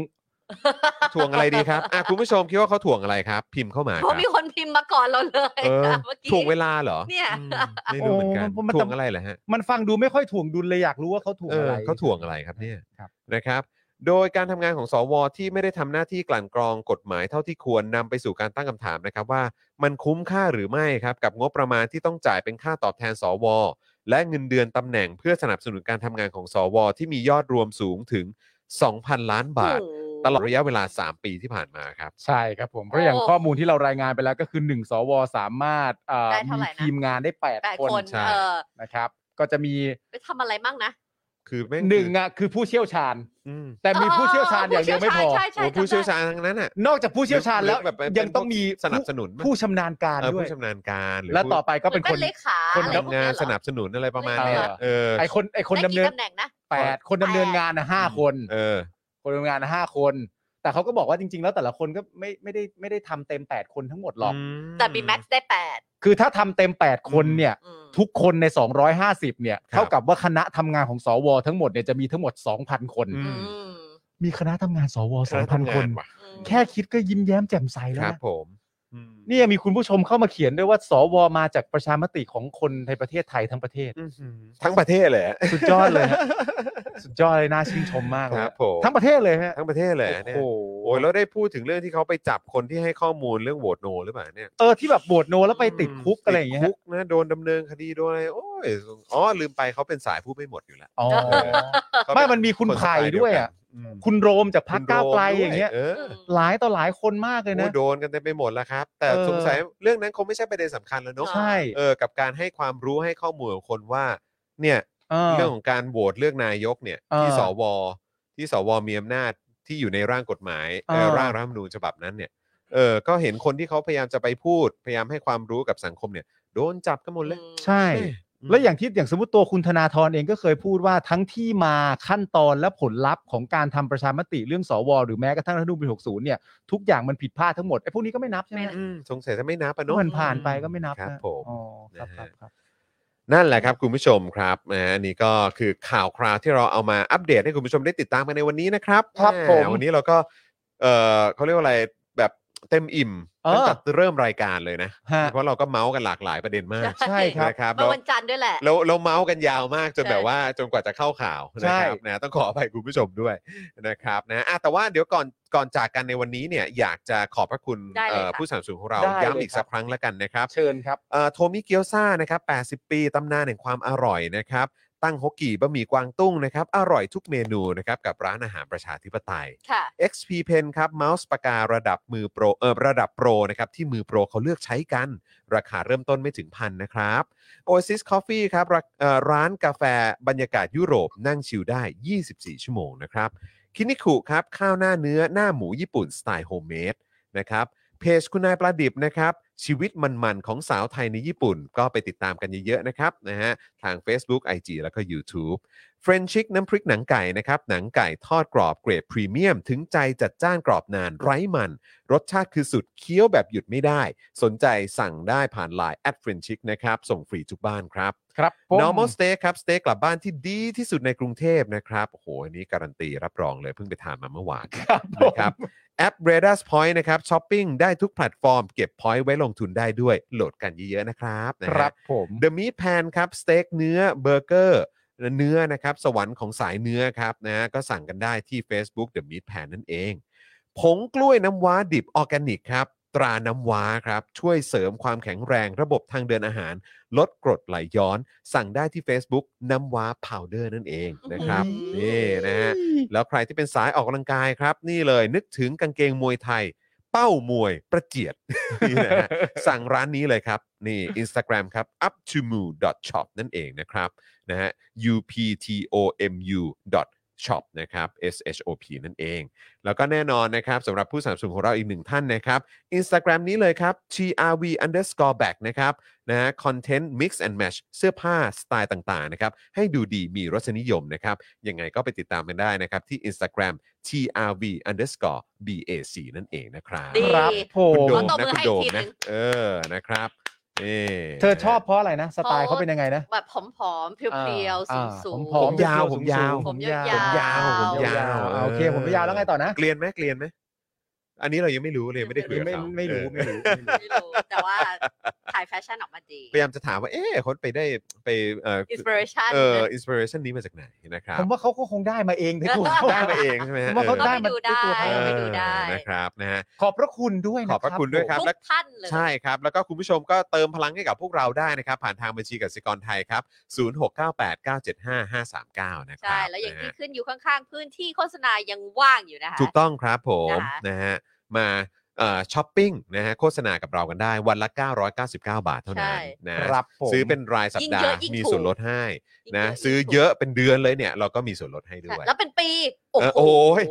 ถ่วงอะไรดีครับ อ่ะคุณผู้ชมคิดว่าเขาถ่วงอะไรครับ พิมพ์เข้ามาค
เพ
รั
ราะ
บ
มีคนพิมพ์มาก่อนเราเลย
เออ
ค่ะเมื่อกี้
ถ่วงเวลาเหรอ
เนี่ย
อืมไม่รู้เหมือนกัน
โอ้มัน
ถ่
จะ
วงอะไรเหรอฮะ
มันฟังดูไม่ค่อยถ่วงดุลเลยอยากรู้ว่าเขาถ่วง
เอ
อะ
อ
ไร
เขาถ่วงอะไรครับเนี่ย
ครับ
นะครับ โดยการทำงานของสวที่ไม่ได้ทำหน้าที่กลั่นกรองกฎหมายเท่าที่ควรนำไปสู่การตั้งคำถามนะครับว่ามันคุ้มค่าหรือไม่ครับ กับงบประมาณที่ต้องจ่ายเป็นค่าตอบแทนสว และเงินเดือนตำแหน่งเพื่อสนับสนุนการทำงานของสว ที่มียอดรวมสูงถึง 2,000 ล้านบาท
โอ้โห
ตลอดระยะเวลา 3 ปีที่ผ่านมาครับ
ใช่ครับผม เพราะอย่าง
โอ้
ข้อมูลที่เรารายงานไปแล้วก็คือหนึ่งสวสามารถเอ่อ
ได้เท่าไหร่
มี
นะ
ทีมงานได้แปด
แปด
คน
คน
ใช่
เออ
นะครับ ก็จะมี
ไปทำอะไรมั่งนะ
คือแม่ง
หนึ่งอ่ะคือผู้เชี่ยวชาญ
อืม
แต่มีผู้เชี่ยวชาญอย่างเดียวไม่พอ
ผู้เชี่ยวชาญใช่ใช่
โอ้ผู้เชี่ยวชาญทั้งนั้นอ่ะ
นอกจากผู้เชี่ยวชาญแล้
ห
ว
รือแบบเป็น
ยังต้องมี
สนับสนุนมั้ย
ผู้ชำนาญการ
เออ
ด้วย
ผู้ชำนาญการหรือ
และ
ผู้
ต่อไปก็
หมื
เป็น
อ
คน
เลขา
คน
อะไรพวก
ทำงา
เย
น
เหรอ
สนับสนุนอะไรประมาณเนี้ย
เออ
เออ
ไอคนไอคน
ได้
ดำ
กี่
เนิน
ตำแหน่งนะ
แปดคนดำเนินงานนะห้าคน
เออ
คนดำเนินงานนะห้าคน แต่เขาก็บอกว่าจริง ๆ แล้วแต่ละคนก็ไม่ไม่ได้ไม่ได้ทำเต็มแปดคนทั้งหมดหรอก
แต่มีแม็กซ์ได้แปด
คือถ้าทำเต็มแปดคนเนี่ย
อืม
ทุกคนใน 250 เนี่ย
ครับ
เท่ากับว่าคณะทำงานของสวทั้งหมดเนี่ยจะมีทั้งหมด 2,000 คน
อืม
มีคณะทำงานสว2,000 คน
ว่ะ
อืม
แค่คิดก็ยิ้มแย้มแจ่มใสแล้
ควรับ
นะ
ผมอืม
เนี่ยมีคุณผู้ชมเข้ามาเขียนด้วยว่า สวมาจากประชามติของคนในประเทศไทยทั้งประเทศ
อื้อหือทั้งประเทศเลยอะ
สุดยอดเลย ฮะ สุดยอดเลยน่าชื่นชมมากเล
ค
ย
รับผม
ทั้งประเทศเลยฮะ
ทั้งประเทศเลยอะเนี่ย
โอ้
โอ้ยแล้วได้พูดถึงเรื่องที่เขาไปจับคนที่ให้ข้อมูลเรื่องโหวตโนหรือเปล่าเนี่ย
เออที่แบบโบดโนแล้วไปติดคุกอะไรอย่างเงี้ย
ติด
ฮะ
คุกนะโดนดำเนินคดีโดนอะไรโอ้ยอ๋อลืมไปเขาเป็นสายพูดไม่หมดอยู่แล้ว
อ๋อ
เออเขาเป็
ไม่มันมีคุณ
สไตล์
ไผ่ด้วยอะ
เกันอืม
คุณโรมจากพรรคก้าวไกล
คุณโดมด้ว
อย่างเงี้ย
เออ
หลายต่อหลายคนมากเลยนะ
โอ้โดนกันเต็มไปหมดแล้วครับ แต่
เออ
สงสัยเรื่องนั้นคงไม่ใช่ประเด็นสำคัญแล้วเนอะ
ใช่
เออกับการให้ความรู้ให้ข้อมูลของคนว่า เนี่ย
เออ
เรื่องของการโหวตเลือกนายกเนี่ย
เออ
ที่สวที่สวมีอำนาจที่อยู่ในร่างกฎหมาย
เออ
เอ่อร่างรัฐธรรมนูญฉบับนั้นเนี่ยเออก็เห็นคนที่เขาพยายามจะไปพูด พยายามให้ความรู้กับสังคมเนี่ย โดนจับกันหมดเลย
ใช่ แล้วอย่างที่อย่างสมมติตัวคุณธนาธรเองก็เคยพูดว่าทั้งที่มาขั้นตอนและผลลัพธ์ของการทำประชามติเรื่องสวหรือแม้กระทั่งรัฐธรรมนูญปี60เนี่ยทุกอย่างมันผิดพลาดทั้งหมดไอ้พวกนี้ก็ไม่นับใช่ไหม
ไม่นับ
อืมสงสัยจะไม่นับปะเน
เมื่
อะ
อมันผ่านไปก็ไม่นับ
ครับ
นะ
ผม
อ๋อครับครับครับ
นั่นแหละครับ คุณผู้ชมครับนะฮะนี่ก็คือข่าวคราวที่เราเอามาอัปเดตให้คุณผู้ชมได้ติดตามกันในวันนี้นะครับ
ครับ
แห
ผม
วันนี้เราก็เออเขาเรียกว่าอะไรแบบเต็มอิ่ม
เออ
ตั้งแต่เริ่มรายการเลยนะ
ฮะ
เพราะเราก็เมาส์กันหลากหลายประเด็นมาก
ใช่ครับ
นะครับ
เมื่อวันจันทร์ด้วยแหละ
แล้วเราเมาส์กันยาวมากจน
ใช่
แบบว่าจนกว่าจะเข้าข่าวนะครับนะต้องขออภัยคุณผู้ชมด้วยนะครับนะอ่ะแต่ว่าเดี๋ยวก่อนก่อนจากกันในวันนี้เนี่ยอยากจะขอบพระคุณ
ได้เลย
เอ่อ
ค่ะ
ผู้สนับสนุนของเรา
ได้เลย
ย้ำอีก
ครั
สั
บ
กครั้งแล้วกันนะครับ
เชิญครับ
เอ่อโทมิเกียวซ่านะครับ80 ปี ตำนานแห่งความอร่อยนะครับ ตั้งฮกกี่บะหมี่กวางตุ้งนะครับ อร่อยทุกเมนูนะครับ กับร้านอาหารประชาธิปไตย
ค่ะ
XP Pen ครับเมาส์ปากการะดับมือโปรเออระดับโปรนะครับ ที่มือโปรเขาเลือกใช้กัน ราคาเริ่มต้นไม่ถึงพันนะครับ Oasis Coffee ครับรักเอ่อร้านกาแฟบรรยากาศยุโรปนั่งชิลได้ 24 ชั่วโมงนะครับคินิคุครับ ข้าวหน้าเนื้อหน้าหมูญี่ปุ่นสไตล์โฮมเมดนะครับ เพจคุณนายปลาดิบนะครับ ชีวิตมันๆ ของสาวไทยในญี่ปุ่น ก็ไปติดตามกันเยอะๆนะครับนะฮะทาง Facebook IG แล้วก็ YouTube เฟรนชิกน้ำพริกหนังไก่นะครับ หนังไก่ทอดกรอบเกรดพรีเมียม ถึงใจจัดจ้านกรอบนานไร้มัน รสชาติคือสุดเคี้ยวแบบหยุดไม่ได้ สนใจสั่งได้ผ่านไลน์แอดเฟรนชิกนะครับ ส่งฟรีทุกบ้านครับ
ครับผม
normal steak ครับสเต็กกลับบ้านที่ดีที่สุดในกรุงเทพนะครับโอ้โหอันนี้การันตีรับรองเลยเพิ่งไปทานมาเมื่อวาน
ครับผม
นะครับแอป r a d a r Point นะครับช้อปปิ้งได้ทุกแพลตฟอร์ม เก็บ point ไว้ลงทุนได้ด้วยโหลดกันเยอะๆนะครับนะฮะ
ครับผม
The Meat Pan ครับสเต็กเนื้อเบอร์เกอร์เนื้อนะครับ สวรรค์ของสายเนื้อครับนะฮะก็สั่งกันได้ที่ Facebook The Meat Pan นั่นเอง ผงกล้วยน้ำว้าดิบออร์แกนิกครับ ตราน้ำว้าครับ ช่วยเสริมความแข็งแรงระบบทางเดินอาหาร ลดกรดไหลย้อน สั่งได้ที่ Facebook น้ำว้าพาวเดอร์นั่นเองนะครับ
อื้อหือ
นี่นะฮะ แล้วใครที่เป็นสายออกกำลังกายครับ นี่เลยนึกถึงกางเกงมวยไทย เป้ามวยประเจียด นี่นะฮะ สั่งร้านนี้เลยครับ นี่ Instagram ครับ up to mu shop นั่นเองนะครับนะฮะ u p t o m u shop นะครับ s h o p นั่นเอง แล้วก็แน่นอนนะครับสำหรับผู้สนับสนุนของเราอีกหนึ่งท่านนะครับ Instagram นี้เลยครับ grv underscore back นะครับนะฮะ content mix and match เสื้อผ้าสไตล์ต่างๆนะครับให้ดูดีมีรสนิยมนะครับ ยังไงก็ไปติดตามกันได้นะครับที่ Instagram trv underscore bac นั่นเองนะครับ
ดี
ครับผ
คุณ
ม
โดม
ขอต
นะ
บมื
คุ
อ
ณ
ให้
โดม
อีกทีหนึ่
นะ
ง
เออนะครับนี่
เธอชอบเพราะอะไรนะ สไตล์เขาเป็นยังไงนะ
แบบผอมๆเพรียวๆ
อ่า
สูง
ผอ
ผม มยาวผมยาว
ผมยาว
ผมยาวผมยาว
อ่ะโอเคผมยาวแล้วไงต่อนะ
เกลียนไหมเกลียนไหมอันนี้เรายังไม่รู้เลยไม่ได้คุยกับ
ไม่
เขา
ไม่รู้
เออ
ไม่รู้
ๆไม่รู้แต่ว่าถ่ายแฟชั่นออกมา ดี
พยายามจะถามว่าเอ๊ะเขาไปได้ไปเอ่อ
อินสปิเรชัน
เอออินสปิเรชันนี้มาจากไหนนะครับ
ผมว่าเขาก็คงได้มาเองในตัว
ได้มาเองใช่ไหมฮะ
ผมว่าเขา
ออ
ได้มาในตัว
ได้
เขา
เออไปดูได้
นะครับนะฮะ
ขอบพระคุณด้วย
ข
นะ
อบพระคุณด้วยครับ
ทุกท่านเลย
ใช่ครับ แล้วก็คุณผู้ชมก็เติมพลังให้กับพวกเราได้นะครับ ผ่านทางบัญชีกสิกรไทยครับ 0698975539 นะครั
ใช่
บ
แล้วอย่าง
นะ
ที่
ฮะ
ขึ้นอยู่ข้างๆ พื้นที่โฆษณายังว่างอยู่นะคะ
ถูกต้องครับผม
นะคะ
นะฮะมาเอ่อช้อปปิ้งนะฮะโฆษณากับเรากันได้วันละ 999 บาทเท่านั้นนะ
รับผม
ซื้อเป็นรายสัปดาห์
ยิ่งเยอะยิ่งถูก
มีส่วนลดให้
ยิ่ง
นะ
เย
ซื้อเยอะเป็นเดือนเลยเนี่ย เราก็มีส่วนลดให้ด้
ใช่
วย
แล้วเป็นปี โอ้
เออ
โห
โอ้ย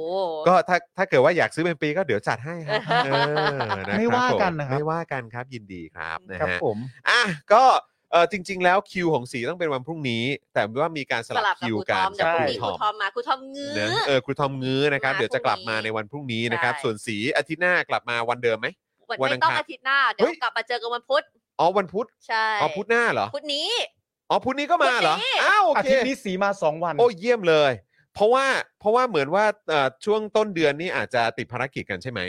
ก็ถ้าถ้าเกิดว่าอยากซื้อเป็นปีก็เดี๋ยวจัดให้ครับเออนะครับ
ไม่ว่ากัน
ผม
นะครับ
ไม่ว่ากันครับยินดีครับนะ
ครับ
ฮะ
ผม
อ่ะก็เออจริง ๆ แล้วคิวของสีต้องเป็นวันพรุ่งนี้ แต่ว่ามีการส
ส
ลั
ลั
บบ
กั
คิกั
บควรูทอน มเดี๋ยวพรุ่งนี้ค
ค
รู
รู
ทอมมาครูทอมงื้
นะ
อ
เออครูทอมงื้อนะครับ
มา
เดี๋ยวจะกลับมา
พรุ่งนี้
ในวันพรุ่งนี้นะครับ
ใช่
ส่วนสีอาทิตย์หน้ากลับมาวันเดิมไหม วั
วัน น
อั
ไม่
งคาร
ต้องอาทิตย์หน้า เดี๋ย
เฮ้
วย กลับมาเจอกันวันพุธ
อ๋อวันพุธ
ใช่
อ๋อพุธหน้าเหรอ
พุธนี้
อ๋อพุธนี้ก็มาเหรอ
พุธนี้
อ้าวโอ
อา
เค
ทิตย์นี้สีมาสองวัน
โอ้เยี่ยมเลย เพราะว่าเพราะว่าเหมือนว่าเอ่อช่วงต้นเดือนนี้อาจจะติดภารกิจกันใช่ไหม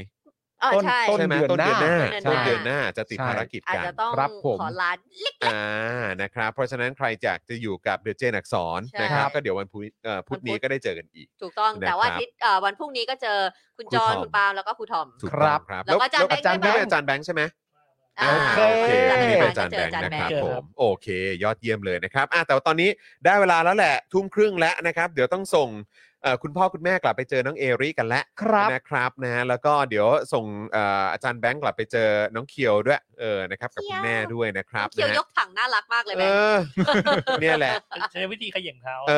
เออ
ต้น
ใช่
ต้
ใช่ไหมต้นเดือนหน้า
ต้
ต้น
นเดื
เดือ
อน น
ห
ห
น้า
น้า
จะติดภารกิจ
อาจ
กัน
จะต้อง
ครับผม
ขอลาเล็ก
อ่านะครับ เพราะฉะนั้นใครจากจะอยู่กับเดอะเจนอักษร
ใช่
นะครับ ก็เดี๋ยววันพุธเอ่อพุธนี้ก็ได้เจอกันอีก
ถูกต้อง
นะครับ
แต่ว่าอาทิตย์เอ่อวันพรุ่งนี้ก็เจอคุณจอห์น
ครูทอม
คุณปาล์มแล้วก็ครูทอม
ถูกต้องครับ
แล้วก็อาจารย์
อาจารย์แบง
แบงค์
ค์อาจารย์แบงค์ใช่ไหม
อ่า
า
โอเค
อันนี้เป็นอา
ก็
จารย์
เจ
แบ
อง อา
ค์
จาร
นะ
ย์
ค
แบง
รับ
ค์
ผม โอเค ยอดเยี่ยมเลยนะครับอ่ะแต่ว่าตอนนี้ได้เวลาแล้วแหละ ทุ่มครึ่งแล้วนะครับ เดี๋ยวต้องส่งเอ่อคุณพ่อคุณแม่กลับไปเจอน้องเอริกันแล้ว
ครับ
นะครับนะฮะแล้วก็เดี๋ยวส่งเอ่ออาจารย์แบงค์กลับไปเจอน้องเคียวด้วยเออนะครับกับคุณแม่ด้วยนะครับ
เขียว
นะ
ย
ฮะ
กถังน่ารักมากเลยแบ
เอง
ค์
อ เนี่ยแหละ
ใช้วิธีเขย่งเท้า
เอ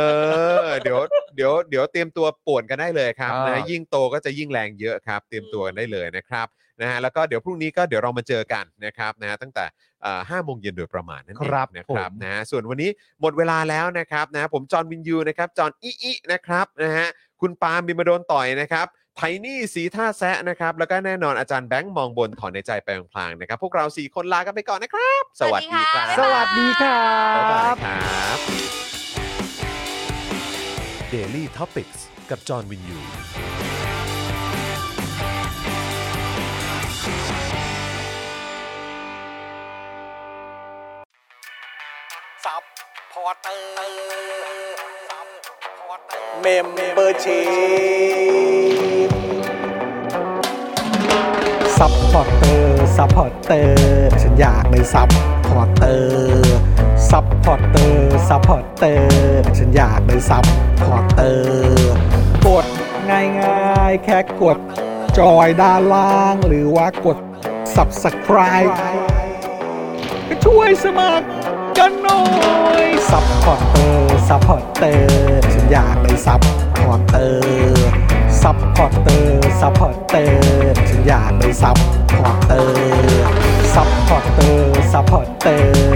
อเดี๋ยวเดี๋ยวเดี๋ยวเตรียมตัวป่วนกันได้เลยครับ
อ่าน
นะยิ่งโตก็จะยิ่งแรงเยอะครับ เตรียมตัวกันได้เลยนะครับนะฮะแล้วก็เดี๋ยวพรุ่งนี้ก็เดี๋ยวเรามาเจอกันนะครับนะฮะตั้งแต่ห้าโมงเย็นโดยประมาณนั่นเองนะครับนะฮะส่วนวันนี้หมดเวลาแล้วนะครับนะฮะผมจอห์นวินยูนะครับจอห์นอิอินะครับนะฮะคุณปาล์มบินมาโดนต่อยนะครับไทนี่สีท่าแซะนะครับแล้วก็แน่นอนอาจารย์แบงค์มองบนถอนในใจไปพลางๆนะครับพวกเราสี่คนลากันไปก่อนนะครับ สวัสดีครับ
ส
ส
วั
วั
ส
ส
ดี
ดี
ค
ครั
รั
า
บ
ยบาย
บ
ครับ Daily Topics กับจอห์นวินยู
ซับพอร์เตอร์ซับพอร์เตอร์
เมมเบอร์ชีซัพพอร์เตอร์ซัพพอร์เตอร์ฉันอยากเป็นซัพพอร์เตอร์ซัพพอร์เตอร์ซัพพอร์เตอร์ฉันอยากเป็นซัพพอร์เตอร์กดง่ายๆ แค่กด จอยด้านล่าง หรือว่ากด subscribe ก็ช่วยสมัคร กันหน่อยซัพพอร์เตอร์ซัพพอร์เตอร์ฉันอยากเป็นซัพพอร์เตอร์ซัพพอร์เตอร์ซัพพอร์เตอร์ฉันอยากเป็นซัพพอร์เตอร์ซัพพอร์เตอร์ซัพพอร์เตอร์